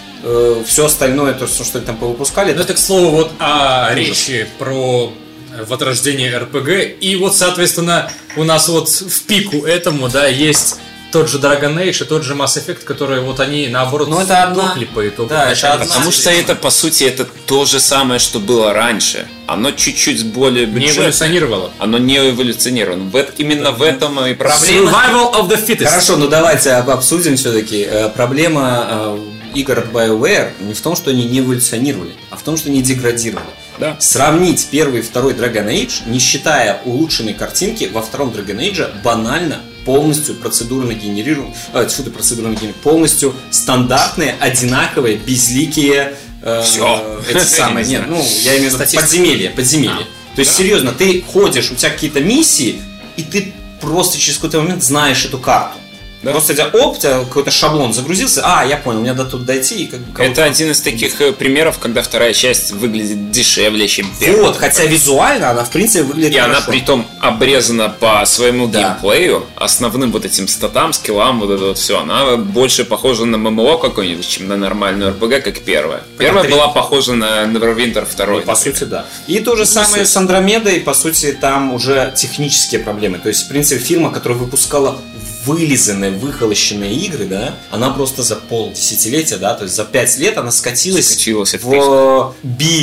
Speaker 1: все остальное, то, что они там повыпускали,
Speaker 2: Ну, это, к слову, вот о речи про э, вот рождение РПГ. И вот, соответственно, у нас вот в пику этому, да, есть тот же Dragon Age и тот же Mass Effect, которые вот они, наоборот,
Speaker 1: Ну, это одна-
Speaker 2: сдохли по итогу.
Speaker 1: Да, это одна-
Speaker 4: Потому что это, по сути, это то же самое, что было раньше. Оно чуть-чуть более
Speaker 2: не
Speaker 4: бюджетное.
Speaker 2: эволюционировало.
Speaker 4: Оно не эволюционировано. В эт- Именно в этом и проблема.
Speaker 2: Survival of the fittest.
Speaker 1: Хорошо, ну давайте об- обсудим все-таки. Проблема э, игр от BioWare не в том, что они не эволюционировали, а в том, что они деградировали.
Speaker 4: Да.
Speaker 1: Сравнить первый и второй Dragon Age, не считая улучшенной картинки, во втором Dragon Age банально полностью процедурно генерируем, э, тьфу ты, процедурно генерируем, полностью стандартные, одинаковые, безликие э,
Speaker 4: Всё.
Speaker 1: это самое, нет, ну, я имею в виду подземелье, подземелье.
Speaker 4: А,
Speaker 1: То есть, серьезно, ты ходишь, у тебя какие-то миссии, и ты просто через какой-то момент знаешь эту карту. Просто у тебя, оп, у тебя какой-то шаблон загрузился, а, я понял, мне надо тут дойти, и как бы...
Speaker 4: Это один из таких э, примеров, когда вторая часть выглядит дешевле, чем первая.
Speaker 1: Вот, хотя визуально она, в принципе, выглядит
Speaker 4: И она
Speaker 1: хорошо.
Speaker 4: притом обрезана по своему
Speaker 1: Да.
Speaker 4: геймплею, основным вот этим статам, скиллам, вот это вот все. Она больше похожа на ММО какой-нибудь, чем на нормальную РПГ, как первая. Первая была похожа на Neverwinter 2.
Speaker 1: Ну, по
Speaker 4: например.
Speaker 1: сути, да. И то
Speaker 4: Ну,
Speaker 1: же самое с Андромедой, по сути, там уже технические проблемы. То есть, в принципе, фирма, которая выпускала вылизанные, выхолощенные игры, да, она просто за полдесятилетия, да, то есть за пять лет она скатилась,
Speaker 4: Скатилась, это
Speaker 1: в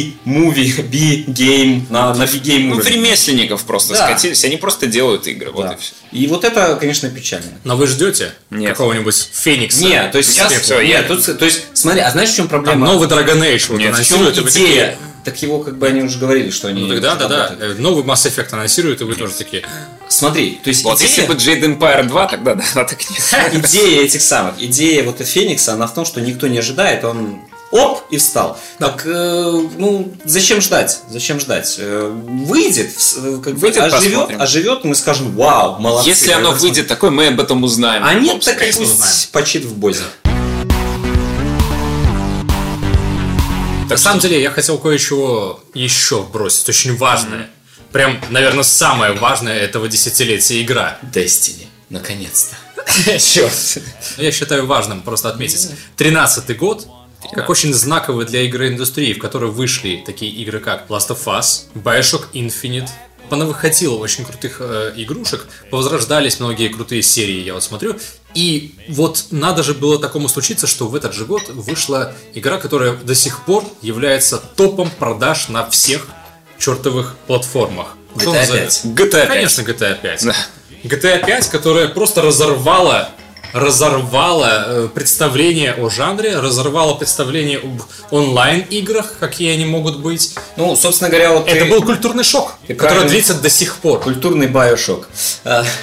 Speaker 1: B-муви, B-гейм, на, на B-гейм
Speaker 4: Ну,
Speaker 1: уровень.
Speaker 4: ремесленников просто
Speaker 1: Да.
Speaker 4: скатились, они просто делают игры, вот
Speaker 1: Да.
Speaker 4: и все.
Speaker 1: И вот это, конечно, печально.
Speaker 2: Но вы ждете
Speaker 4: Нет.
Speaker 2: какого-нибудь Феникса?
Speaker 1: Нет, то есть сейчас...
Speaker 4: всё,
Speaker 1: нет,
Speaker 4: я-
Speaker 1: тут- то есть, смотри, а знаешь, в чем
Speaker 2: Там
Speaker 1: проблема?
Speaker 2: новый Dragon Age вот
Speaker 1: в
Speaker 4: Нет,
Speaker 1: чем
Speaker 2: анонсируют, и вы такие,
Speaker 1: идея? Так его, как бы, они уже говорили, что они...
Speaker 2: Ну тогда, да, да.
Speaker 1: работают.
Speaker 2: э, Новый Mass Effect анонсируют, и вы тоже такие.
Speaker 1: Смотри, то есть
Speaker 4: Вот
Speaker 1: идея-
Speaker 4: если бы Jade Empire 2, тогда да, [laughs] а так
Speaker 1: [laughs]
Speaker 4: нет.
Speaker 1: идея этих самых, идея вот Феникса, она в том, что никто не ожидает, он оп и встал. Так, э, ну, зачем ждать? Зачем ждать? Э, выйдет, вс- э, как бы
Speaker 4: Выйдет,
Speaker 1: оживет,
Speaker 4: посмотрим.
Speaker 1: оживет, мы скажем, вау, молодцы.
Speaker 4: Если оно
Speaker 1: молодцы».
Speaker 4: выйдет такое, мы об этом узнаем.
Speaker 1: А нет, так и
Speaker 4: Конечно, узнаем.
Speaker 1: пусть почит в бозе.
Speaker 2: На самом деле, я хотел кое-чего еще бросить, очень важное. Прям, наверное, самое важное этого десятилетия игра.
Speaker 3: Destiny, наконец-то.
Speaker 2: Черт. Я считаю важным просто отметить. 13-й год, как очень знаковый для игры индустрии, в которой вышли такие игры, как Last of Us, Bioshock Infinite, понавыходило очень крутых э, игрушек, повозрождались многие крутые серии, я вот смотрю. И вот надо же было такому случиться, что в этот же год вышла игра, которая до сих пор является топом продаж на всех чертовых платформах. Что
Speaker 3: GTA
Speaker 2: называется?
Speaker 3: 5.
Speaker 4: GTA 5.
Speaker 2: Конечно, GTA 5.
Speaker 4: Э, Да.
Speaker 2: GTA 5, которая просто разорвала разорвала э, представление о жанре, разорвала представление об онлайн-играх, какие они могут быть.
Speaker 1: Ну, собственно говоря, вот
Speaker 2: Это
Speaker 1: ты-
Speaker 2: был культурный шок,
Speaker 1: ты
Speaker 2: который
Speaker 1: правильно-
Speaker 2: длится до сих пор.
Speaker 1: культурный байошок. А, [laughs]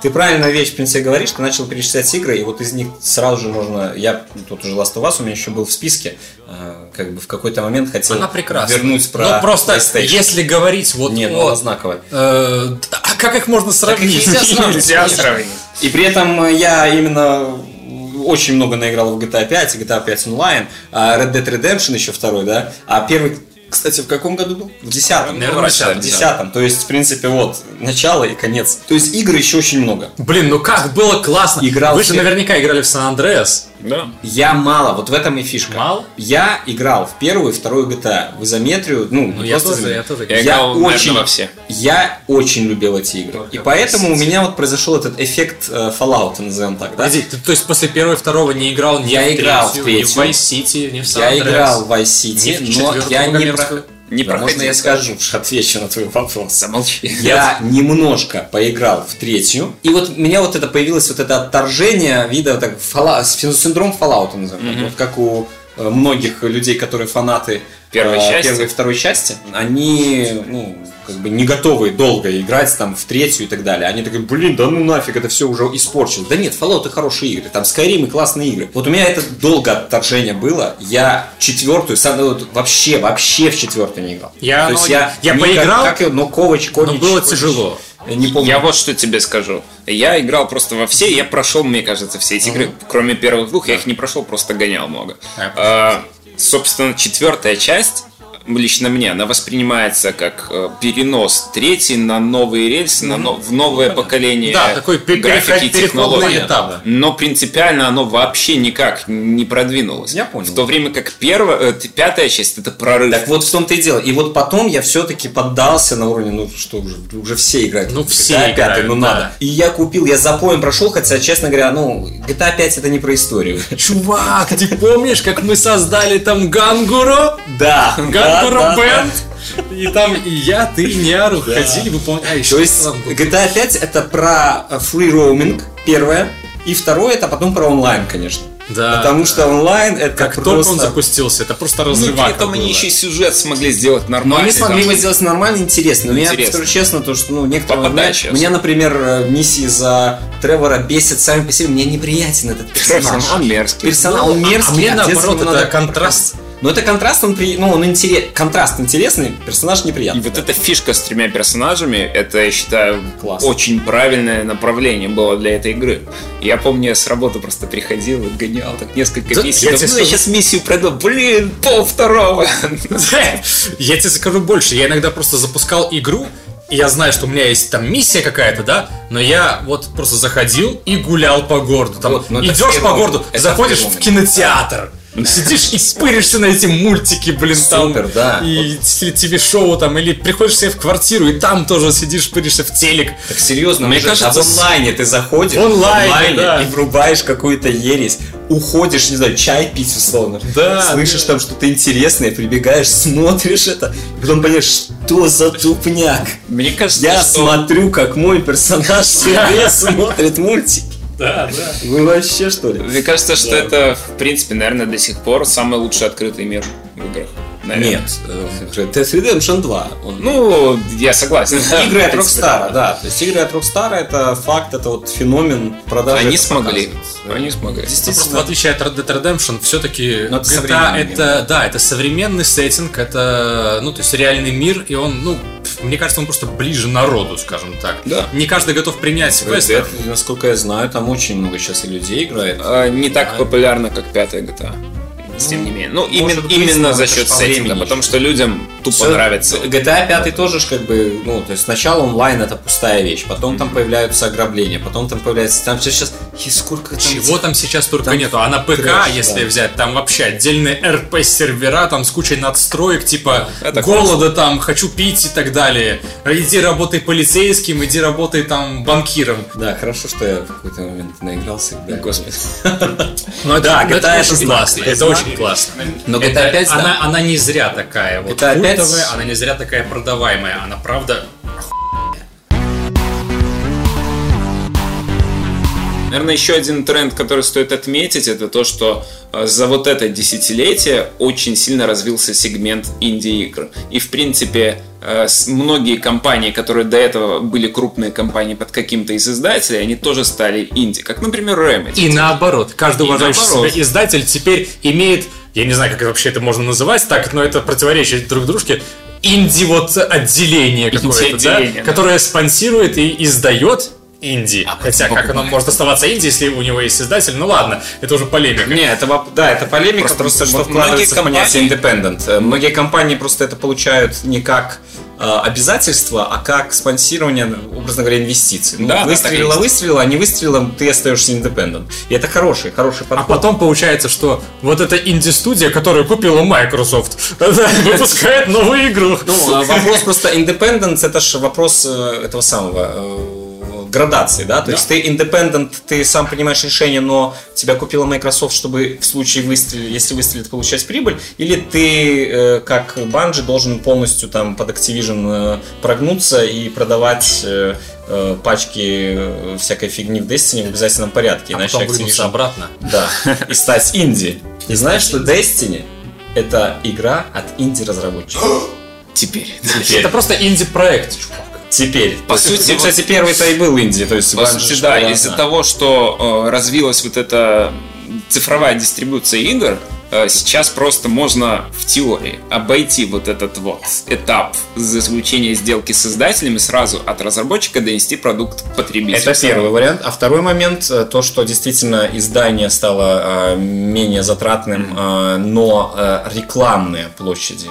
Speaker 1: Ты правильную вещь, в принципе, говоришь, ты начал перечислять игры, и вот из них сразу же можно... Я тут уже Last of Us у меня еще был в списке, а, как бы в какой-то момент хотел
Speaker 2: Она прекрасна.
Speaker 1: вернуть про
Speaker 2: Но просто,
Speaker 1: PlayStation.
Speaker 2: если говорить вот
Speaker 1: Нет, ну
Speaker 2: о...
Speaker 1: она знаковая.
Speaker 2: э, да, а как их можно сравнить?
Speaker 1: И при этом э, я именно очень много наиграл в GTA 5 и GTA 5 онлайн, а Red Dead Redemption еще второй, да, а первый, кстати, в каком году был? В десятом.
Speaker 2: Наверное,
Speaker 1: Ну,
Speaker 2: в
Speaker 1: В
Speaker 2: десятом,
Speaker 1: десятом. То есть, в принципе, вот, начало и конец. То есть, игр еще очень много.
Speaker 2: [laughs] Блин, ну как было классно.
Speaker 1: Играл
Speaker 2: Вы же
Speaker 1: все.
Speaker 2: наверняка играли в Сан-Андреас.
Speaker 4: Да.
Speaker 1: Я мало, вот в этом и фишка.
Speaker 2: Мало?
Speaker 1: Я играл в первую и вторую GTA, в изометрию, ну,
Speaker 2: Ну,
Speaker 1: не
Speaker 2: я
Speaker 1: просто
Speaker 2: тоже,
Speaker 1: Изометрию.
Speaker 2: я тоже
Speaker 4: Я
Speaker 2: играл.
Speaker 4: играл, наверное,
Speaker 1: очень-
Speaker 4: во все.
Speaker 1: Я очень любил эти игры. И поэтому у меня вот произошел этот эффект э, Fallout, назовем так, да?
Speaker 2: Подожди, ты, то есть после первого и второго не играл ни
Speaker 1: Я
Speaker 2: в
Speaker 1: играл в
Speaker 2: третью,
Speaker 1: третью.
Speaker 2: ни в Vice City, ни в Сан
Speaker 1: Я играл в Vice City,
Speaker 2: Не в
Speaker 1: но
Speaker 2: четвёртую
Speaker 1: я не,
Speaker 2: богомерзкую.
Speaker 1: про-
Speaker 4: Не
Speaker 1: Да, Можно я
Speaker 4: проходил.
Speaker 1: скажу, что отвечу на твой вопрос.
Speaker 4: Замолчи.
Speaker 1: Я немножко поиграл в третью, и вот у меня вот это появилось вот это отторжение вида, так, фала- син- синдром Fallout назовем, так, вот как у э, многих людей, которые фанаты
Speaker 4: Первой
Speaker 1: э,
Speaker 4: части.
Speaker 1: первой и второй части, они ну, как бы не готовы долго играть там в третью и так далее. Они такие, блин, да ну нафиг, это все уже испорчено. Да нет, Fallout это хорошие игры, там Skyrim и классные игры. Вот у меня это долго отторжение было. Я четвертую, сам вот, вообще, вообще в четвертую не играл.
Speaker 2: Я
Speaker 1: То есть
Speaker 2: аналоги- я
Speaker 1: не как-
Speaker 2: поиграл,
Speaker 1: как его, но Ковач,
Speaker 2: Но
Speaker 1: Конич,
Speaker 2: было
Speaker 1: Конич.
Speaker 2: тяжело.
Speaker 1: Я не помню.
Speaker 4: Я вот что тебе скажу. Я играл просто во все, я прошел, мне кажется, все эти игры, кроме первых двух, я их не прошел, просто гонял много. А, Собственно, четвертая часть лично мне, она воспринимается как э, перенос третий на новые рельсы, на но- в новое поколение
Speaker 2: Да, такой пе-
Speaker 4: графики и
Speaker 2: переход- переходный
Speaker 4: технологий.
Speaker 2: этап. да.
Speaker 4: Но принципиально оно вообще никак не продвинулось.
Speaker 1: Я понял.
Speaker 4: В то время как первая, э, т- пятая часть это прорыв.
Speaker 1: Так ну, вот в том-то и дело. И вот потом я все-таки поддался на уровне, ну что уже, уже все играют.
Speaker 2: Ну,
Speaker 1: в
Speaker 2: все
Speaker 1: GTA 5,
Speaker 2: играют,
Speaker 1: ну
Speaker 2: да.
Speaker 1: надо. И я купил, я за поем прошел, хотя, честно говоря, ну, GTA 5 это не про историю. [laughs]
Speaker 2: Чувак, ты помнишь, как мы создали там Гангуру?
Speaker 1: Да. да,
Speaker 2: Гангуру
Speaker 1: да, да.
Speaker 2: Бенд? И там и я, ты, и Ниару ходили, выполнять. А еще
Speaker 1: То есть GTA 5 это про э, free roaming, первое. И второе это потом про онлайн, конечно.
Speaker 2: Да.
Speaker 1: Потому что онлайн это
Speaker 2: Как только
Speaker 1: просто...
Speaker 2: он запустился, это просто
Speaker 4: Ну,
Speaker 2: разрывак.
Speaker 4: Там они еще и сюжет смогли сделать
Speaker 1: Но
Speaker 4: нормально.
Speaker 1: они смогли его сделать нормально, интересно. Но я
Speaker 4: Интересно.
Speaker 1: скажу честно, то что ну некоторые
Speaker 4: Попадает
Speaker 1: меня-
Speaker 4: сейчас.
Speaker 1: меня, например, э, миссии за Тревора бесят сами по себе. Мне неприятен этот персонаж.
Speaker 4: Он мерзкий.
Speaker 1: Персонал
Speaker 2: Ну, а-
Speaker 1: мерзкий.
Speaker 2: а мне
Speaker 1: а детству
Speaker 2: наоборот, это
Speaker 1: надо-
Speaker 2: контраст.
Speaker 1: Но это контраст, он при... ну, он интерес... контраст интересный, персонаж
Speaker 4: И
Speaker 1: неприятный.
Speaker 4: вот эта фишка с тремя персонажами, это, я считаю,
Speaker 1: Класс.
Speaker 4: очень правильное направление было для этой игры. Я помню, я с работы просто приходил и гонял так несколько
Speaker 2: Да,
Speaker 4: миссий.
Speaker 2: я
Speaker 4: Думал,
Speaker 2: тебе
Speaker 4: я
Speaker 2: скажу-
Speaker 4: сейчас миссию пройду, блин, пол второго.
Speaker 2: [laughs] Я тебе скажу больше, я иногда просто запускал игру, и я знаю, что у меня есть там миссия какая-то, да, но я вот просто заходил и гулял по городу. Там
Speaker 1: Вот, ну это
Speaker 2: идешь по
Speaker 1: феномен.
Speaker 2: городу,
Speaker 1: Это
Speaker 2: заходишь в
Speaker 1: феномен.
Speaker 2: кинотеатр. Сидишь и спыришься на эти мультики, блин, там.
Speaker 1: Супер, да.
Speaker 2: И телешоу там, или приходишь себе в квартиру, и там тоже сидишь, пыришься в телек.
Speaker 1: Так серьезно,
Speaker 2: Мне
Speaker 1: мне кажется,
Speaker 2: кажется,
Speaker 1: в онлайне ты заходишь
Speaker 2: в онлайне,
Speaker 1: в
Speaker 2: да.
Speaker 1: и врубаешь какую-то ересь, уходишь, не знаю, чай пить условно.
Speaker 2: Да.
Speaker 1: Слышишь там что-то интересное, прибегаешь, смотришь это, и потом понимаешь, что за тупняк.
Speaker 4: Мне кажется,
Speaker 1: Я
Speaker 4: что
Speaker 1: смотрю, как мой персонаж себе смотрит мультики.
Speaker 2: Да, да.
Speaker 1: Вы вообще что ли?
Speaker 4: Мне кажется, что это, в принципе, наверное, до сих пор самый лучший открытый мир в играх. Наверное.
Speaker 1: Нет, э, Red Dead Redemption 2. он-
Speaker 4: Ну, я согласен.
Speaker 1: игры от
Speaker 4: В принципе,
Speaker 1: Rockstar, да. То есть игры от Rockstar это факт, это вот феномен продажи.
Speaker 4: Они
Speaker 1: это
Speaker 4: смогли.
Speaker 1: показывает.
Speaker 4: Они смогли.
Speaker 2: Ну, просто в
Speaker 1: Действительно.
Speaker 2: отличие от Red Dead Redemption, все-таки
Speaker 1: Но это
Speaker 2: GTA
Speaker 1: современный
Speaker 2: это, да, это современный сеттинг, это, ну, то есть реальный мир, и он, ну, пф, мне кажется, он просто ближе народу, скажем так.
Speaker 4: Да.
Speaker 2: Не каждый готов принять
Speaker 1: Red
Speaker 2: квесты.
Speaker 1: Dead, насколько я знаю, там очень много сейчас и людей играет.
Speaker 4: А, не так популярна, как пятая GTA. Тем не менее. Ну, именно,
Speaker 1: быть,
Speaker 4: именно
Speaker 1: но
Speaker 4: за
Speaker 1: это ж
Speaker 4: счет
Speaker 1: по
Speaker 4: сеттинга,
Speaker 1: времени
Speaker 4: потому
Speaker 1: еще.
Speaker 4: что людям тупо
Speaker 1: Всё,
Speaker 4: нравится.
Speaker 1: GTA 5 тоже ж как бы, ну, то есть сначала онлайн это пустая вещь, потом там появляются ограбления, потом там появляется, там все сейчас, и сколько там...
Speaker 2: Чего там сейчас только
Speaker 1: Там
Speaker 2: нету. А на ПК,
Speaker 1: трэш,
Speaker 2: если
Speaker 1: да.
Speaker 2: взять, там вообще отдельные РП-сервера, там с кучей надстроек, типа
Speaker 4: Это
Speaker 2: голода там, хочу пить и так далее. Иди работай полицейским, иди работай там банкиром.
Speaker 1: Да, хорошо, что я в какой-то момент наигрался. Да.
Speaker 4: Господи.
Speaker 2: Ну, это,
Speaker 1: Да,
Speaker 2: ну, это
Speaker 1: GTA
Speaker 2: очень
Speaker 1: 16.
Speaker 2: классно. Это очень классно.
Speaker 1: Но
Speaker 2: Это-
Speaker 1: GTA 5, да.
Speaker 2: она, она не зря такая вот
Speaker 1: GTA
Speaker 2: культовая,
Speaker 1: 5?
Speaker 2: она не зря такая продаваемая, она правда...
Speaker 4: Наверное, еще один тренд, который стоит отметить, это то, что э, за вот это десятилетие очень сильно развился сегмент инди-игр. И, в принципе, э, с- многие компании, которые до этого были крупные компании под каким-то из издателей, они тоже стали инди. Как, например, Remedy.
Speaker 2: И наоборот, каждый
Speaker 4: И
Speaker 2: уважающий
Speaker 4: наоборот.
Speaker 2: себя издатель теперь имеет, я не знаю, как вообще это можно называть, так, но это противоречит друг дружке, инди вот отделение какое-то, да, А
Speaker 4: Инди-отделение, да.
Speaker 2: которое спонсирует и издает инди. Хотя как оно может оставаться инди, если у него есть издатель? Ну ладно, это уже полемика.
Speaker 1: Не, это, воп- да, это полемика,
Speaker 4: Просто
Speaker 1: просто,
Speaker 4: вот
Speaker 1: что
Speaker 4: многие
Speaker 1: вкладывается в понятие
Speaker 4: компании-
Speaker 1: independent. Э, Многие компании просто это получают не как э, обязательство, а как спонсирование, образно говоря, инвестиций. Ну,
Speaker 4: Да, да, так и
Speaker 1: выстрелила,
Speaker 4: есть.
Speaker 1: выстрелила, а не выстрелом ты остаешься independent. И это хороший, хороший
Speaker 2: А
Speaker 1: подход.
Speaker 2: потом получается, что вот эта инди-студия, которую купила Microsoft, [laughs] выпускает новую игру.
Speaker 1: Ну, э, вопрос просто independence, это же вопрос э, этого самого э, градации, да? То есть ты independent, ты сам принимаешь решение, но тебя купила Microsoft, чтобы в случае выстрела, если выстрелит, получать прибыль, или ты, э, как Bungie, должен полностью там под Activision э, прогнуться и продавать э, э, пачки э, всякой фигни в Destiny в обязательном порядке,
Speaker 2: А
Speaker 1: иначе Activision
Speaker 2: обратно.
Speaker 1: да. И стать инди. И знаешь, что Destiny это игра от инди-разработчиков.
Speaker 4: [gasps] Теперь.
Speaker 2: Это просто инди-проект, чувак.
Speaker 1: Теперь.
Speaker 4: По
Speaker 1: То есть,
Speaker 4: сути,
Speaker 1: ну, кстати, первый-то и был Инди. То есть,
Speaker 4: По
Speaker 1: Bungie
Speaker 4: сути,
Speaker 1: же
Speaker 4: да,
Speaker 1: была
Speaker 4: из-за
Speaker 1: одна.
Speaker 4: того, что э, развилась вот эта цифровая дистрибуция игр, э, сейчас просто можно в теории обойти вот этот вот этап заключения сделки с издателями сразу от разработчика донести продукт к потребителю.
Speaker 1: Это первый вариант. А второй момент, э, то, что действительно издание стало э, менее затратным, э, но э, рекламные площади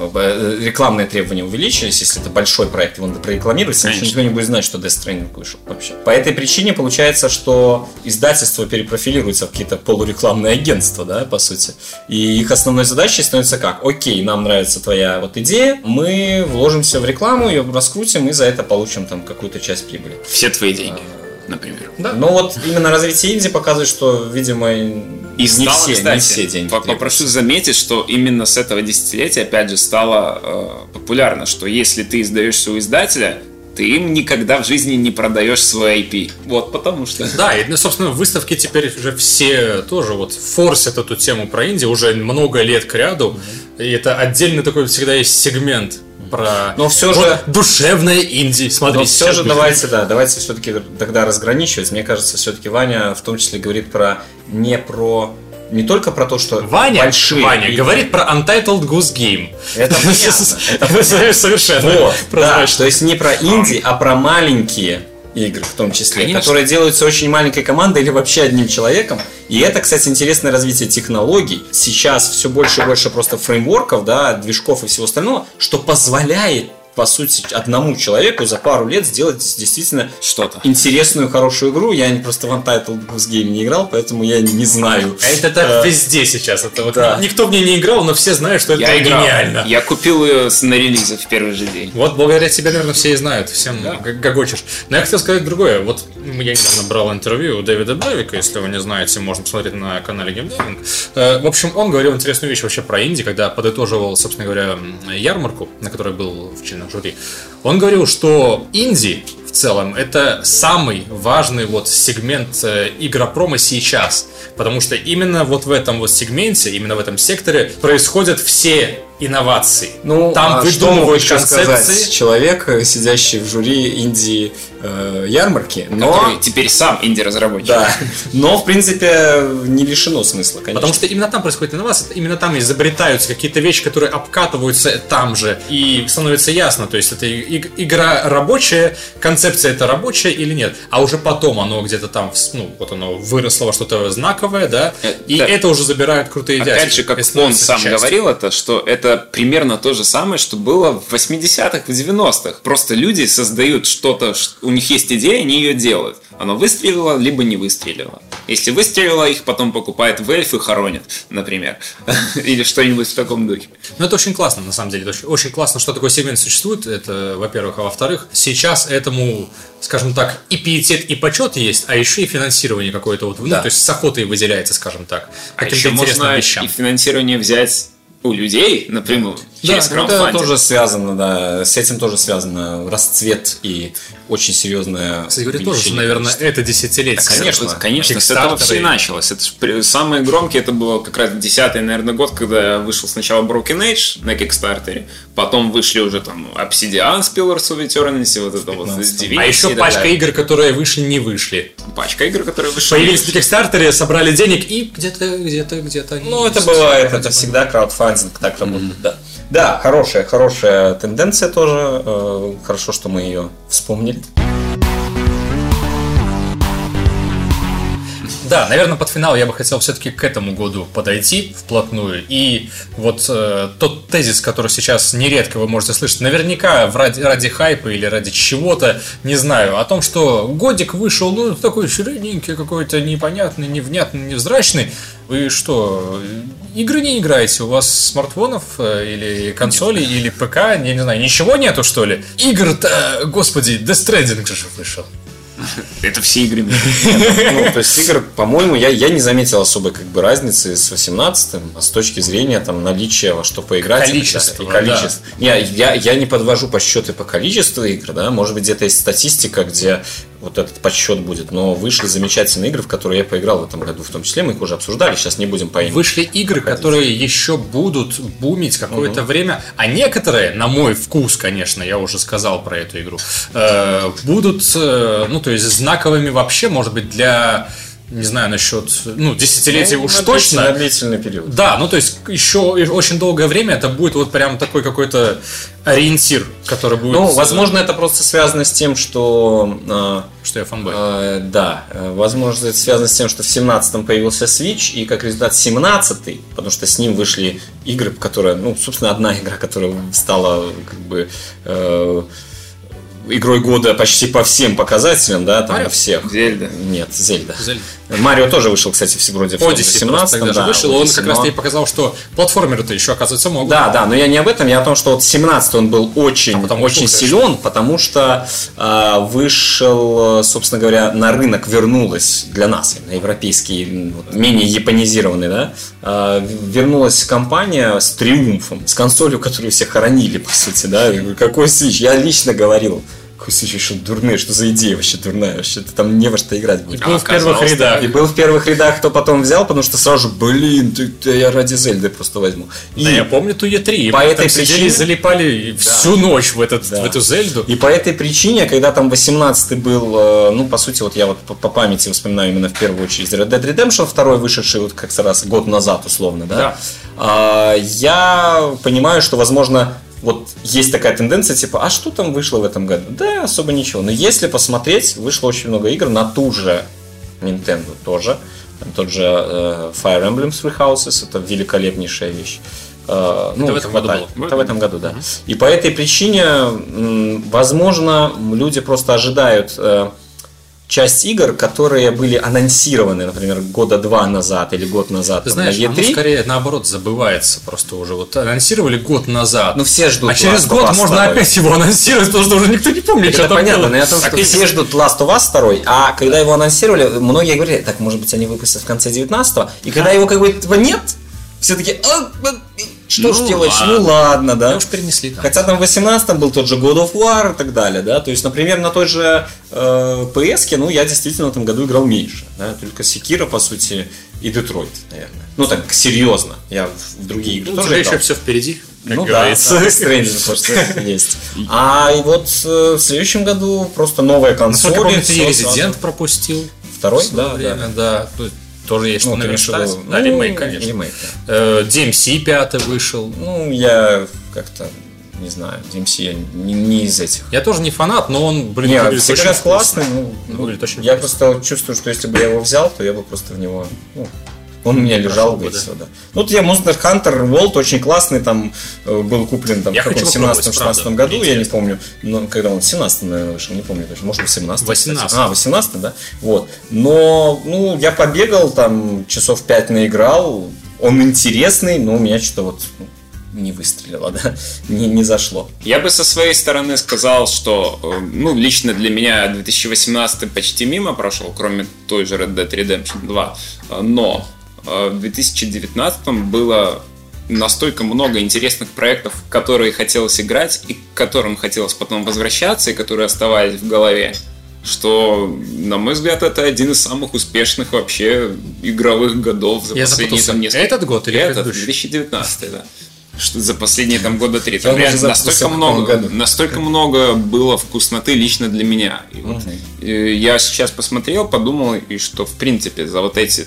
Speaker 1: э, э, рекламные требования увеличились, если это большой проект, его надо прорекламировать, иначе
Speaker 4: Конечно.
Speaker 1: никто не будет знать, что Death Stranding вышел вообще. По этой причине получается, что издательство перепрофилируется в какие-то полурекламные агентства, да, по сути. И их основной задачей становится как? Окей, нам нравится твоя вот идея, мы вложимся в рекламу, ее раскрутим и за это получим там какую-то часть прибыли.
Speaker 4: Все твои деньги, например.
Speaker 1: Но Ну, вот именно развитие Индии показывает, что, видимо,
Speaker 4: И
Speaker 1: не
Speaker 4: стало,
Speaker 1: все, не
Speaker 4: кстати,
Speaker 1: все деньги.
Speaker 4: по-
Speaker 1: требуются.
Speaker 4: попрошу заметить, что именно с этого десятилетия, опять же, стало э, популярно, что если ты издаешься у издателя, ты им никогда в жизни не продаешь свой IP. Вот потому что.
Speaker 2: Да, и, ну, собственно, выставки теперь уже все тоже вот форсят эту тему про Индию уже много лет к ряду. И это отдельный такой всегда есть сегмент про...
Speaker 1: Но всё
Speaker 2: Вот
Speaker 1: же-
Speaker 2: душевная Индия, смотри.
Speaker 1: Но все
Speaker 2: сейчас
Speaker 1: же
Speaker 2: будет.
Speaker 1: давайте, да, давайте все-таки тогда разграничивать. Мне кажется, все-таки Ваня в том числе говорит про не про не только про то, что
Speaker 2: Ваня,
Speaker 1: большие
Speaker 2: Ваня
Speaker 1: игры.
Speaker 2: говорит про Untitled Goose Game.
Speaker 1: [laughs]
Speaker 4: [laughs]
Speaker 1: Это понятно.
Speaker 2: Это совершенно
Speaker 1: Вот, да,
Speaker 2: прозрачно.
Speaker 1: то есть не про инди, а про маленькие игры в том числе,
Speaker 4: Конечно.
Speaker 1: которые делаются очень маленькой командой или вообще одним человеком. И это, кстати, интересное развитие технологий. Сейчас все больше и больше просто фреймворков, да, движков и всего остального, что позволяет по сути, одному человеку за пару лет сделать действительно
Speaker 4: Что-то.
Speaker 1: интересную, хорошую игру. Я не- просто в Untitled Goose Game не играл, поэтому я не знаю. Э,
Speaker 2: А Это так везде сейчас. Это вот
Speaker 1: да.
Speaker 2: Никто в ней не играл, но все знают, что это
Speaker 4: Я играл.
Speaker 2: гениально.
Speaker 4: Я купил ее с- на релизе в первый же день.
Speaker 2: Вот благодаря тебе, наверное, все и знают, всем г- гогочешь. Но я хотел сказать другое. Вот м, я недавно брал интервью у Дэвида Бевика, если вы не знаете, можно посмотреть на канале Геймдевинг. Э, В общем, он говорил интересную вещь вообще про Инди, когда подытоживал, собственно говоря, м, ярмарку, на которой был в членах жюри. Он говорил, что Инди в целом это самый важный вот сегмент э, игропрома сейчас, потому что именно вот в этом вот сегменте, именно в этом секторе происходят все инновации.
Speaker 1: Ну,
Speaker 2: там
Speaker 1: а что
Speaker 2: выдумывают
Speaker 1: мог еще сказать
Speaker 2: концепции.
Speaker 1: человек, э, сидящий в жюри Индии э, ярмарки, но
Speaker 4: Который теперь сам инди-разработчик.
Speaker 1: Да. Но, в принципе, не лишено смысла, конечно.
Speaker 2: Потому что именно там происходит инновация, именно там изобретаются какие-то вещи, которые обкатываются там же, и становится ясно, то есть это и- и- игра рабочая, концепция это рабочая или нет, а уже потом оно где-то там, вс- ну, вот оно выросло во что-то знаковое, да,
Speaker 4: Э,
Speaker 2: и
Speaker 4: да.
Speaker 2: это уже забирают крутые дядьки.
Speaker 4: Опять же, как
Speaker 2: и
Speaker 4: он
Speaker 2: становится
Speaker 4: сам
Speaker 2: частью.
Speaker 4: говорил это, что это примерно то же самое, что было в 80-х, в 90-х. Просто люди создают что-то, ш- у них есть идея, они ее делают. Оно выстрелило, либо не выстрелило. Если выстрелило, их потом покупает в эльф и хоронят, например. [laughs] Или что-нибудь в таком духе.
Speaker 2: Ну, это очень классно, на самом деле. Это Очень, очень классно, что такой сегмент существует, это, во-первых. А во-вторых, сейчас этому, скажем так, и пиетет, и почет есть, а еще и финансирование какое-то вот, ну, то есть с охотой выделяется, скажем так,
Speaker 4: А
Speaker 2: каким-то
Speaker 4: еще
Speaker 2: интересным
Speaker 4: можно
Speaker 2: вещам.
Speaker 4: и финансирование взять у людей напрямую через
Speaker 1: да, ну, это
Speaker 4: краудфандинг.
Speaker 1: тоже связано, да, с этим тоже связано расцвет и очень серьезное
Speaker 2: Кстати говоря, тоже,
Speaker 1: увеличение
Speaker 2: наверное,
Speaker 1: количества.
Speaker 2: это десятилетие.
Speaker 1: Конечно,
Speaker 4: Вот, конечно, с
Speaker 2: Кикстартеры.
Speaker 4: этого все и началось. Это ж при- самые громкие, это было как раз 10 наверное, год, когда вышел сначала Broken Age на Кикстартере, потом вышли уже там Obsidian с Pillars of Eternity, вот это вот с Divinity
Speaker 2: А
Speaker 4: и
Speaker 2: еще
Speaker 4: так
Speaker 2: пачка
Speaker 4: далее.
Speaker 2: игр, которые вышли, не вышли.
Speaker 4: Пачка игр, которые вышли.
Speaker 2: Появились на Кикстартере, собрали денег и где-то, где-то, где-то. они
Speaker 1: Ну, это
Speaker 2: есть.
Speaker 1: бывает, это всегда краудфандинг так работает, да. Да, хорошая, хорошая тенденция тоже. э, Хорошо, что мы ее вспомнили.
Speaker 2: Да, наверное, под финал я бы хотел все-таки к этому году подойти вплотную. И вот э, тот тезис, который сейчас нередко вы можете слышать, наверняка в ради, ради хайпа или ради чего-то, не знаю, о том, что годик вышел, ну, такой средненький, какой-то непонятный, невнятный, невзрачный. Вы что, игры не играете? У вас смартфонов э, или консолей, или ПК, я не знаю, ничего нету, что ли? Игр-то, господи, Death Stranding же вышел.
Speaker 4: Это все игры.
Speaker 1: Ну, то есть игр, по-моему, я, я не заметил особой как бы разницы с 18-м с точки зрения там наличия во что поиграть. и
Speaker 2: Количество,
Speaker 1: так далее. И количество. Не, я, я не подвожу по счету по количеству игр, да, может быть, где-то есть статистика, где вот этот подсчет будет, но вышли замечательные игры, в которые я поиграл в этом году, в том числе мы их уже обсуждали, сейчас не будем по ним.
Speaker 2: Вышли игры, которые еще будут бумить какое-то время, а некоторые, на мой вкус, конечно, я уже сказал про эту игру, э, будут, э, ну, то есть, знаковыми вообще, может быть, для, не знаю, насчет, ну, десятилетий
Speaker 1: Ну,
Speaker 2: уж
Speaker 1: на
Speaker 2: точно.
Speaker 1: длительный- на длительный период.
Speaker 2: Да, ну то есть еще очень долгое время это будет вот прям такой какой-то ориентир, который будет... э,
Speaker 1: Ну, возможно, это просто связано с тем, что э,
Speaker 2: Что я фанбой.
Speaker 1: Э, Да, Э, возможно, это связано с тем, что в 17-м появился Switch, и как результат 17-й, потому что с ним вышли игры, которая, ну, собственно, одна игра, которая стала как бы э, игрой года почти по всем показателям, да, там
Speaker 2: Марио?
Speaker 1: на всех.
Speaker 4: Зельда.
Speaker 1: Нет, Зельда.
Speaker 2: Зельда.
Speaker 1: Марио тоже вышел, кстати, в вроде в том же
Speaker 2: Odyssey просто
Speaker 1: 17-м,
Speaker 2: тогда же
Speaker 1: да,
Speaker 2: вышел, он
Speaker 1: Odyssey,
Speaker 2: как раз
Speaker 1: но-
Speaker 2: тебе показал, что платформеры-то еще, оказывается, могут.
Speaker 1: да, да, но я не об этом, я о том, что вот 17 он был очень,
Speaker 2: потом
Speaker 1: очень
Speaker 2: вышел,
Speaker 1: силен, потому что а, вышел, э, собственно говоря, на рынок вернулась для нас, на европейский, м, вот, менее японизированный, да, а, в- вернулась компания с триумфом, с консолью, которую все хоронили, по сути, да, Я говорю, какой Switch, я лично говорил, какой Switch, что дурные, что за идея вообще дурная, вообще там не во что играть будет.
Speaker 2: Был в первых рядах.
Speaker 1: И был в первых рядах, кто потом взял, потому что сразу, же, блин, ты, ты- я ради Зельды просто возьму. И-
Speaker 2: Да, я помню ту Е3. и
Speaker 1: По
Speaker 2: мы
Speaker 1: этой
Speaker 2: там сидели
Speaker 1: причине-
Speaker 2: и залипали всю ночь в, этот,
Speaker 1: Да.
Speaker 2: в эту Зельду.
Speaker 1: И по этой причине, когда там 18 был, э, ну, по сути, вот я вот по, по памяти вспоминаю именно в первую очередь Red Dead Redemption, второй вышедший вот как раз год назад, условно, да, А, я понимаю, что, возможно, вот есть такая тенденция, типа, а что там вышло в этом году? Да, особо ничего. Но если посмотреть, вышло очень много игр на ту же Nintendo тоже. Там тот же э, Fire Emblem Three Houses, это великолепнейшая вещь. Э, ну,
Speaker 2: Это в
Speaker 1: их
Speaker 2: этом году
Speaker 1: хватает.
Speaker 4: было.
Speaker 1: Это в этом году, да. И по этой причине, м, возможно, люди просто ожидают э, часть игр, которые были анонсированы, например, года два назад или год назад
Speaker 2: Ты
Speaker 1: там, на
Speaker 2: знаешь, оно
Speaker 1: E3.
Speaker 2: скорее наоборот забывается просто уже. Вот анонсировали год назад.
Speaker 1: Ну, все ждут
Speaker 2: а через
Speaker 1: Last of
Speaker 2: год
Speaker 1: Us
Speaker 2: можно
Speaker 1: второй.
Speaker 2: опять его анонсировать, потому что уже никто не помнит, что
Speaker 1: Это
Speaker 2: там
Speaker 1: понятно,
Speaker 2: Ну, было. А
Speaker 1: но я о том, что все ждут Last of Us 2, а когда его анонсировали, многие говорили, так, может быть, они выпустят в конце 19-го, и когда его как бы этого нет, все таки что ж делать, ну ладно, да.
Speaker 2: Ну, уж перенесли там.
Speaker 1: Хотя там в 18 был тот же God of War и так далее, да, то есть, например, на той же э, PS, ну, я действительно в этом году играл меньше, да, только Секира, по сути, и Детройт, наверное. Ну, так, серьезно, я в в другие игры
Speaker 2: Ну, у
Speaker 1: тоже
Speaker 2: тебя
Speaker 1: играл.
Speaker 2: еще все впереди, как
Speaker 1: Ну да,
Speaker 2: говорится.
Speaker 1: да, Stranger Things есть. А и вот э, в следующем году просто новая консоль.
Speaker 2: Насколько я помню, ты
Speaker 1: всё
Speaker 2: и
Speaker 1: сразу.
Speaker 2: Резидент пропустил.
Speaker 1: Второй,
Speaker 2: в своё
Speaker 1: да,
Speaker 2: время,
Speaker 1: да.
Speaker 2: да. Ну, Тоже есть что
Speaker 1: ты имеешь в виду-
Speaker 2: наверстать. Да,
Speaker 1: ну,
Speaker 2: ремейк, конечно.
Speaker 1: Ремейк, да.
Speaker 2: Э, DMC 5 вышел.
Speaker 1: Ну, я как-то, не знаю, DMC я не, не из этих.
Speaker 2: Я тоже не фанат, но он, блин,
Speaker 1: Не,
Speaker 2: выглядит
Speaker 1: всегда
Speaker 2: очень классно.
Speaker 1: классный, ну,
Speaker 2: Выглядит очень
Speaker 1: я
Speaker 2: вкусно.
Speaker 1: просто чувствую, что если бы я его взял, то я бы просто в него, ну, он у меня лежал
Speaker 2: бы,
Speaker 1: бы и
Speaker 2: да.
Speaker 1: всё, да. Ну, вот я Monster Hunter World очень классный, там э, был куплен там,
Speaker 2: Я
Speaker 1: в каком
Speaker 2: хочу
Speaker 1: 17-16
Speaker 2: попробовать, правда,
Speaker 1: году, я не помню, но когда он в 17 наверное, вышел, не помню точно, может, в 17
Speaker 2: 18.
Speaker 1: А, 18 да, вот. Но, ну, я побегал, там, часов 5 наиграл, он интересный, но у меня что-то вот ну, не выстрелило, [laughs] да, не, не зашло.
Speaker 4: Я бы со своей стороны сказал, что, э, ну, лично для меня 2018 почти мимо прошел, кроме той же Red Dead Redemption 2. Э, Но э, в 2019 было настолько много интересных проектов, в которые хотелось играть, и к которым хотелось потом возвращаться, и которые оставались в голове, что, на мой взгляд, это один из самых успешных вообще игровых годов за
Speaker 2: Я
Speaker 4: последние
Speaker 2: запутался.
Speaker 4: там несколько...
Speaker 2: Этот год или
Speaker 4: Этот,
Speaker 2: предыдущий?
Speaker 4: 2019, да. Что за последние там года три. Там
Speaker 1: Я
Speaker 4: реально
Speaker 1: уже запутался, в
Speaker 4: настолько
Speaker 1: каком
Speaker 4: много,
Speaker 1: году.
Speaker 4: настолько много было вкусноты лично для меня. И вот, э, я сейчас посмотрел, подумал, и что в принципе за вот эти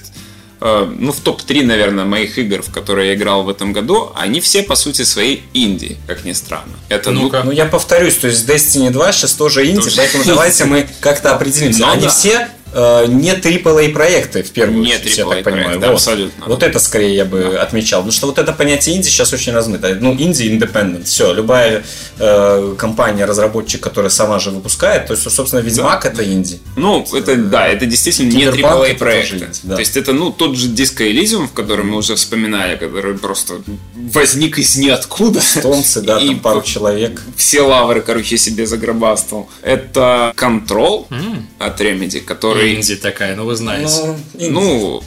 Speaker 4: э, ну, в топ-3, наверное, моих игр, в которые я играл в этом году, они все, по сути, свои инди, как ни странно. Это, ну,
Speaker 2: Ну-ка.
Speaker 1: Ну, я повторюсь, то есть Destiny 2 сейчас тоже инди,
Speaker 4: Тоже.
Speaker 1: поэтому давайте мы как-то определимся.
Speaker 4: Ну
Speaker 1: Они
Speaker 4: да.
Speaker 1: все э, не AAA проекты в первую
Speaker 4: Не
Speaker 1: очередь, я
Speaker 4: AAA
Speaker 1: так понимаю.
Speaker 4: проекты,
Speaker 1: Вот.
Speaker 4: абсолютно.
Speaker 1: Вот это скорее я бы отмечал. Потому что вот это понятие инди сейчас очень размыто. Ну, инди independent. Все, любая э, компания, разработчик, которая сама же выпускает, то есть, собственно, Ведьмак это
Speaker 4: [laughs]
Speaker 1: инди.
Speaker 4: Ну, это да, это действительно не
Speaker 1: Киберпанк
Speaker 4: AAA
Speaker 1: это тоже
Speaker 4: проекты.
Speaker 1: есть, да.
Speaker 4: То есть это, ну, тот же диско Elysium, в котором мы уже вспоминали, который просто возник из ниоткуда.
Speaker 1: Томцы, да,
Speaker 4: И
Speaker 1: там пару человек.
Speaker 4: все лавры, короче, себе загробастал. Это Control от Remedy, который...
Speaker 2: Инди такая, ну вы знаете.
Speaker 4: Ну,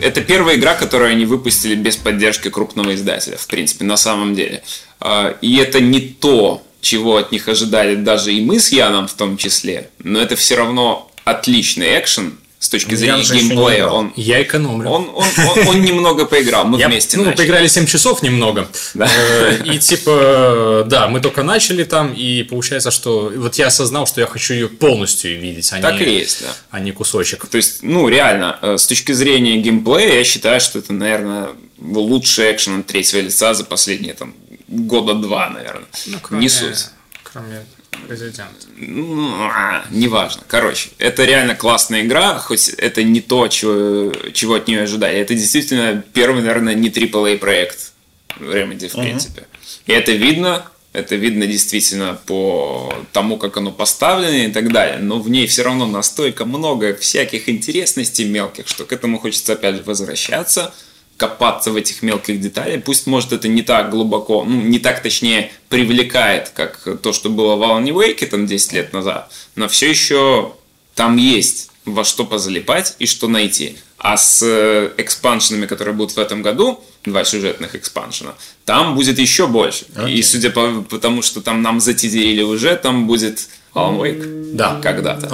Speaker 4: это первая игра, которую они выпустили без поддержки крупного издателя, в принципе, на самом деле. А, И это не то чего от них ожидали даже и мы с Яном в том числе, но это все равно отличный экшен с точки зрения
Speaker 1: же еще не
Speaker 4: геймплея.
Speaker 1: играл.
Speaker 4: Он,
Speaker 2: Я экономлю.
Speaker 4: он, он, он- он немного поиграл, мы
Speaker 2: Я-
Speaker 4: вместе
Speaker 2: ну,
Speaker 4: начали.
Speaker 2: поиграли 7 часов немного.
Speaker 4: Да.
Speaker 2: Э, И типа, э, да, мы только начали там, и получается, что вот я осознал, что я хочу ее полностью видеть, а не,
Speaker 4: Так и есть, да.
Speaker 2: а не кусочек.
Speaker 4: То есть, ну, реально, э, с точки зрения геймплея, я считаю, что это, наверное, лучший экшен от третьего лица за последние, там, года два, наверное. Не суть.
Speaker 2: Кроме президента.
Speaker 4: Ну, а, неважно. Короче, это реально классная игра, хоть это не то, чего, чего от нее ожидали. Это действительно первый, наверное, не AAA проект Remedy, в принципе. И это видно, это видно действительно по тому, как оно поставлено и так далее. Но в ней все равно настолько много всяких интересностей мелких, что к этому хочется опять же возвращаться копаться в этих мелких деталях. Пусть, может, это не так глубоко, ну, не так, точнее, привлекает, как то, что было в Alan Wake там 10 лет назад, но все еще там есть во что позалипать и что найти. А с э, экспаншенами, которые будут в этом году, два сюжетных экспаншена, там будет еще больше. И судя по, по тому, что там нам затизерили уже, там будет Alan Wake.
Speaker 2: Да.
Speaker 4: Когда-то.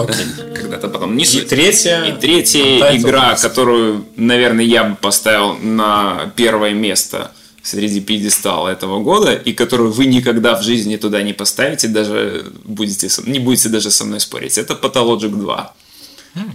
Speaker 4: Когда-то потом. Не суть.
Speaker 2: третья
Speaker 4: И третья
Speaker 2: Title
Speaker 4: игра,
Speaker 2: Quest.
Speaker 4: которую, наверное, я бы поставил на первое место среди пьедестала этого года, и которую вы никогда в жизни туда не поставите, даже будете, со- не будете даже со мной спорить, это Pathologic 2.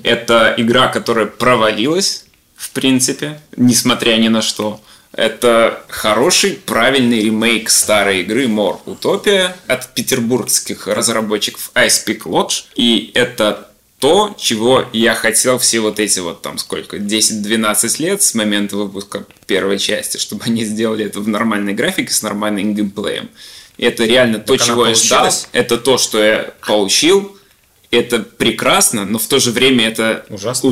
Speaker 4: Это игра, которая провалилась, в принципе, несмотря ни на что. Это хороший, правильный ремейк старой игры More Utopia от петербургских разработчиков Ice Peak Lodge. И это то, чего я хотел все вот эти вот там сколько, 10-12 лет с момента выпуска первой части, чтобы они сделали это в нормальной графике с нормальным геймплеем. И это реально то,
Speaker 2: она
Speaker 4: чего я ждал.
Speaker 2: получилась?
Speaker 4: Это то, что я получил это прекрасно, но в то же время это
Speaker 1: Ужасно.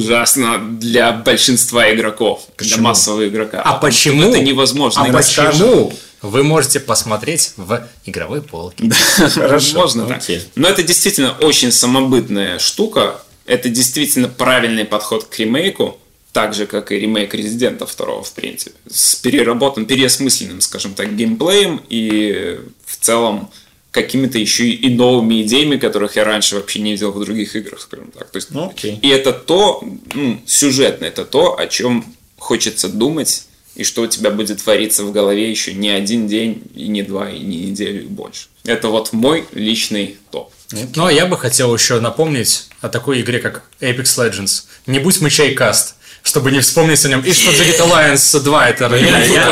Speaker 4: для большинства игроков, для массового игрока.
Speaker 2: А
Speaker 4: Потому что
Speaker 2: почему?
Speaker 4: Это невозможно.
Speaker 2: А
Speaker 4: И [laughs]
Speaker 2: почему? Вы можете посмотреть в игровой полке.
Speaker 4: Можно так.
Speaker 1: окей.
Speaker 4: Но это действительно очень самобытная штука. Это действительно правильный подход к ремейку, так же, как и ремейк Резидента второго, в принципе. С переработанным, переосмысленным, скажем так, геймплеем и в целом какими-то еще и новыми идеями, которых я раньше вообще не видел в других играх, скажем так. То есть,
Speaker 1: Ну, окей.
Speaker 4: И это то, ну, сюжетно, это то, о чем хочется думать, и что у тебя будет твориться в голове еще не один день, и не два, и не неделю, и больше. Это вот мой личный топ.
Speaker 2: Ну, а я бы хотел еще напомнить о такой игре, как Apex Legends. Не будь мычей каст, чтобы не вспомнить о нем. И что Джигит Alliance 2 это... я-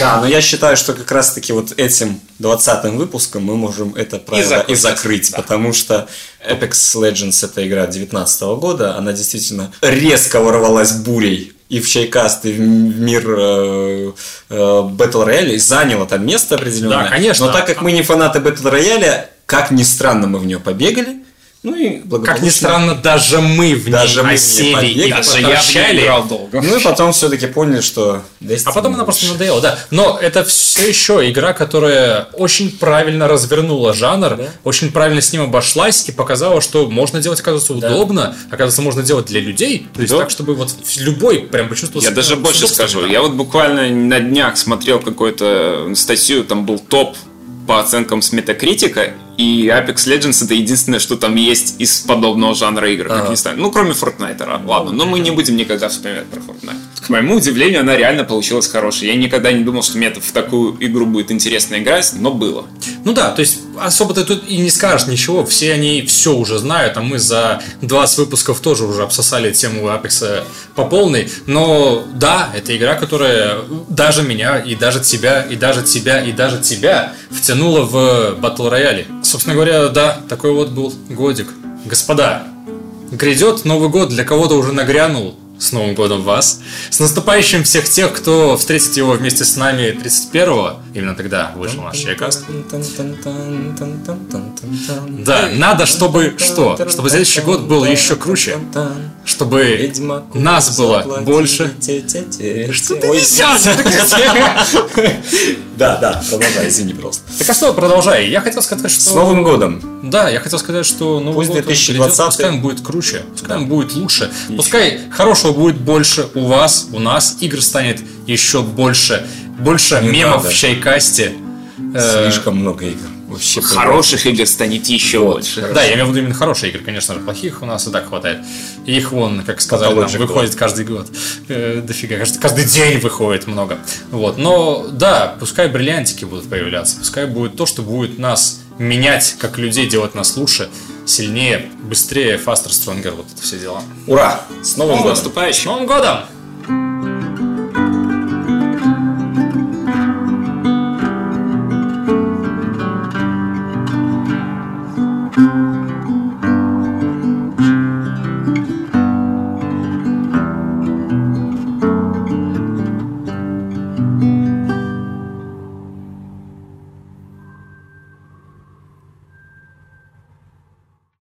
Speaker 1: Да, но я считаю, что как раз-таки вот этим 20-м выпуском мы можем это правило и закрыть,
Speaker 4: закрыть.
Speaker 1: потому что
Speaker 2: Э.
Speaker 1: Apex Legends это игра 19 года, она действительно резко ворвалась бурей и в чайкаст, и в м- мир э, э, Battle Royale, и заняла там место определенное.
Speaker 2: Да, конечно.
Speaker 1: Но так как мы не фанаты Battle Royale, как ни странно, мы в нее побегали, ну и
Speaker 2: Как ни
Speaker 1: благополучно
Speaker 2: странно, даже мы в ней
Speaker 1: Даже мы в ней
Speaker 2: осели
Speaker 1: подъехали.
Speaker 4: Даже
Speaker 2: и
Speaker 4: я в нее
Speaker 2: потрощали.
Speaker 4: играл долго.
Speaker 1: Ну и потом все-таки поняли, что Destiny
Speaker 2: А потом она просто
Speaker 1: лучше.
Speaker 2: надоела, да. Но это все еще игра, которая очень правильно развернула жанр, очень правильно с ним обошлась и показала, что можно делать, оказывается, удобно, оказывается, можно делать для людей, то есть
Speaker 4: Да.
Speaker 2: так, чтобы вот любой прям почувствовал
Speaker 4: Я
Speaker 2: себя
Speaker 4: даже
Speaker 2: с
Speaker 4: больше
Speaker 2: удобством.
Speaker 4: скажу. Я вот буквально на днях смотрел какую-то статью, там был топ по оценкам с Метакритика, и Apex Legends это единственное, что там есть из подобного жанра игр, как ни странно. Ну, кроме Fortnite, ра- ладно, но мы не будем никогда вспоминать про Fortnite. К моему удивлению, она реально получилась хорошей. Я никогда не думал, что мне это в такую игру будет интересно играть, но было.
Speaker 2: Ну да, то есть особо ты тут и не скажешь ничего, все они все уже знают, а мы за 20 выпусков тоже уже обсосали тему Apex по полной, но да, это игра, которая даже меня, и даже тебя, и даже тебя, и даже тебя втянула в Battle рояле. Собственно говоря, да, такой вот был годик. Господа, грядет Новый год, для кого-то уже нагрянул, с Новым годом вас! С наступающим всех тех, кто встретит его вместе с нами 31-го. Именно тогда вышел наш чайкаст. Да, надо, чтобы что? Чтобы следующий год был еще круче. Чтобы нас было больше.
Speaker 1: Что ты Да, да, продолжай, извини, просто.
Speaker 2: Так а что, продолжай. Я хотел сказать,
Speaker 1: С
Speaker 2: что...
Speaker 1: Новым годом!
Speaker 2: Да, я хотел сказать, что Новый
Speaker 1: Пусть
Speaker 2: год он
Speaker 1: 2020.
Speaker 2: придет, пускай он будет круче, пускай он будет лучше, пускай хорошего будет больше у вас, у нас, игр станет еще больше, больше мемов
Speaker 1: надо.
Speaker 2: в чайкасте. Э,
Speaker 1: Слишком много игр. Вообще
Speaker 4: Хороших игр станет еще больше.
Speaker 2: Да, я имею в виду именно хорошие игры, конечно же, плохих у нас и так хватает. Их вон, как сказали, нам,
Speaker 1: Pathologic
Speaker 2: выходит каждый год. Э, дофига, каждый, каждый день выходит много. Вот, но да, пускай бриллиантики будут появляться, пускай будет то, что будет нас менять, как людей, делать нас лучше, сильнее, быстрее, faster, stronger, вот это все дела.
Speaker 1: Ура! С Новым
Speaker 2: С
Speaker 1: годом!
Speaker 2: наступающим! Новым годом!